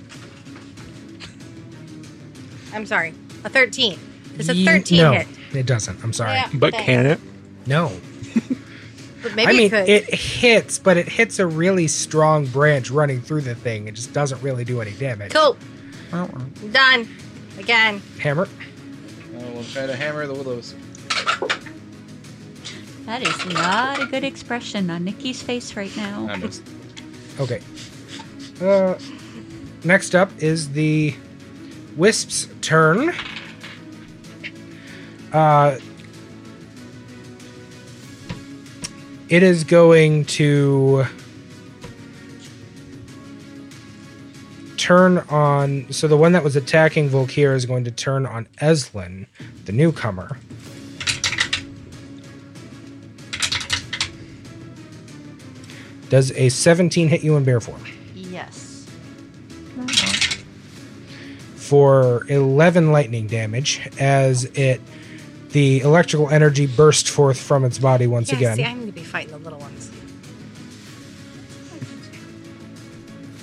[SPEAKER 3] I'm sorry, a 13. Does a
[SPEAKER 1] Ye-
[SPEAKER 3] 13
[SPEAKER 1] no,
[SPEAKER 3] hit?
[SPEAKER 1] It doesn't. I'm sorry.
[SPEAKER 3] Yeah,
[SPEAKER 6] But
[SPEAKER 3] thanks.
[SPEAKER 6] can it?
[SPEAKER 1] No.
[SPEAKER 3] But maybe
[SPEAKER 1] I mean,
[SPEAKER 3] it could.
[SPEAKER 1] it hits, but it hits a really strong branch running through the thing. It just doesn't really do any damage.
[SPEAKER 3] cool. Done. Again.
[SPEAKER 1] Hammer.
[SPEAKER 4] we'll try to hammer the willows.
[SPEAKER 5] That is not a good expression on Nikki's face right now.
[SPEAKER 1] Um,
[SPEAKER 4] I'm just
[SPEAKER 1] Okay. Uh, next up is the Wisp's turn. Uh, it is going to turn on. So the one that was attacking Volkir is going to turn on Eslin, the newcomer. Does a 17 hit you in bear form?
[SPEAKER 5] Yes.
[SPEAKER 1] for 11 lightning damage as it the electrical energy burst forth from its body once
[SPEAKER 3] yeah,
[SPEAKER 1] again.
[SPEAKER 3] see, I'm going to be fighting the little ones.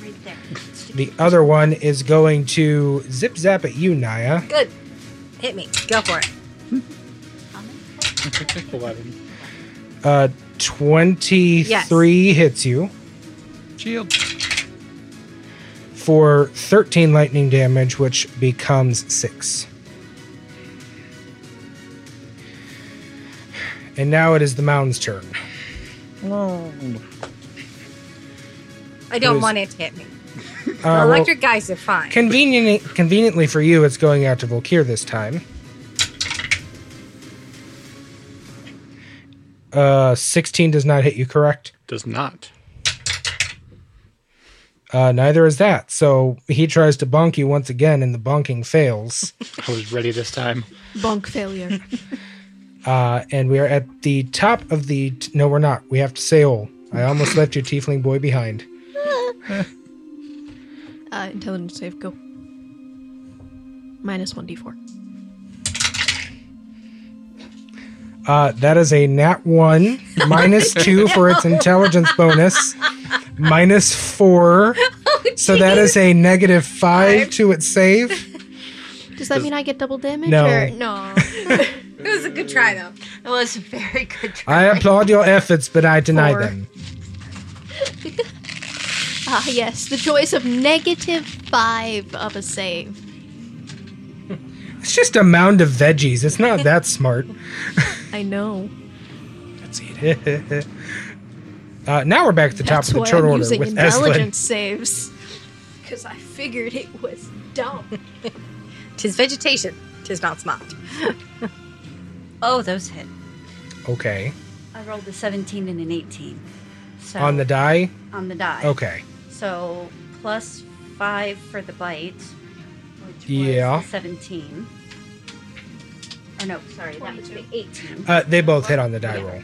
[SPEAKER 5] Right there.
[SPEAKER 1] the other one is going to zip zap at you, Naya.
[SPEAKER 3] Good. Hit me. Go for it.
[SPEAKER 6] Eleven.
[SPEAKER 1] Uh, 23 hits you
[SPEAKER 4] shield.
[SPEAKER 1] for 13 lightning damage, which becomes 6. And now it is the mound's turn.
[SPEAKER 3] I don't
[SPEAKER 1] Who's-
[SPEAKER 3] want it to hit me.
[SPEAKER 1] Uh,
[SPEAKER 3] The
[SPEAKER 1] well-
[SPEAKER 3] electric guys are fine.
[SPEAKER 1] Conveniently, conveniently for you, it's going out to Volkir this time. Uh, 16 does not hit you, correct?
[SPEAKER 6] Does not.
[SPEAKER 1] Uh, neither is that. So he tries to bonk you once again, and the bonking fails.
[SPEAKER 6] I was ready this time.
[SPEAKER 7] Bonk failure.
[SPEAKER 1] Uh, and we are at the top of the. T- no, we're not. We have to say all. I almost left your tiefling boy behind.
[SPEAKER 7] uh, intelligence save, go. Minus 1d4.
[SPEAKER 1] Uh, that is a nat 1, minus 2 for its intelligence bonus, minus 4.
[SPEAKER 7] Oh,
[SPEAKER 1] so that is a negative 5 to its save.
[SPEAKER 7] Does that mean I get double damage?
[SPEAKER 1] No.
[SPEAKER 7] Or? No.
[SPEAKER 3] It was a good try, though.
[SPEAKER 5] It was a very good. Try.
[SPEAKER 1] I applaud your efforts, but I deny
[SPEAKER 7] Four.
[SPEAKER 1] them.
[SPEAKER 7] Ah, yes, the choice of negative 5 of a save.
[SPEAKER 1] It's just a mound of veggies. It's not that smart.
[SPEAKER 7] I know.
[SPEAKER 1] Let's eat it. uh, now we're back at the top
[SPEAKER 7] That's
[SPEAKER 1] of the
[SPEAKER 7] why
[SPEAKER 1] turn
[SPEAKER 7] I'm
[SPEAKER 1] order
[SPEAKER 7] using
[SPEAKER 1] with
[SPEAKER 7] intelligence
[SPEAKER 1] Eslin.
[SPEAKER 7] saves. Because I figured it was dumb.
[SPEAKER 3] Tis vegetation. Tis not smart.
[SPEAKER 5] Oh, those hit.
[SPEAKER 1] Okay.
[SPEAKER 5] I rolled a 17 and an 18. So
[SPEAKER 1] On the Oh, die?
[SPEAKER 5] on the die.
[SPEAKER 1] Okay.
[SPEAKER 5] So plus five for the bite, which
[SPEAKER 1] Yeah.
[SPEAKER 5] was the 17. Or Oh, no, sorry, that was the 18.
[SPEAKER 1] Uh, they both hit on the die roll.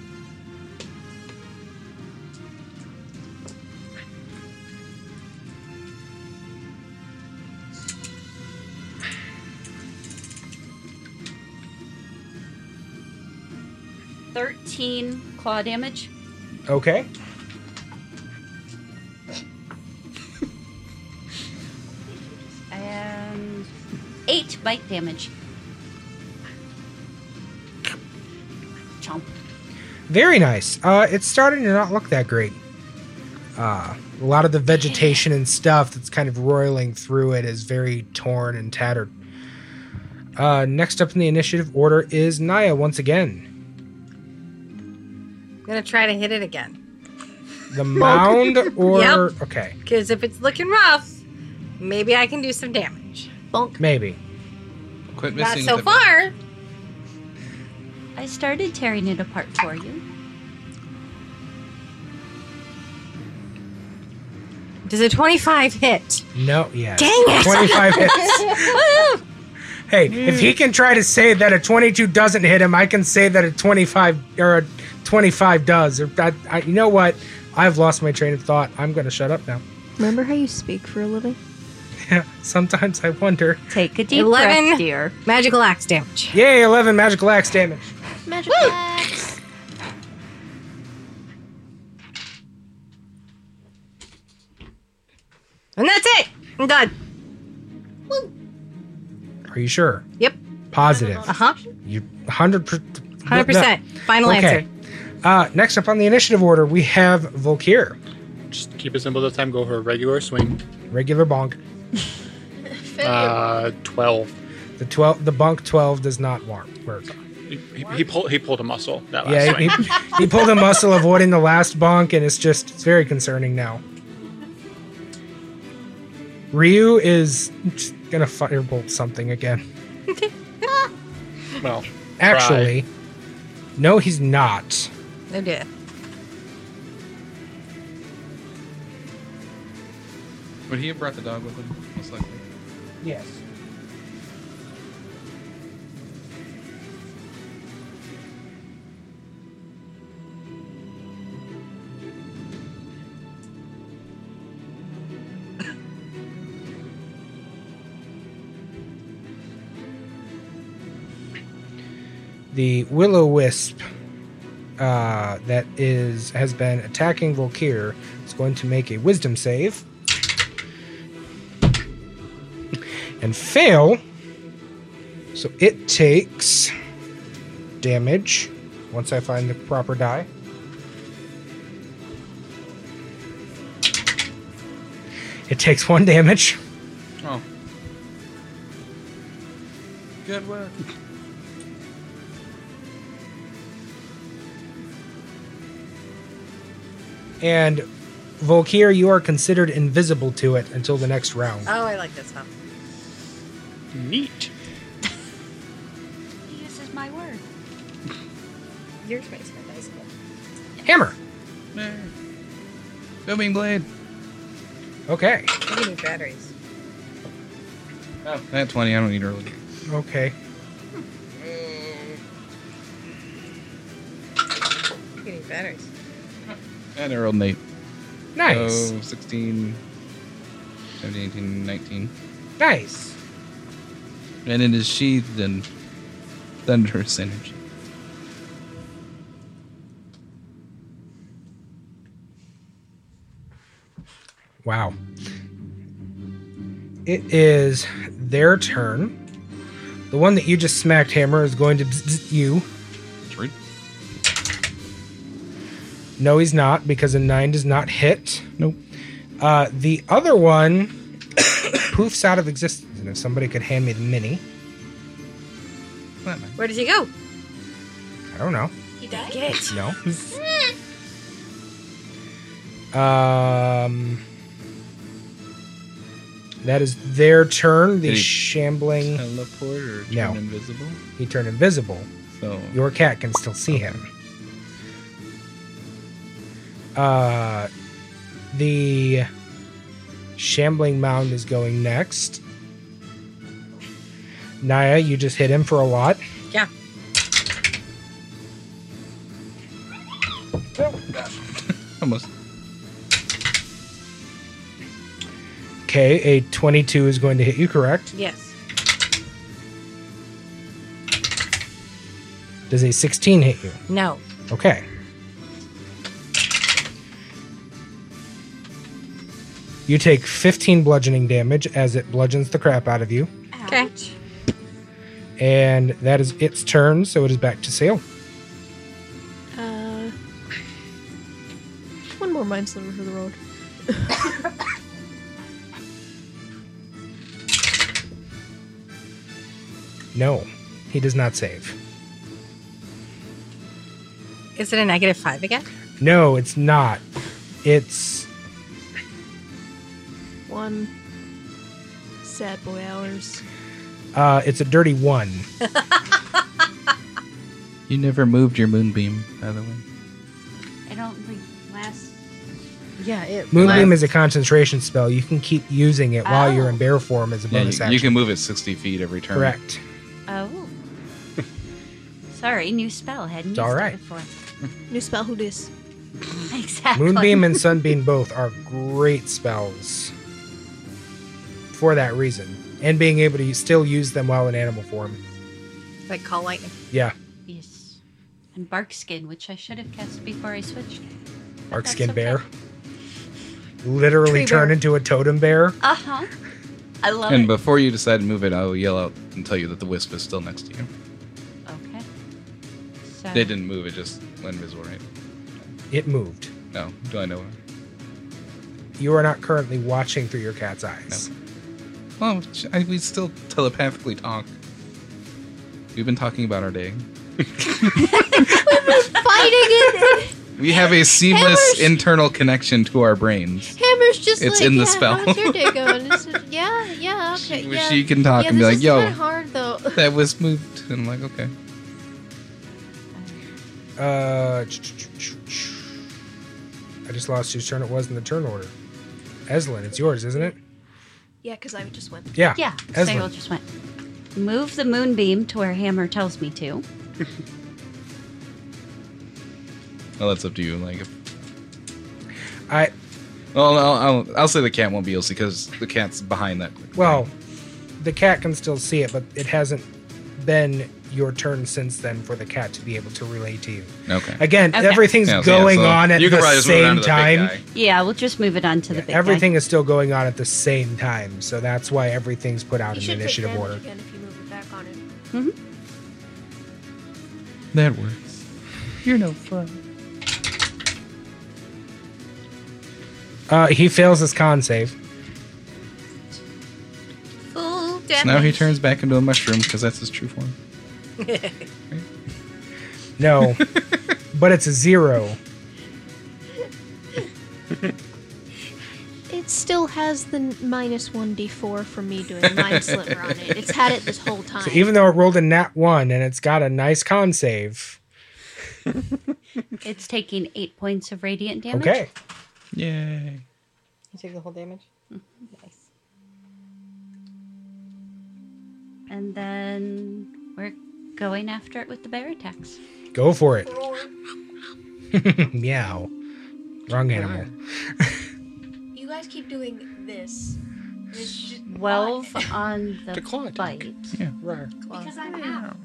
[SPEAKER 5] Thirteen claw damage.
[SPEAKER 1] Okay.
[SPEAKER 5] And damage, bite damage. Chomp.
[SPEAKER 1] Very nice. Uh, it's starting to not look that great. Uh, a lot of the vegetation and stuff that's kind of roiling through it is very torn and tattered. Uh, next up in the initiative order is Naya once again.
[SPEAKER 3] I'm gonna try to hit it again.
[SPEAKER 1] The mound or.
[SPEAKER 3] Yep.
[SPEAKER 1] Okay,
[SPEAKER 3] Because if it's looking rough, maybe I can do some damage.
[SPEAKER 1] maybe.
[SPEAKER 4] Quit
[SPEAKER 3] Not
[SPEAKER 4] missing
[SPEAKER 3] so
[SPEAKER 4] the-
[SPEAKER 3] far.
[SPEAKER 5] I started tearing it apart for you.
[SPEAKER 3] Does a 25 hit?
[SPEAKER 1] No, yeah.
[SPEAKER 3] Dang it!
[SPEAKER 1] 25 hits. hey, if he can try to say that a 22 doesn't hit him, I can say that a 25 or a 25 does. Or I, I, you know what? I've lost my train of thought. I'm going to shut up now.
[SPEAKER 7] Remember how you speak for a living?
[SPEAKER 1] Sometimes I wonder.
[SPEAKER 5] Take a deep
[SPEAKER 3] Eleven.
[SPEAKER 5] breath, dear.
[SPEAKER 3] Magical axe damage.
[SPEAKER 1] Yay, 11 magical axe damage.
[SPEAKER 7] Magic axe.
[SPEAKER 3] And that's it. I'm done.
[SPEAKER 1] Are you sure?
[SPEAKER 3] Yep.
[SPEAKER 1] Positive.
[SPEAKER 3] Uh huh.
[SPEAKER 1] You 100
[SPEAKER 3] Hundred percent. Final
[SPEAKER 1] Okay.
[SPEAKER 3] answer.
[SPEAKER 1] Uh, next up on the initiative order, we have Volkir.
[SPEAKER 6] Just keep it simple this time. Go for a regular swing.
[SPEAKER 1] Regular bonk.
[SPEAKER 6] Uh, twelve.
[SPEAKER 1] The 12 the bonk 12 does not wa- work.
[SPEAKER 6] He, he, he pulled. He pulled a muscle that last
[SPEAKER 1] Yeah,
[SPEAKER 6] swing.
[SPEAKER 1] he, he pulled a muscle avoiding the last bonk, and it's just it's very concerning now. Ryu is just gonna firebolt something again.
[SPEAKER 6] well,
[SPEAKER 1] Actually, no, he's not.
[SPEAKER 3] No dear.
[SPEAKER 4] Would he have brought the dog with him? Most likely.
[SPEAKER 1] Yes. The willow wisp uh, that is has been attacking Volkir is going to make a wisdom save and fail. So it takes damage once I find the proper die. It takes one damage.
[SPEAKER 4] Oh. Good work.
[SPEAKER 1] And Volkir, you are considered invisible to it until the next round.
[SPEAKER 3] Oh, I like this one.
[SPEAKER 6] neat.
[SPEAKER 5] He uses my word.
[SPEAKER 3] Yours makes my bicycle.
[SPEAKER 1] Hammer.
[SPEAKER 4] Yay. Booming blade.
[SPEAKER 1] Okay.
[SPEAKER 3] We need batteries.
[SPEAKER 4] Oh, I had 20. I don't need early.
[SPEAKER 1] Okay.
[SPEAKER 3] We need batteries.
[SPEAKER 4] And Earl Nate.
[SPEAKER 1] Nice.
[SPEAKER 4] So 16, 17, 18, 19.
[SPEAKER 1] Nice.
[SPEAKER 4] And it is sheathed in thunderous energy.
[SPEAKER 1] Wow. It is their turn. The one that you just smacked, Hammer, is going to bzz you.
[SPEAKER 4] Three.
[SPEAKER 1] No, he's not because a nine does not hit.
[SPEAKER 4] Nope.
[SPEAKER 1] Uh, the other one poofs out of existence. And if somebody could hand me the mini,
[SPEAKER 4] Not bad.
[SPEAKER 3] Where does he go?
[SPEAKER 1] I don't know.
[SPEAKER 8] He died? Get.
[SPEAKER 1] No. um. That is their turn. The
[SPEAKER 4] Did he-
[SPEAKER 1] shambling.
[SPEAKER 4] Teleport or turn
[SPEAKER 1] No.
[SPEAKER 4] invisible.
[SPEAKER 1] He turned invisible.
[SPEAKER 4] So
[SPEAKER 1] Your cat can still
[SPEAKER 4] Oh.
[SPEAKER 1] see him. Uh, the shambling mound is going next. Naya, you just hit him for a lot.
[SPEAKER 3] Yeah.
[SPEAKER 4] almost
[SPEAKER 1] Okay, a 22 is going to hit you, correct?
[SPEAKER 3] Yes.
[SPEAKER 1] Does a 16 hit you?
[SPEAKER 3] No.
[SPEAKER 1] Okay. You take 15 bludgeoning damage as it bludgeons the crap out of you.
[SPEAKER 3] Okay.
[SPEAKER 1] And that is its turn, so it is back to Sale.
[SPEAKER 7] Uh, one more mime sliver for the road.
[SPEAKER 1] No, he does not save.
[SPEAKER 3] Is it a negative five again?
[SPEAKER 1] No, it's not. It's
[SPEAKER 7] One. Sad boy hours.
[SPEAKER 1] uh, it's a dirty one.
[SPEAKER 4] You never moved your moonbeam, by the way.
[SPEAKER 5] I don't think last.
[SPEAKER 3] Yeah, it.
[SPEAKER 1] Moonbeam is a concentration spell. You can keep using it while you're in bear form as a
[SPEAKER 4] Yeah,
[SPEAKER 1] bonus
[SPEAKER 4] you,
[SPEAKER 1] action.
[SPEAKER 4] you can move it 60 feet every turn.
[SPEAKER 1] Correct.
[SPEAKER 5] Oh. Sorry, new spell. Hadn't
[SPEAKER 1] It's
[SPEAKER 5] used
[SPEAKER 1] all
[SPEAKER 5] it
[SPEAKER 1] right.
[SPEAKER 5] before.
[SPEAKER 7] New spell, who dis?
[SPEAKER 5] Exactly.
[SPEAKER 1] Moonbeam and Sunbeam both are great spells for that reason, and being able to still use them while in animal form.
[SPEAKER 3] Like call lightning.
[SPEAKER 1] Yeah,
[SPEAKER 5] Yes. And bark skin, which I should have cast before I switched.
[SPEAKER 1] bark
[SPEAKER 5] That's
[SPEAKER 1] skin
[SPEAKER 5] okay.
[SPEAKER 1] bear. Literally
[SPEAKER 3] Tree
[SPEAKER 1] turn
[SPEAKER 3] bear.
[SPEAKER 1] into a totem bear.
[SPEAKER 5] Uh huh. I love
[SPEAKER 4] And
[SPEAKER 5] it.
[SPEAKER 4] before you decide to move it, I will yell out and tell you that the wisp is still next to you.
[SPEAKER 5] okay. So
[SPEAKER 4] They didn't move it, just went invisible, right?
[SPEAKER 1] It moved.
[SPEAKER 4] No. Do I know?
[SPEAKER 1] You are not currently watching through your cat's eyes.
[SPEAKER 4] Well, sh- I, we still telepathically talk. We've been talking about our day.
[SPEAKER 7] Fighting it!
[SPEAKER 4] We have a seamless internal connection to our brains.
[SPEAKER 7] Hammer's just
[SPEAKER 4] It's
[SPEAKER 7] like,
[SPEAKER 4] in
[SPEAKER 7] yeah,
[SPEAKER 4] the spell."
[SPEAKER 7] how's your day going? It's just, yeah, yeah, okay,
[SPEAKER 4] She-
[SPEAKER 7] yeah.
[SPEAKER 4] She can talk
[SPEAKER 7] yeah,
[SPEAKER 4] and be
[SPEAKER 7] this
[SPEAKER 4] like,
[SPEAKER 7] is
[SPEAKER 4] yo,
[SPEAKER 7] kinda hard though.
[SPEAKER 4] that wisp moved. And I'm like, okay.
[SPEAKER 1] Uh, ch- ch- ch- ch- I just lost whose turn it was in the turn order. Eslin, it's yours, isn't it?
[SPEAKER 7] Yeah, because I just went.
[SPEAKER 1] Yeah.
[SPEAKER 5] yeah,
[SPEAKER 1] Eslin.
[SPEAKER 5] Cyril just went. Move the moonbeam to where Hammer tells me to.
[SPEAKER 4] Well, that's up to you. Like, if,
[SPEAKER 1] I
[SPEAKER 4] well, I'll, I'll, I'll say the cat won't be able to because the cat's behind that. quick.
[SPEAKER 1] well, the cat can still see it, but it hasn't been your turn since then for the cat to be able to relay to you.
[SPEAKER 4] Okay.
[SPEAKER 1] Again,
[SPEAKER 5] Okay.
[SPEAKER 1] everything's
[SPEAKER 4] Yeah, so-
[SPEAKER 1] going
[SPEAKER 4] so
[SPEAKER 1] on at
[SPEAKER 4] you can
[SPEAKER 1] the
[SPEAKER 4] probably just move it
[SPEAKER 1] same
[SPEAKER 4] down to the big
[SPEAKER 1] time.
[SPEAKER 4] guy.
[SPEAKER 5] Yeah, we'll just move it on to the big guy.
[SPEAKER 1] Everything is still going on at the same time, so that's why everything's put out
[SPEAKER 7] You
[SPEAKER 1] in the
[SPEAKER 7] should take
[SPEAKER 1] initiative
[SPEAKER 7] damage
[SPEAKER 1] order.
[SPEAKER 7] again if you move it back on it.
[SPEAKER 4] That works. You're no fun.
[SPEAKER 1] Uh, he fails his con save.
[SPEAKER 3] Full
[SPEAKER 4] So
[SPEAKER 3] damage.
[SPEAKER 4] now he turns back into a mushroom because that's his true form.
[SPEAKER 1] No, but it's a zero.
[SPEAKER 7] It still has the n- minus 1d4 from me doing Mind Sliver on it. It's had it this whole time.
[SPEAKER 1] So even though it rolled a nat one and it's got a nice con save,
[SPEAKER 5] It's taking eight points of radiant damage.
[SPEAKER 1] okay.
[SPEAKER 4] Yay.
[SPEAKER 8] You take the whole damage? Nice.
[SPEAKER 5] And then we're going after it with the bear attacks.
[SPEAKER 1] Go for it. Meow. Wrong animal.
[SPEAKER 7] you guys keep doing this. This ju-
[SPEAKER 5] 12 on the
[SPEAKER 6] The claw attack.
[SPEAKER 5] bite.
[SPEAKER 8] Because
[SPEAKER 5] I'm out.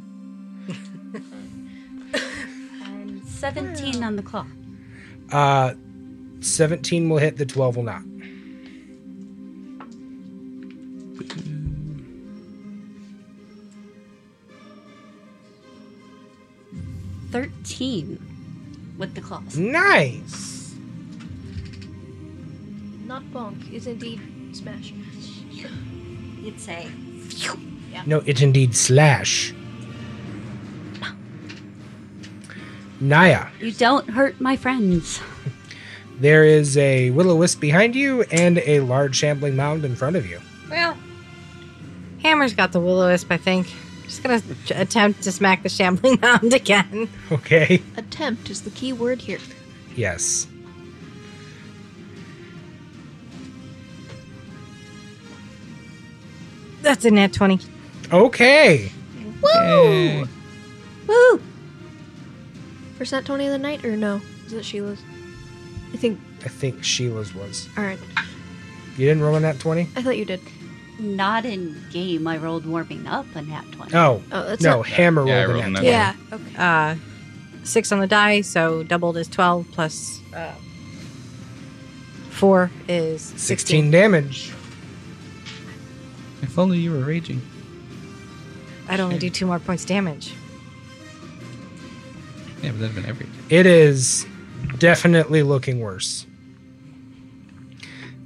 [SPEAKER 5] and 17 on the claw.
[SPEAKER 1] Uh, 17 will hit, the 12 will not.
[SPEAKER 5] Thirteen with the claws.
[SPEAKER 1] Nice.
[SPEAKER 7] Not bonk is indeed smash.
[SPEAKER 4] Mm.
[SPEAKER 5] You'd say.
[SPEAKER 1] No, it indeed slash. Naya,
[SPEAKER 5] You don't hurt my friends.
[SPEAKER 1] there is a will o wisp behind you and a large shambling mound in front of you.
[SPEAKER 3] Well, Hammer's got the will o wisp, I think. Just gonna j- attempt to smack the shambling mound again.
[SPEAKER 1] Okay.
[SPEAKER 7] Attempt is the key word here.
[SPEAKER 1] Yes.
[SPEAKER 3] That's a net 20.
[SPEAKER 1] Okay.
[SPEAKER 4] Yay.
[SPEAKER 5] Woo!
[SPEAKER 7] Percent 20 of the night, or no? Is that Sheila's? I think.
[SPEAKER 1] I think Sheila's was.
[SPEAKER 7] Alright.
[SPEAKER 1] You didn't roll in that 20?
[SPEAKER 7] I thought you did.
[SPEAKER 5] Not in game. I rolled warming up a nat 20.
[SPEAKER 1] Oh.
[SPEAKER 7] Oh, that's
[SPEAKER 1] no,
[SPEAKER 7] not-
[SPEAKER 1] hammer
[SPEAKER 4] Yeah, I
[SPEAKER 1] rolled
[SPEAKER 4] rolled
[SPEAKER 1] in
[SPEAKER 4] a
[SPEAKER 1] that.
[SPEAKER 4] nat
[SPEAKER 1] Yeah.
[SPEAKER 4] one.
[SPEAKER 7] Yeah. Okay.
[SPEAKER 3] Uh, six on the die, so doubled is 12 plus uh, four is 16.
[SPEAKER 1] 16 damage.
[SPEAKER 4] If only you were raging.
[SPEAKER 3] I'd only do two more points damage.
[SPEAKER 4] Yeah, but that'd have been every.
[SPEAKER 1] It is definitely looking worse.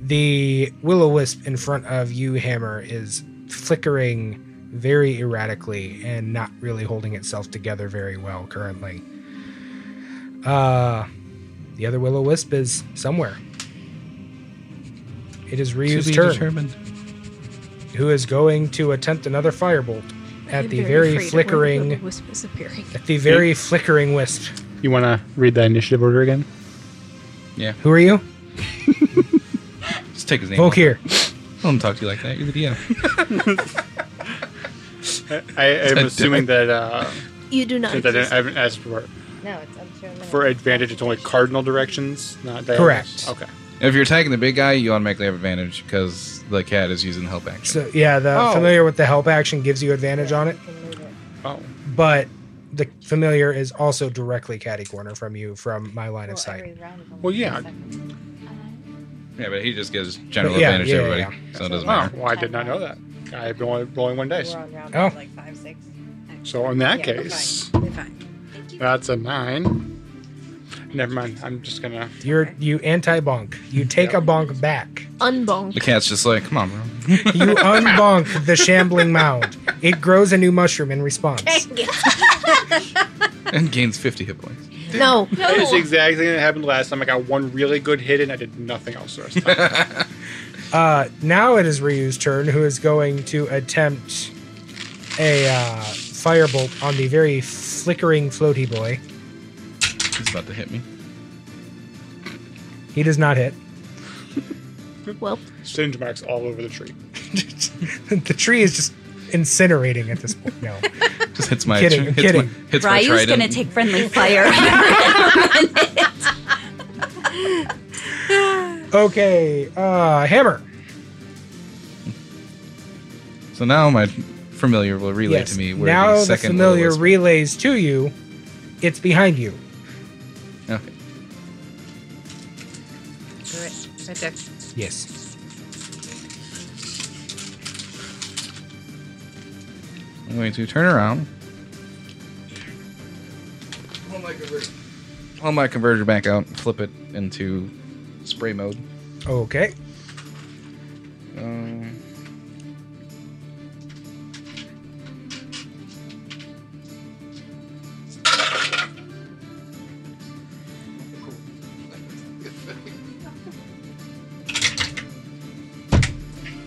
[SPEAKER 1] The will o wisp in front of you, Hammer, is flickering very erratically and not really holding itself together very well currently. Uh, the other will o wisp is somewhere. It is Ryu's turn,
[SPEAKER 4] determined.
[SPEAKER 1] who is going to attempt another firebolt at the
[SPEAKER 7] I'm
[SPEAKER 1] very
[SPEAKER 7] afraid of where the
[SPEAKER 1] flickering,
[SPEAKER 7] wisp is appearing.
[SPEAKER 1] at the very flickering wisp.
[SPEAKER 6] You want to read the initiative order again?
[SPEAKER 1] Who are you?
[SPEAKER 4] Just take his name.
[SPEAKER 1] Volk here.
[SPEAKER 4] I don't talk to you like that. You're the DM.
[SPEAKER 6] I, I'm assuming that uh,
[SPEAKER 7] You do not.
[SPEAKER 6] since I, didn't, I haven't asked for
[SPEAKER 3] No, it's up to a minute.
[SPEAKER 6] for advantage. It's only cardinal directions, not diagonals.
[SPEAKER 1] Correct.
[SPEAKER 6] Okay.
[SPEAKER 4] if you're attacking the big guy, you automatically have advantage because the cat is using the help action.
[SPEAKER 1] So yeah, the
[SPEAKER 6] Oh.
[SPEAKER 1] familiar with the help action gives you advantage on it,
[SPEAKER 6] Oh,
[SPEAKER 1] but the familiar is also directly catty corner from you from my line of sight.
[SPEAKER 6] well, yeah.
[SPEAKER 4] yeah, but he just gives general
[SPEAKER 1] But yeah,
[SPEAKER 4] advantage
[SPEAKER 1] yeah,
[SPEAKER 4] to everybody, so it doesn't
[SPEAKER 6] Wow.
[SPEAKER 4] matter.
[SPEAKER 6] Well, I did not know that. I've been only rolling one dice.
[SPEAKER 1] Oh.
[SPEAKER 3] like five, six.
[SPEAKER 6] So in that
[SPEAKER 3] Yeah, we're
[SPEAKER 6] case,
[SPEAKER 3] fine. We're fine.
[SPEAKER 6] that's a nine. Never mind. I'm just gonna.
[SPEAKER 1] You're you anti bonk. You take a bonk back.
[SPEAKER 7] Unbonk.
[SPEAKER 4] The cat's just like, come on, bro.
[SPEAKER 1] You unbonk the shambling mound. It grows a new mushroom in response.
[SPEAKER 4] and gains 50 hit points.
[SPEAKER 7] No.
[SPEAKER 6] It's exactly what happened last time. I got one really good hit and I did nothing else the rest of the time.
[SPEAKER 1] Uh, now it is Ryu's turn, who is going to attempt a uh, firebolt on the very flickering floaty boy.
[SPEAKER 4] He's about to hit me.
[SPEAKER 1] He does not hit.
[SPEAKER 7] Well,
[SPEAKER 6] Singe marks all over the tree.
[SPEAKER 1] the tree is just incinerating at this point. No.
[SPEAKER 4] Just hits my
[SPEAKER 1] Kidding,
[SPEAKER 4] hits
[SPEAKER 1] kidding.
[SPEAKER 4] My, hits my
[SPEAKER 5] Ryu's
[SPEAKER 4] trident.
[SPEAKER 5] gonna take friendly fire. in a minute.
[SPEAKER 1] Okay, uh, hammer.
[SPEAKER 4] So now my familiar will relay
[SPEAKER 1] Yes.
[SPEAKER 4] to me where
[SPEAKER 1] now
[SPEAKER 4] the
[SPEAKER 1] the
[SPEAKER 4] second
[SPEAKER 1] familiar
[SPEAKER 4] little
[SPEAKER 1] relays to you. It's behind you.
[SPEAKER 4] wisp- okay.
[SPEAKER 3] Do it. Right there.
[SPEAKER 1] Yes.
[SPEAKER 4] I'm going to turn around. Pull my converter back out, flip it into spray mode.
[SPEAKER 1] Okay.
[SPEAKER 4] Um,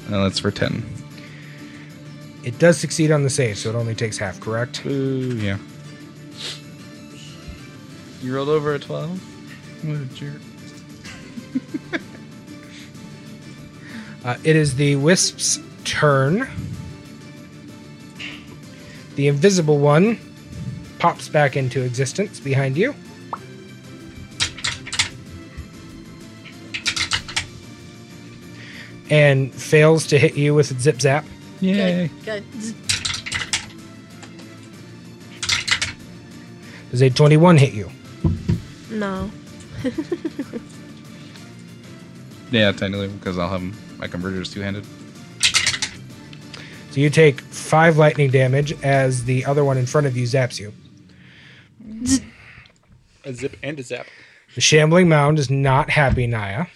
[SPEAKER 4] Uh, that's for 10.
[SPEAKER 1] It does succeed on the save, so it only takes half, correct?
[SPEAKER 4] Ooh, yeah. You rolled over a 12? What a jerk.
[SPEAKER 1] Uh, it is the wisp's turn. The invisible one pops back into existence behind you. And fails to hit you with its zip zap.
[SPEAKER 4] Yay.
[SPEAKER 3] Good.
[SPEAKER 1] Does a 21 hit you?
[SPEAKER 7] no.
[SPEAKER 4] Yeah, technically, because I'll have 'em- my converters two handed.
[SPEAKER 1] So you take five lightning damage as the other one in front of you zaps you.
[SPEAKER 6] A zip and a zap.
[SPEAKER 1] The shambling mound is not happy, Naya.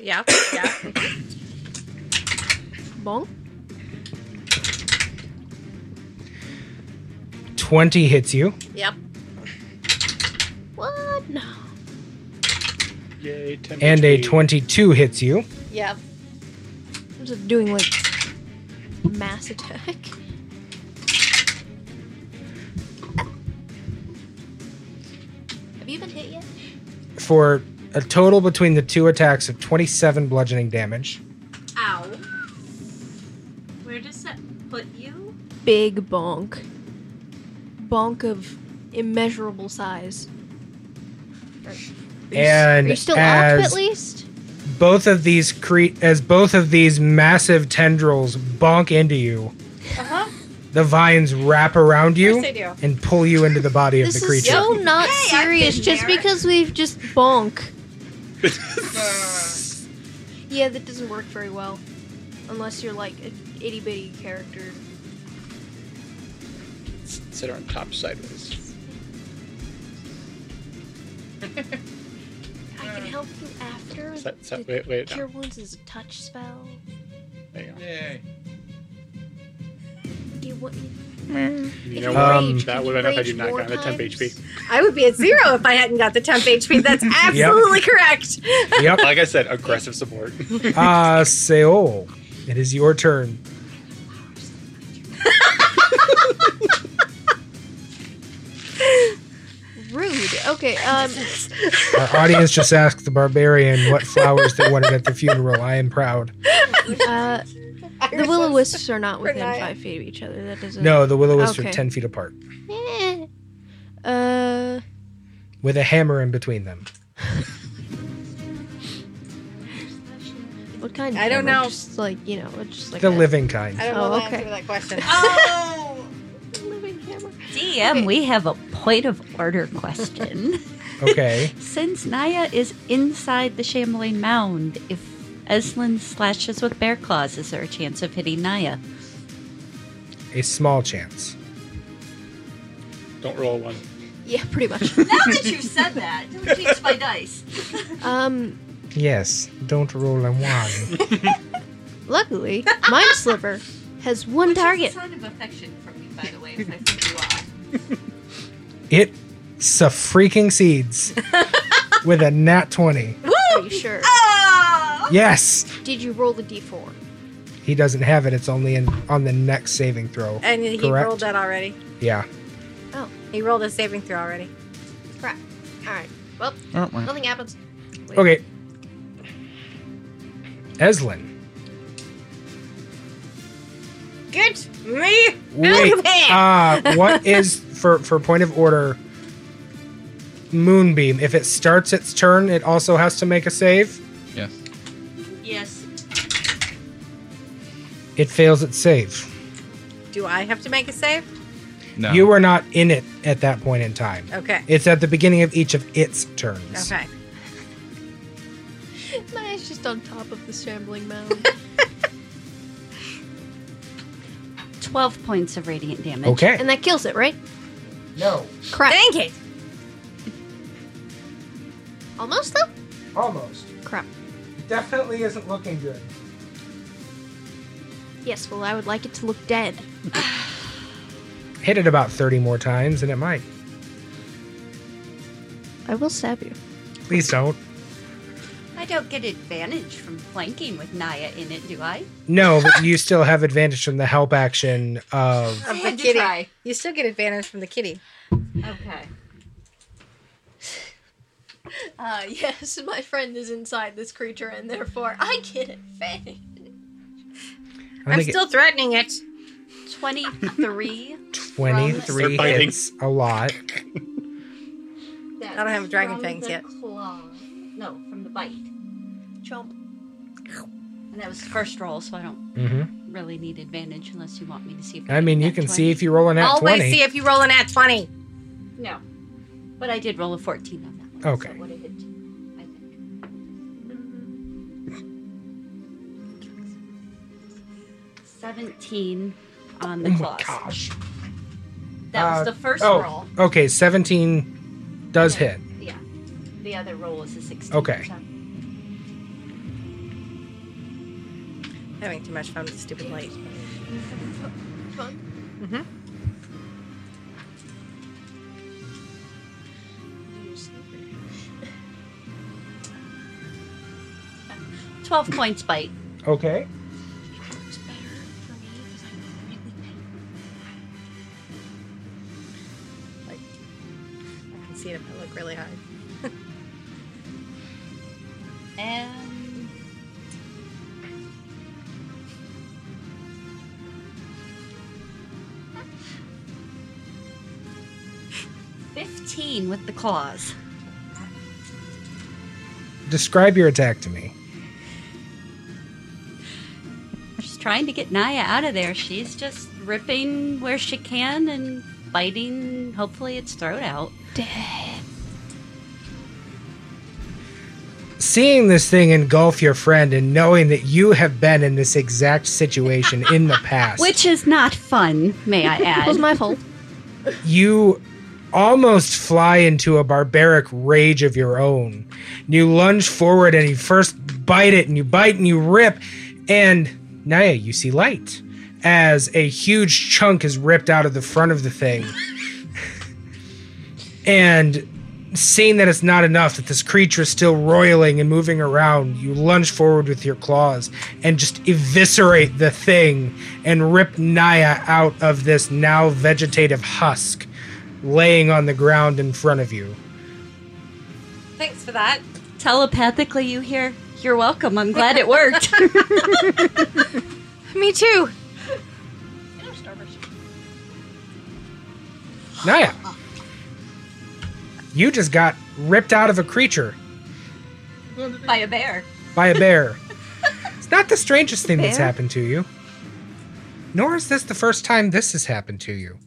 [SPEAKER 8] Yeah, yeah.
[SPEAKER 7] Bonk.
[SPEAKER 1] 20 hits you.
[SPEAKER 8] Yep.
[SPEAKER 7] What? No.
[SPEAKER 6] Yay, 10
[SPEAKER 1] and a
[SPEAKER 6] HP.
[SPEAKER 1] 22 hits you.
[SPEAKER 8] Yep.
[SPEAKER 7] I'm just doing like mass attack. Have you been hit yet?
[SPEAKER 1] for a total between the two attacks of 27 bludgeoning damage.
[SPEAKER 5] Ow. Where does that put you?
[SPEAKER 7] Big bonk. Bonk of immeasurable size. Are you s-
[SPEAKER 1] And
[SPEAKER 7] are you still up
[SPEAKER 1] as-
[SPEAKER 7] at least?
[SPEAKER 1] Both of these cre- as both of these massive tendrils bonk into you,
[SPEAKER 8] Uh-huh.
[SPEAKER 1] the vines wrap around you
[SPEAKER 8] Yes, they do.
[SPEAKER 1] and pull you into the body of
[SPEAKER 7] This
[SPEAKER 1] the
[SPEAKER 7] is
[SPEAKER 1] creature.
[SPEAKER 7] so not
[SPEAKER 5] Hey, I've
[SPEAKER 7] serious.
[SPEAKER 5] been
[SPEAKER 7] Just
[SPEAKER 5] there.
[SPEAKER 7] because we've just bonk. yeah, that doesn't work very well, unless you're like an itty bitty character.
[SPEAKER 6] sit on top sideways.
[SPEAKER 2] I can help you after.
[SPEAKER 6] Uh. Is that- is that-
[SPEAKER 2] The
[SPEAKER 6] wait, wait, no.
[SPEAKER 2] Cure wounds is a touch spell.
[SPEAKER 6] Hang on.
[SPEAKER 4] Yay.
[SPEAKER 2] You want
[SPEAKER 6] You know
[SPEAKER 1] Um,
[SPEAKER 6] what? That would have been if I did not got the temp HP.
[SPEAKER 3] I would be at zero if I hadn't got the temp HP. That's absolutely correct.
[SPEAKER 1] Yep.
[SPEAKER 6] Like I said, aggressive support.
[SPEAKER 1] Ah, Seol, it is your turn.
[SPEAKER 7] Rude. Okay. Um.
[SPEAKER 1] Our audience just asked the barbarian what flowers they wanted at the funeral. I am proud.
[SPEAKER 7] Uh, the will o wisps are not within
[SPEAKER 3] Renaya.
[SPEAKER 7] five feet of each other. That doesn't.
[SPEAKER 1] No, the willow wisps are
[SPEAKER 7] Okay.
[SPEAKER 1] 10 feet apart
[SPEAKER 7] Eh. Uh.
[SPEAKER 1] with a hammer in between them.
[SPEAKER 7] What kind? Of
[SPEAKER 3] I don't
[SPEAKER 7] hammer?
[SPEAKER 3] know.
[SPEAKER 7] Just like you know, it's just like
[SPEAKER 1] The
[SPEAKER 7] a
[SPEAKER 1] living kind.
[SPEAKER 3] I don't
[SPEAKER 7] Oh,
[SPEAKER 3] know the
[SPEAKER 7] okay.
[SPEAKER 3] answer to that question.
[SPEAKER 8] Oh!
[SPEAKER 7] living hammer.
[SPEAKER 5] DM, we have a point of order question.
[SPEAKER 1] Okay.
[SPEAKER 5] Since Naya is inside the shambling mound, if Eslin slashes with bear claws, is there a chance of hitting Naya?
[SPEAKER 1] A small chance.
[SPEAKER 6] Don't roll a one.
[SPEAKER 7] Yeah, pretty much.
[SPEAKER 5] Now that you said that, don't change my dice.
[SPEAKER 7] um.
[SPEAKER 1] Yes, don't roll a one.
[SPEAKER 7] Luckily, Mind Sliver has one target.
[SPEAKER 5] sign of affection from me, by the way, if I think you are.
[SPEAKER 1] It sa freaking seeds with a nat 20.
[SPEAKER 7] Are you sure?
[SPEAKER 5] Oh!
[SPEAKER 1] Yes.
[SPEAKER 7] Did you roll the d4?
[SPEAKER 1] He doesn't have it. It's only in, on the next saving throw.
[SPEAKER 7] Eh.
[SPEAKER 3] And he
[SPEAKER 1] Correct.
[SPEAKER 3] rolled that already.
[SPEAKER 1] Yeah.
[SPEAKER 3] He rolled a saving throw already.
[SPEAKER 7] Crap. All right. Well,
[SPEAKER 4] Oh,
[SPEAKER 7] nothing happens.
[SPEAKER 1] Okay. Eslin.
[SPEAKER 3] Get me
[SPEAKER 1] Wait.
[SPEAKER 3] out of
[SPEAKER 1] Uh,
[SPEAKER 3] here!
[SPEAKER 1] what is for for point of order? Moonbeam. If it starts its turn, it also has to make a save.
[SPEAKER 4] Yes.
[SPEAKER 5] Yes.
[SPEAKER 1] It fails its save.
[SPEAKER 3] Do I have to make a save?
[SPEAKER 4] No.
[SPEAKER 1] You were not in it at that point in time.
[SPEAKER 3] Okay.
[SPEAKER 1] It's at the beginning of each of its turns.
[SPEAKER 3] Okay.
[SPEAKER 7] Maya's just on top of the shambling mound.
[SPEAKER 5] 12 points of radiant damage.
[SPEAKER 1] Okay.
[SPEAKER 7] and that kills it, right?
[SPEAKER 1] No.
[SPEAKER 7] Crap.
[SPEAKER 3] Dang it!
[SPEAKER 7] Almost though?
[SPEAKER 1] Almost.
[SPEAKER 7] Crap.
[SPEAKER 1] Definitely isn't looking good.
[SPEAKER 7] Yes, well, I would like it to look dead.
[SPEAKER 1] Hit it about 30 more times and it might.
[SPEAKER 7] I will stab you.
[SPEAKER 1] Please don't.
[SPEAKER 5] I don't get advantage from flanking with Naya in it, do I?
[SPEAKER 1] No, but you still have advantage from the help action of
[SPEAKER 3] Of the
[SPEAKER 5] had to
[SPEAKER 3] kitty.
[SPEAKER 5] try.
[SPEAKER 3] You still get advantage from the kitty.
[SPEAKER 5] Okay.
[SPEAKER 7] Uh, yes, my friend is inside this creature, and therefore I get it fang.
[SPEAKER 1] I
[SPEAKER 3] I'm
[SPEAKER 1] think
[SPEAKER 3] still threatening it.
[SPEAKER 5] 23.
[SPEAKER 1] it's
[SPEAKER 6] They're
[SPEAKER 1] 23
[SPEAKER 6] biting.
[SPEAKER 1] hits a lot.
[SPEAKER 5] I
[SPEAKER 3] don't have dragon fangs yet.
[SPEAKER 5] Claw. No, from the bite.
[SPEAKER 7] Chomp.
[SPEAKER 5] And that was the first roll, so I don't
[SPEAKER 1] hmm
[SPEAKER 5] really need advantage unless you want me to see if
[SPEAKER 1] I mean, you can see if you roll an at
[SPEAKER 3] Always
[SPEAKER 1] 20.
[SPEAKER 3] see if you roll an at 20.
[SPEAKER 5] No. But I did roll a 14 on that one.
[SPEAKER 1] Okay.
[SPEAKER 5] So it would've hit, I think. Seventeen on the
[SPEAKER 1] oh my
[SPEAKER 5] claws.
[SPEAKER 1] gosh.
[SPEAKER 5] That was
[SPEAKER 1] Uh,
[SPEAKER 5] the first
[SPEAKER 1] oh,
[SPEAKER 5] roll.
[SPEAKER 1] okay. 17 does hit.
[SPEAKER 5] Yeah. The other roll was a sixteen.
[SPEAKER 1] Okay.
[SPEAKER 5] so-
[SPEAKER 3] Having too much fun with the stupid light.
[SPEAKER 5] Twelve points bite.
[SPEAKER 1] Okay.
[SPEAKER 3] I can see it if I look really hard.
[SPEAKER 5] And fifteen with the claws.
[SPEAKER 1] Describe your attack to me.
[SPEAKER 5] She's trying to get Naya out of there. She's just ripping where she can and biting, hopefully, its throat out.
[SPEAKER 1] Seeing this thing engulf your friend and knowing that you have been in this exact situation in the past.
[SPEAKER 5] Which is not fun, may I
[SPEAKER 7] That was
[SPEAKER 5] add.
[SPEAKER 7] my fault.
[SPEAKER 1] you almost fly into a barbaric rage of your own. You lunge forward and you first bite it and you bite and you rip. And Naya, you see light as a huge chunk is ripped out of the front of the thing. and seeing that it's not enough, that this creature is still roiling and moving around, you lunge forward with your claws and just eviscerate the thing and rip Naya out of this now vegetative husk laying on the ground in front of you.
[SPEAKER 8] Thanks for that.
[SPEAKER 5] Telepathically, you hear, You're welcome. I'm glad it worked.
[SPEAKER 3] Me too.
[SPEAKER 1] Naya, you just got ripped out of a creature
[SPEAKER 5] By a bear.
[SPEAKER 1] by a bear. it's not the strangest thing that's
[SPEAKER 5] Bear?
[SPEAKER 1] happened to you. Nor is this the first time this has happened to you.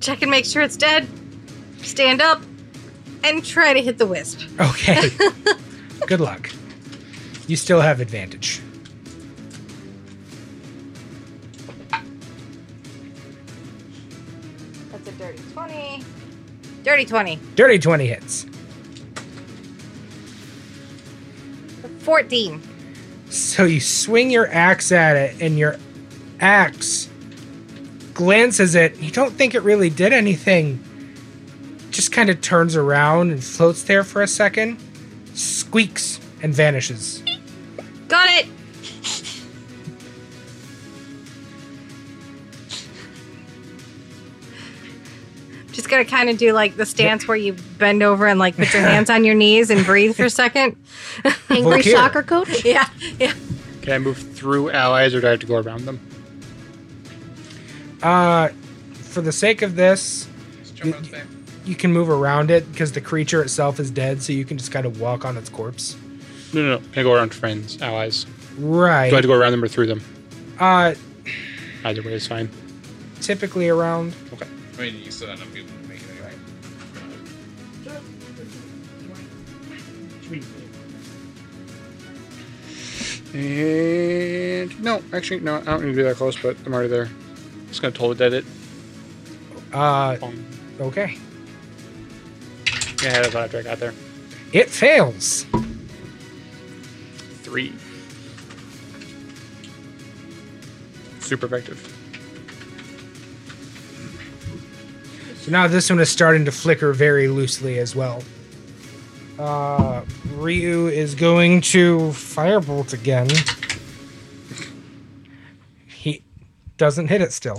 [SPEAKER 3] Check and make sure it's dead. Stand up and try to hit the wisp.
[SPEAKER 1] Okay. Good luck. You still have advantage.
[SPEAKER 3] That's a dirty 20. Dirty 20.
[SPEAKER 1] Dirty 20 hits.
[SPEAKER 3] 14.
[SPEAKER 1] So you swing your axe at it, and your axe glances it. You don't think it really did anything. Just kind of turns around and floats there for a second, squeaks, and vanishes.
[SPEAKER 3] Got it. Just gotta kind of do like the stance where you bend over and like put your hands on your knees and breathe for a second.
[SPEAKER 7] Angry
[SPEAKER 1] Volkir.
[SPEAKER 7] soccer coach?
[SPEAKER 3] Yeah, yeah.
[SPEAKER 6] Can I move through allies or do I have to go around them?
[SPEAKER 1] Uh, for the sake of this, jump out you can move around it because the creature itself is dead, so you can just kind of walk on its corpse.
[SPEAKER 6] No, no, no. Can I go around friends, allies? Do I have
[SPEAKER 1] Right.
[SPEAKER 6] to go around them or through them?
[SPEAKER 1] Uh,
[SPEAKER 6] Either way is fine.
[SPEAKER 1] typically around.
[SPEAKER 6] Okay.
[SPEAKER 4] I mean, you still end up being able to make it anyway.
[SPEAKER 6] And no, actually, no, I don't need to be that close, but I'm already there. Just gonna totally dead it.
[SPEAKER 1] Uh,
[SPEAKER 6] Boom.
[SPEAKER 1] okay.
[SPEAKER 6] Yeah, that's what after I got there.
[SPEAKER 1] It fails.
[SPEAKER 6] Three. Super effective.
[SPEAKER 1] So now this one is starting to flicker very loosely as well. Uh, Ryu is going to firebolt again. He doesn't hit it still.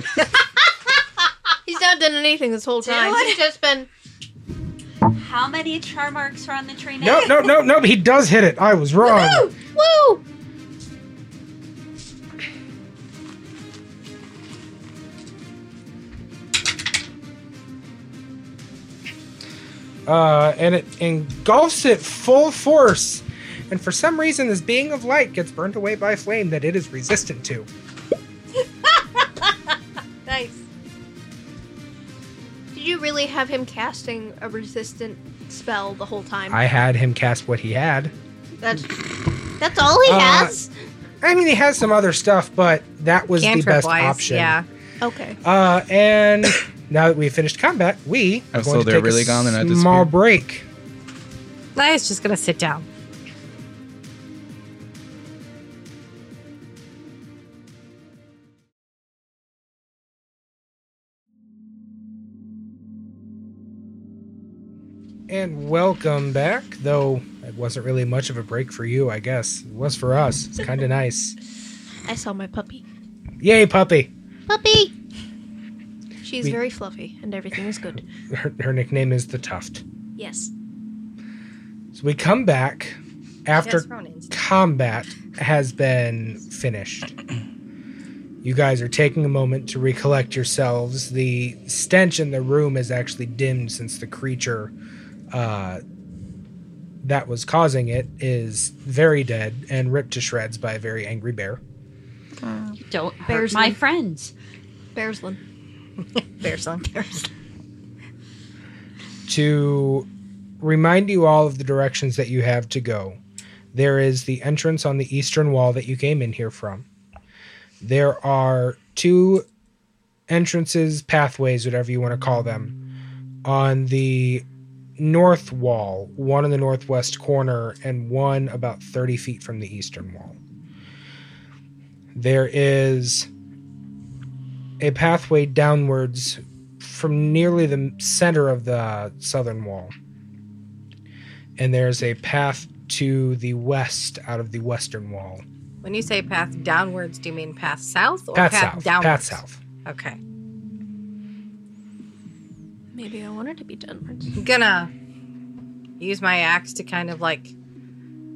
[SPEAKER 7] He's not done anything this whole time.
[SPEAKER 5] Dude.
[SPEAKER 7] He's just been.
[SPEAKER 5] How many char marks are on the tree now?
[SPEAKER 1] no, no, no, no, he does hit it. I was wrong.
[SPEAKER 7] Woo!
[SPEAKER 1] Uh, and it engulfs it full force. And for some reason, this being of light gets burned away by flame that it is resistant to.
[SPEAKER 8] Nice.
[SPEAKER 7] Did you really have him casting a resistant spell the whole time?
[SPEAKER 1] I had him cast what he had.
[SPEAKER 7] That's that's all he
[SPEAKER 1] Uh,
[SPEAKER 7] has.
[SPEAKER 1] I mean, he has some other stuff, but that was the best
[SPEAKER 3] Cantrip-wise,
[SPEAKER 1] option.
[SPEAKER 3] Yeah.
[SPEAKER 7] Okay.
[SPEAKER 1] Uh, and now that we've finished combat, we
[SPEAKER 4] Oh,
[SPEAKER 1] are
[SPEAKER 4] so
[SPEAKER 1] going to
[SPEAKER 4] they're
[SPEAKER 1] take
[SPEAKER 4] really
[SPEAKER 1] a
[SPEAKER 4] gone and I
[SPEAKER 1] small
[SPEAKER 4] disappeared?
[SPEAKER 1] break.
[SPEAKER 3] Naya's just gonna sit down.
[SPEAKER 1] And welcome back, though it wasn't really much of a break for you, I guess. It was for us. It's kind of nice.
[SPEAKER 7] I saw my puppy.
[SPEAKER 1] Yay, puppy!
[SPEAKER 7] Puppy. She's
[SPEAKER 1] We-
[SPEAKER 7] very fluffy, and everything is good.
[SPEAKER 1] Her, her nickname is the Tuft.
[SPEAKER 7] Yes.
[SPEAKER 1] So we come back after
[SPEAKER 3] Yes, Ronin's.
[SPEAKER 1] combat has been finished. You guys are taking a moment to recollect yourselves. The stench in the room has actually dimmed since the creature uh, that was causing it is very dead and ripped to shreds by a very angry bear.
[SPEAKER 5] Don't hurt
[SPEAKER 7] Bears
[SPEAKER 5] my
[SPEAKER 7] me.
[SPEAKER 5] friends.
[SPEAKER 7] Bearslin.
[SPEAKER 3] Bear song.
[SPEAKER 1] to remind you all of the directions that you have to go. There is the entrance on the eastern wall that you came in here from. There are two entrances, pathways, whatever you want to call them, on the north wall, one in the northwest corner, and one about 30 feet from the eastern wall. There is a pathway downwards from nearly the center of the southern wall. And there's a path to the west out of the western wall.
[SPEAKER 3] When you say path downwards, do you mean path south or
[SPEAKER 1] Path,
[SPEAKER 3] path,
[SPEAKER 1] south. Path
[SPEAKER 3] downwards?
[SPEAKER 1] south.
[SPEAKER 3] Okay.
[SPEAKER 7] Maybe I want her to be downwards.
[SPEAKER 3] I'm gonna use my axe to kind of like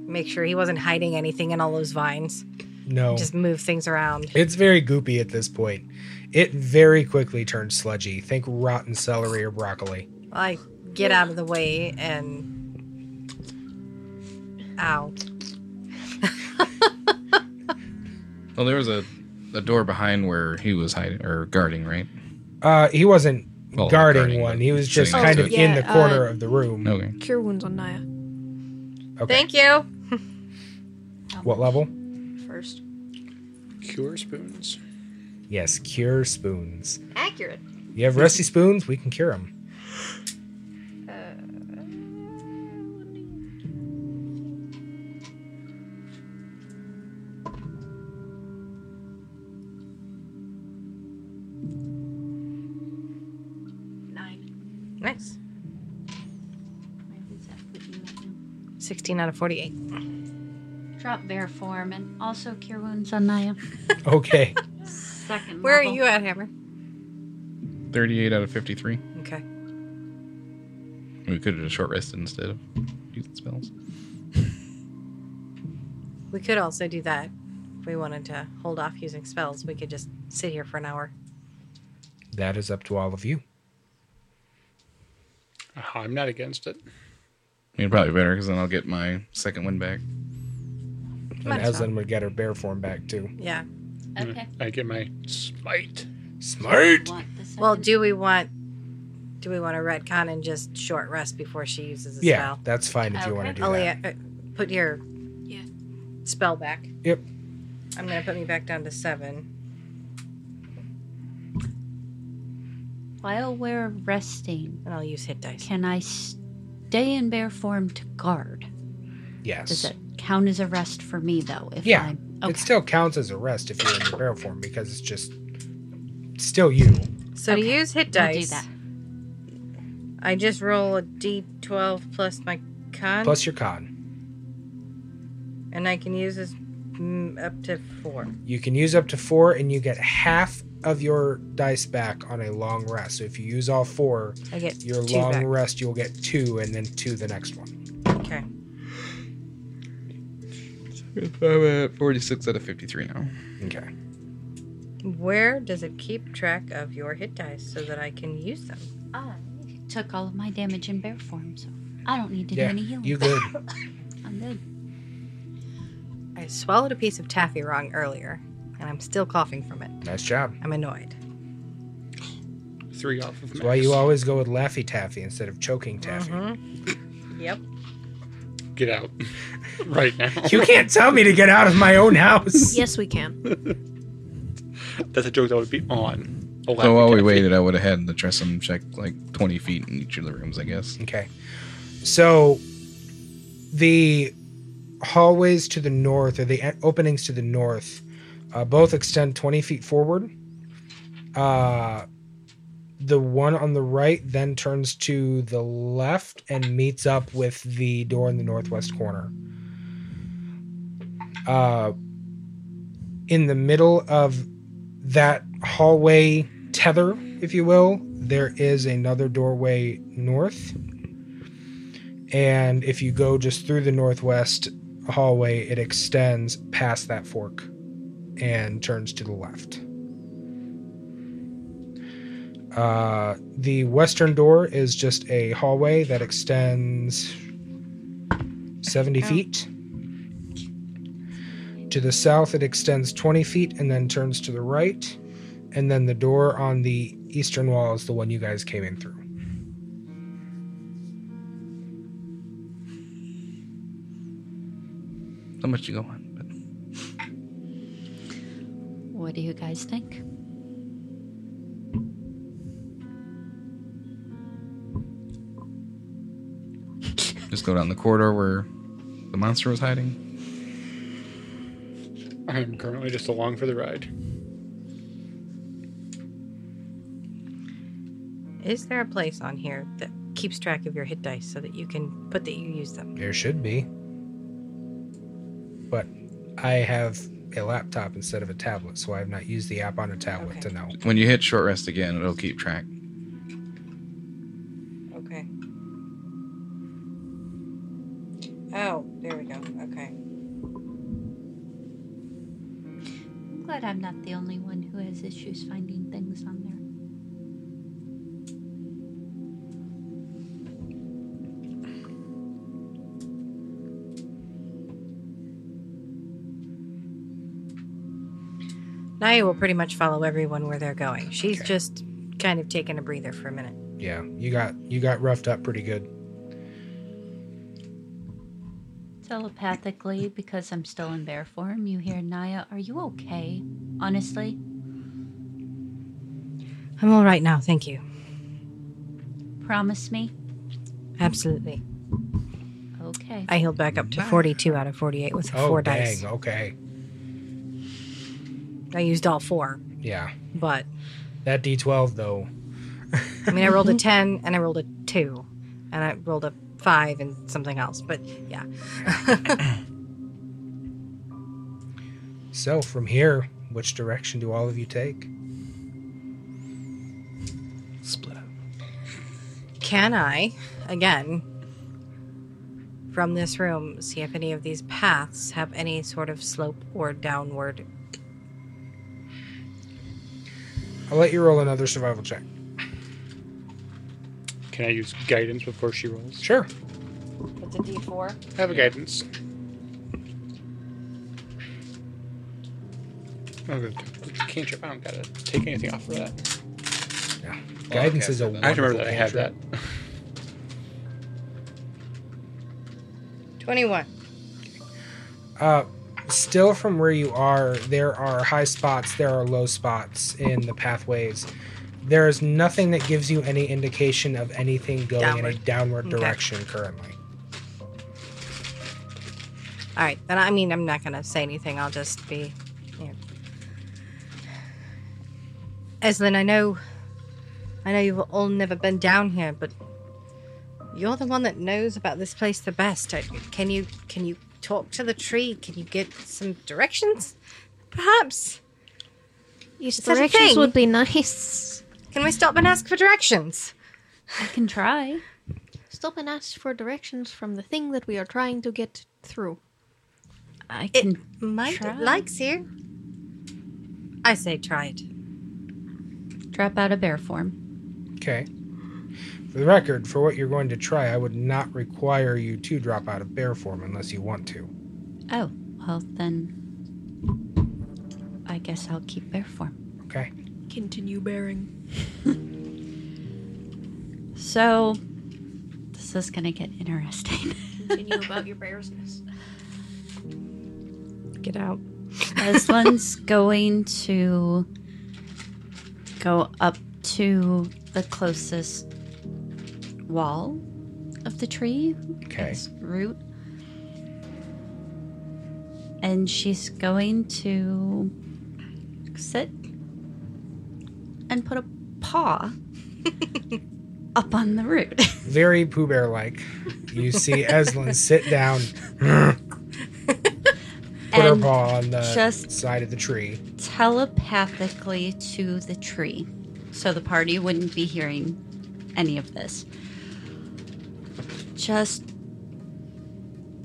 [SPEAKER 3] make sure he wasn't hiding anything in all those vines.
[SPEAKER 1] No.
[SPEAKER 3] Just move things around.
[SPEAKER 1] It's very goopy at this point. It very quickly turns sludgy. Think rotten celery or broccoli.
[SPEAKER 3] I get out of the way and ow.
[SPEAKER 4] Well, there was a, a door behind where he was hiding or guarding, right?
[SPEAKER 1] Uh, he wasn't
[SPEAKER 4] Well,
[SPEAKER 1] guarding,
[SPEAKER 4] guarding,
[SPEAKER 1] one.
[SPEAKER 4] but
[SPEAKER 1] He was just
[SPEAKER 4] saying
[SPEAKER 1] kind
[SPEAKER 4] to
[SPEAKER 3] Oh,
[SPEAKER 1] of
[SPEAKER 4] it.
[SPEAKER 1] in the
[SPEAKER 7] Yeah,
[SPEAKER 1] corner
[SPEAKER 3] uh,
[SPEAKER 1] of the room.
[SPEAKER 4] Okay.
[SPEAKER 7] Cure wounds on Naya
[SPEAKER 1] Okay.
[SPEAKER 3] Thank you.
[SPEAKER 1] What level?
[SPEAKER 7] first.
[SPEAKER 6] Cure spoons.
[SPEAKER 1] Yes, cure spoons.
[SPEAKER 7] Accurate.
[SPEAKER 1] You have rusty spoons? We can cure them.
[SPEAKER 5] Nine.
[SPEAKER 3] Nice. 16 out of 48.
[SPEAKER 5] Drop bear form and also cure wounds on Naya.
[SPEAKER 1] Okay.
[SPEAKER 5] Second.
[SPEAKER 3] Where are
[SPEAKER 5] level.
[SPEAKER 3] you at, Hammer?
[SPEAKER 4] 38 out of 53.
[SPEAKER 3] Okay.
[SPEAKER 4] We could have short rested instead of using spells.
[SPEAKER 3] We could also do that. If we wanted to hold off using spells, we could just sit here for an hour.
[SPEAKER 1] that is up to all of you.
[SPEAKER 6] I'm not against it.
[SPEAKER 4] I mean, probably better because then I'll get my second win back.
[SPEAKER 1] And
[SPEAKER 3] Might as
[SPEAKER 1] Eslin would get her bear form back too.
[SPEAKER 3] Yeah.
[SPEAKER 5] Okay.
[SPEAKER 6] I get my smite.
[SPEAKER 1] Smart!
[SPEAKER 5] Want the
[SPEAKER 3] Well,
[SPEAKER 5] second-
[SPEAKER 3] do we want do we want to retcon and just short rest before she uses a
[SPEAKER 1] Yeah,
[SPEAKER 3] spell?
[SPEAKER 1] that's fine if you want to
[SPEAKER 5] Okay.
[SPEAKER 1] do that.
[SPEAKER 3] Alia, uh, put your
[SPEAKER 7] Yeah.
[SPEAKER 3] spell back.
[SPEAKER 1] Yep.
[SPEAKER 3] I'm gonna put me back down to seven.
[SPEAKER 5] while we're resting,
[SPEAKER 3] And I'll use hit dice.
[SPEAKER 5] can I stay in bear form to guard? Does
[SPEAKER 1] Yes.
[SPEAKER 5] it count as a rest for me though? If
[SPEAKER 1] Yeah,
[SPEAKER 5] I'm, okay.
[SPEAKER 1] It still counts as a rest if you're in your bear form because it's just still you.
[SPEAKER 3] So to
[SPEAKER 5] Okay,
[SPEAKER 3] use hit
[SPEAKER 5] I'll do
[SPEAKER 3] dice,
[SPEAKER 5] that.
[SPEAKER 3] I just roll a d12 plus my con,
[SPEAKER 1] Plus your con.
[SPEAKER 3] and I can use this mm, up to four.
[SPEAKER 1] You can use up to four and you get half of your dice back on a long rest. So if you use all four,
[SPEAKER 3] I get
[SPEAKER 1] your
[SPEAKER 3] two
[SPEAKER 1] long
[SPEAKER 3] back.
[SPEAKER 1] rest you'll get two and then two the next one.
[SPEAKER 3] Okay.
[SPEAKER 4] I'm at 46 out of 53 now.
[SPEAKER 1] Okay.
[SPEAKER 3] Where does it keep track of your hit dice so that I can use them?
[SPEAKER 5] I took all of my damage in bear form, so I don't need to
[SPEAKER 1] Yeah,
[SPEAKER 5] do any healing.
[SPEAKER 1] You good?
[SPEAKER 5] I'm good.
[SPEAKER 3] I swallowed a piece of taffy wrong earlier, and I'm still coughing from it.
[SPEAKER 1] nice job.
[SPEAKER 3] I'm annoyed.
[SPEAKER 6] Three off of
[SPEAKER 1] That's why
[SPEAKER 6] max.
[SPEAKER 1] you always go with Laffy Taffy instead of choking taffy.
[SPEAKER 3] Mhm. Yep.
[SPEAKER 6] Get out right now.
[SPEAKER 1] You can't tell me to get out of my own house.
[SPEAKER 7] Yes, we can.
[SPEAKER 6] That's a joke that would be on.
[SPEAKER 4] So
[SPEAKER 6] a Laffy
[SPEAKER 4] while we
[SPEAKER 6] Taffy.
[SPEAKER 4] waited, I would have had the Tressum check like 20 feet in each of the rooms, I guess.
[SPEAKER 1] Okay. So the hallways to the north, or the en- openings to the north, uh, both extend 20 feet forward. Uh, the one on the right then turns to the left and meets up with the door in the northwest corner. Uh, in the middle of that hallway tether, if you will, there is another doorway north. And if you go just through the northwest hallway, it extends past that fork and turns to the left. Uh, the western door is just a hallway that extends 70 feet. To the south, it extends 20 feet and then turns to the right. And then the door on the eastern wall is the one you guys came in through.
[SPEAKER 4] How much you go on? But
[SPEAKER 5] What do you guys think?
[SPEAKER 4] Just go down the corridor where the monster was hiding.
[SPEAKER 6] I'm currently just along for the ride.
[SPEAKER 3] Is there a place on here that keeps track of your hit dice so that you can put that you use them?
[SPEAKER 1] There should be. But I have a laptop instead of a tablet, so I have not used the app on a tablet to know.
[SPEAKER 4] When you hit short rest again, it'll keep track.
[SPEAKER 3] Okay. Oh, there we go. Okay.
[SPEAKER 5] I'm glad I'm not the only one who has issues finding things on there.
[SPEAKER 3] Naya will pretty much follow everyone where they're going. She's
[SPEAKER 1] Okay.
[SPEAKER 3] just kind of taking a breather for a minute.
[SPEAKER 1] Yeah, you got you got roughed up pretty good.
[SPEAKER 5] Telepathically, because I'm still in bear form, you hear Naya, are you okay? Honestly,
[SPEAKER 3] I'm all right now, thank you.
[SPEAKER 5] promise me.
[SPEAKER 3] Absolutely.
[SPEAKER 5] Okay.
[SPEAKER 3] I healed back up to 42 out of 48 with four
[SPEAKER 1] Oh dang,
[SPEAKER 3] dice.
[SPEAKER 1] okay.
[SPEAKER 3] I used all four,
[SPEAKER 1] Yeah.
[SPEAKER 3] but
[SPEAKER 1] That D twelve though.
[SPEAKER 3] I mean, I rolled a 10 and I rolled a 2 and I rolled a 5 and something else, but yeah.
[SPEAKER 1] So from here, which direction do all of you take?
[SPEAKER 4] Split up.
[SPEAKER 3] Can I, again, from this room, see if any of these paths have any sort of slope or downward?
[SPEAKER 1] I'll let you roll another survival check.
[SPEAKER 6] Can I use guidance before she rolls?
[SPEAKER 1] Sure.
[SPEAKER 8] It's a D4.
[SPEAKER 6] I have a guidance. Oh, good. Cantrip. I don't gotta take anything off for that.
[SPEAKER 1] Guidance
[SPEAKER 4] okay,
[SPEAKER 1] is a
[SPEAKER 4] so then-
[SPEAKER 6] I have to
[SPEAKER 1] wonderful
[SPEAKER 6] remember that I had that.
[SPEAKER 1] cantrip.
[SPEAKER 3] 21.
[SPEAKER 1] Uh, still from where you are, there are high spots, there are low spots in the pathways. There is nothing that gives you any indication of anything going in a
[SPEAKER 3] Downward.
[SPEAKER 1] downward
[SPEAKER 3] Okay.
[SPEAKER 1] direction currently.
[SPEAKER 3] All right, then I mean, I'm not going to say anything. I'll just be. You know. Eslin, I know. I know you've all never been down here, but you're the one that knows about this place the best. I- Can you can you talk to the tree? Can you get some directions? Perhaps.
[SPEAKER 7] Yes,
[SPEAKER 3] that a
[SPEAKER 7] directions
[SPEAKER 3] thing?
[SPEAKER 7] would be nice.
[SPEAKER 3] Can we stop and ask for directions?
[SPEAKER 5] I can try.
[SPEAKER 7] Stop and ask for directions from the thing that we are trying to get through.
[SPEAKER 5] I
[SPEAKER 3] It
[SPEAKER 5] can.
[SPEAKER 3] might
[SPEAKER 5] try.
[SPEAKER 3] likes you. I say try it.
[SPEAKER 5] drop out of bear form.
[SPEAKER 1] Okay. For the record, for what you're going to try, I would not require you to drop out of bear form unless you want to.
[SPEAKER 5] Oh, well then. I guess I'll keep bear form.
[SPEAKER 1] Okay.
[SPEAKER 7] Continue bearing.
[SPEAKER 5] So, this is gonna get interesting.
[SPEAKER 7] Continue about your bearsness.
[SPEAKER 3] Get out.
[SPEAKER 5] Eslin's going to go up to the closest wall of the tree,
[SPEAKER 1] Okay.
[SPEAKER 5] its root. And she's going to sit and put a paw up on the root.
[SPEAKER 1] Very Pooh Bear like. You see Eslin sit down, put her
[SPEAKER 5] and
[SPEAKER 1] paw on the
[SPEAKER 5] just-
[SPEAKER 1] side of the tree.
[SPEAKER 5] telepathically to the tree so the party wouldn't be hearing any of this. Just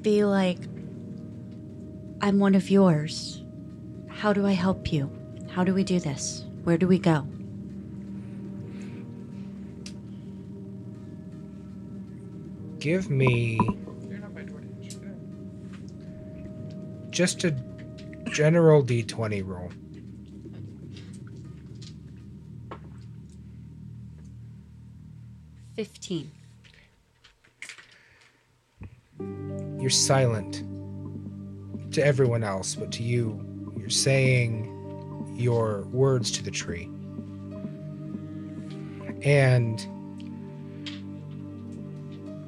[SPEAKER 5] be like, I'm one of yours. How do I help you? How do we do this? Where do we go?
[SPEAKER 1] Give me just a general d20 roll.
[SPEAKER 5] Fifteen.
[SPEAKER 1] You're silent to everyone else, but to you, you're saying your words to the tree. And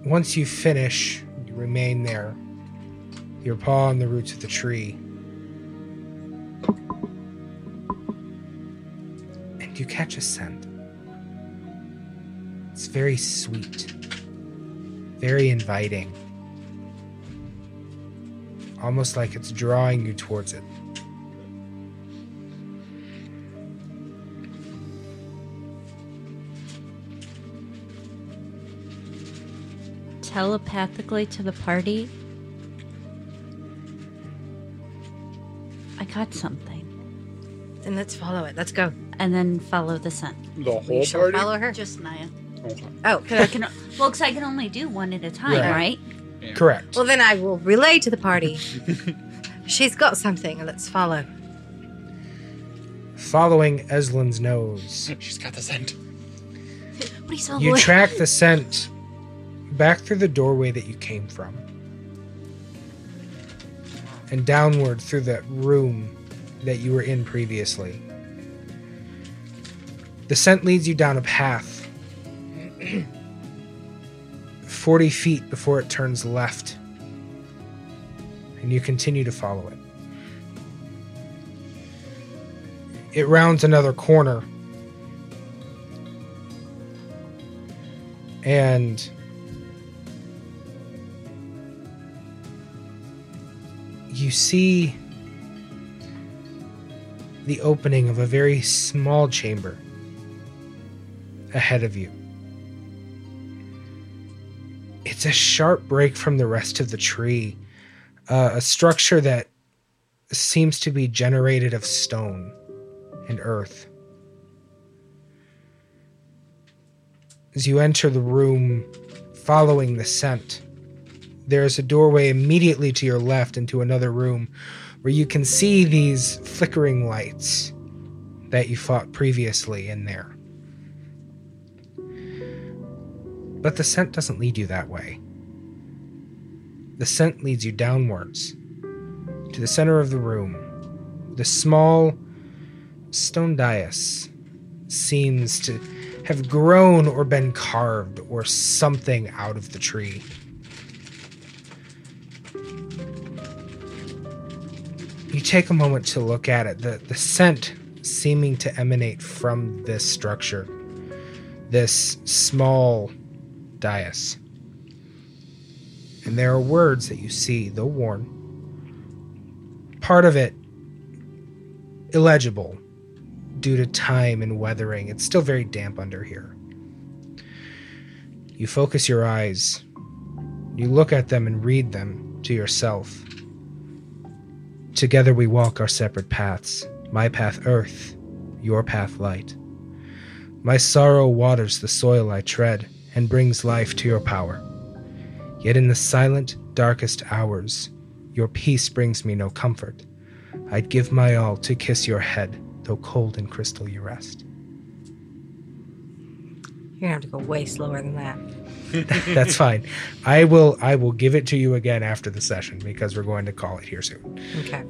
[SPEAKER 1] once you finish, remain there, your paw on the roots of the tree. And you catch a scent. It's very sweet, very inviting, almost like it's drawing you towards it.
[SPEAKER 5] telepathically to the party. I got something.
[SPEAKER 3] Then let's follow it. Let's go.
[SPEAKER 5] And then follow the scent.
[SPEAKER 6] The
[SPEAKER 3] We
[SPEAKER 6] whole
[SPEAKER 3] shall
[SPEAKER 6] party.
[SPEAKER 3] follow her.
[SPEAKER 5] Just Naya.
[SPEAKER 6] Okay.
[SPEAKER 3] Oh,
[SPEAKER 5] 'Cause I can, well, because I can only do one at a time,
[SPEAKER 1] Right.
[SPEAKER 5] right?
[SPEAKER 1] Correct.
[SPEAKER 3] well then I will relay to the party. She's got something. Let's follow.
[SPEAKER 1] Following Eslin's nose,
[SPEAKER 6] She's got the scent.
[SPEAKER 7] Please, oh
[SPEAKER 1] you
[SPEAKER 7] boy.
[SPEAKER 1] track the scent back through the doorway that you came from and downward through that room that you were in previously. The scent leads you down a path 40 feet before it turns left, and you continue to follow it. It rounds another corner and you see the opening of a very small chamber ahead of you. It's a sharp break from the rest of the tree, uh, a structure that seems to be generated of stone and earth. As you enter the room following the scent, there is a doorway immediately to your left into another room where you can see these flickering lights that you fought previously in there. But the scent doesn't lead you that way. The scent leads you downwards to the center of the room. The small stone dais seems to have grown or been carved or something out of the tree. You take a moment to look at it, the, the scent seeming to emanate from this structure, this small dais. And there are words that you see, though worn. Part of it illegible, due to time and weathering, it's still very damp under here. You focus your eyes, you look at them and read them to yourself. Together we walk our separate paths my path, earth, your path, light. My sorrow waters the soil I tread and brings life to your power. Yet in the silent, darkest hours, your peace brings me no comfort. I'd give my all to kiss your head, though cold and crystal you rest.
[SPEAKER 3] You're gonna have to go way slower than that.
[SPEAKER 1] That's fine. I will I will give it to you again after the session because we're going to call it here soon.
[SPEAKER 3] Okay.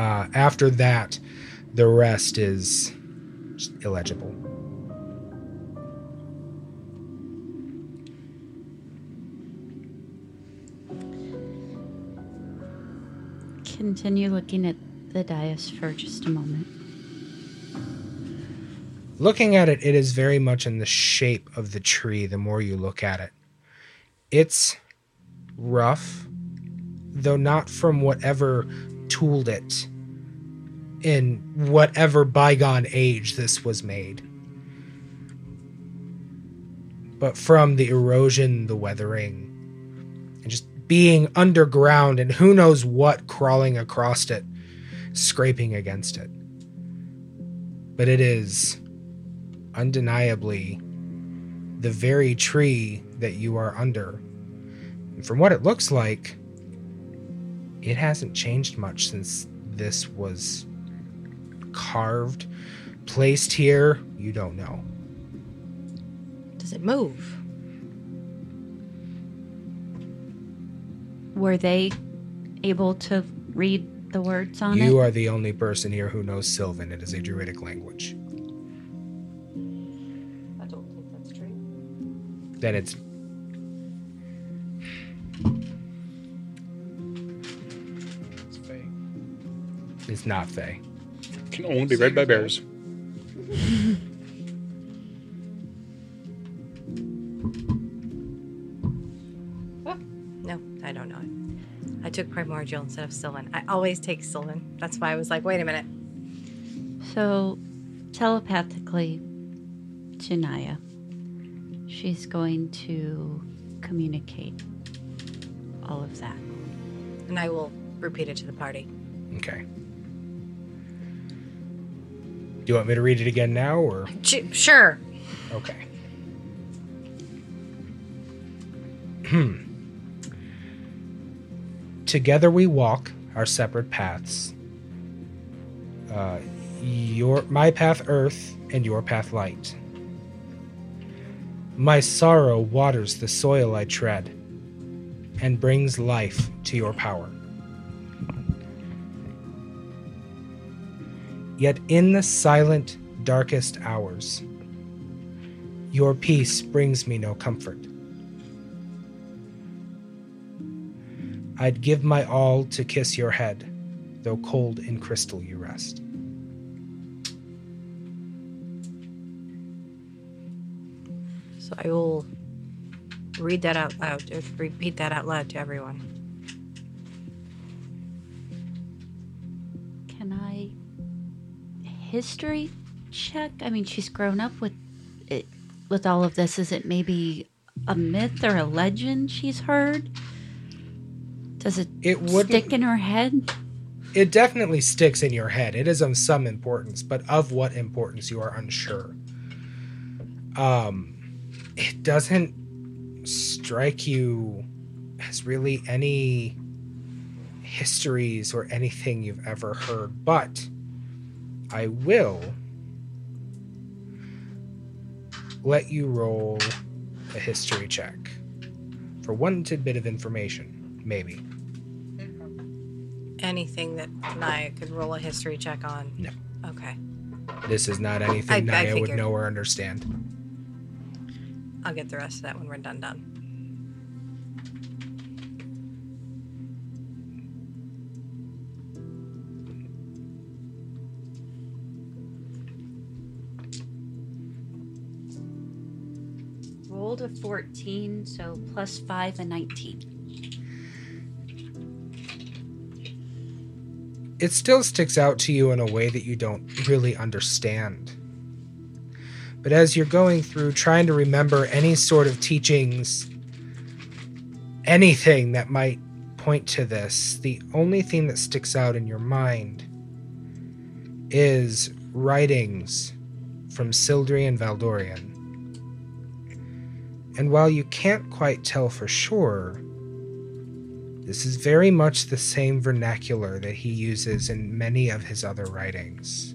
[SPEAKER 1] Uh, after that, the rest is just illegible.
[SPEAKER 5] Continue looking at the dais for just a moment.
[SPEAKER 1] Looking at it, it is very much in the shape of the tree the more you look at it. It's rough, though not from whatever tooled it in whatever bygone age this was made, but from the erosion, the weathering, and just being underground and who knows what crawling across it, scraping against it. But it is undeniably the very tree that you are under. And from what it looks like, it hasn't changed much since this was carved, placed here. You don't know.
[SPEAKER 3] Does it move?
[SPEAKER 5] Were they able to read the words on
[SPEAKER 1] You
[SPEAKER 5] it?
[SPEAKER 1] are the only person here who knows Sylvan. It is a druidic language.
[SPEAKER 8] I don't think that's true.
[SPEAKER 1] Then it's is not Fey.
[SPEAKER 6] Can only be read by bears.
[SPEAKER 3] No, I don't know it. I took primordial instead of Sylvan. I always take Sylvan. That's why I was like, wait a minute.
[SPEAKER 5] So, telepathically, to Naya, she's going to communicate all of that.
[SPEAKER 3] And I will repeat it to the party.
[SPEAKER 1] Okay. Do you want me to read it again now, or
[SPEAKER 3] Ch- sure.
[SPEAKER 1] okay? Hmm. Together we walk our separate paths. Uh, your my path earth and your path light. My sorrow waters the soil I tread and brings life to your power. Yet in the silent, darkest hours, your peace brings me no comfort. I'd give my all to kiss your head, though cold in crystal you rest.
[SPEAKER 3] So I will read that out loud, uh, repeat that out loud to everyone.
[SPEAKER 5] Can I history check? I mean, she's grown up with it, with all of this. Is it maybe a myth or a legend she's heard? Does it,
[SPEAKER 1] It wouldn't-
[SPEAKER 5] stick in her head?
[SPEAKER 1] It definitely sticks in your head. It is of some importance, but of what importance you are unsure. Um, it doesn't strike you as really any histories or anything you've ever heard, but I will let you roll a history check for one tidbit of information, maybe.
[SPEAKER 3] Anything that Naya could roll a history check on.
[SPEAKER 1] No.
[SPEAKER 3] Okay.
[SPEAKER 1] This is not anything
[SPEAKER 3] I- I
[SPEAKER 1] Naya would
[SPEAKER 3] figured.
[SPEAKER 1] know or understand.
[SPEAKER 3] I'll get the rest of that when we're done done.
[SPEAKER 5] Rolled a 14, so plus 5 and 19.
[SPEAKER 1] it still sticks out to you in a way that you don't really understand. But as you're going through trying to remember any sort of teachings, anything that might point to this, the only thing that sticks out in your mind is writings from Sildri and Valdorian. And while you can't quite tell for sure, this is very much the same vernacular that he uses in many of his other writings.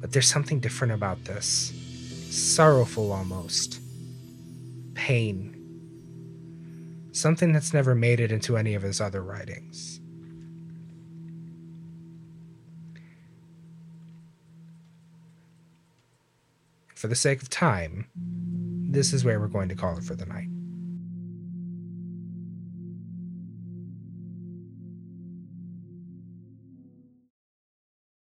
[SPEAKER 1] But there's something different about this sorrowful almost. Pain. Something that's never made it into any of his other writings. For the sake of time, this is where we're going to call it for the night.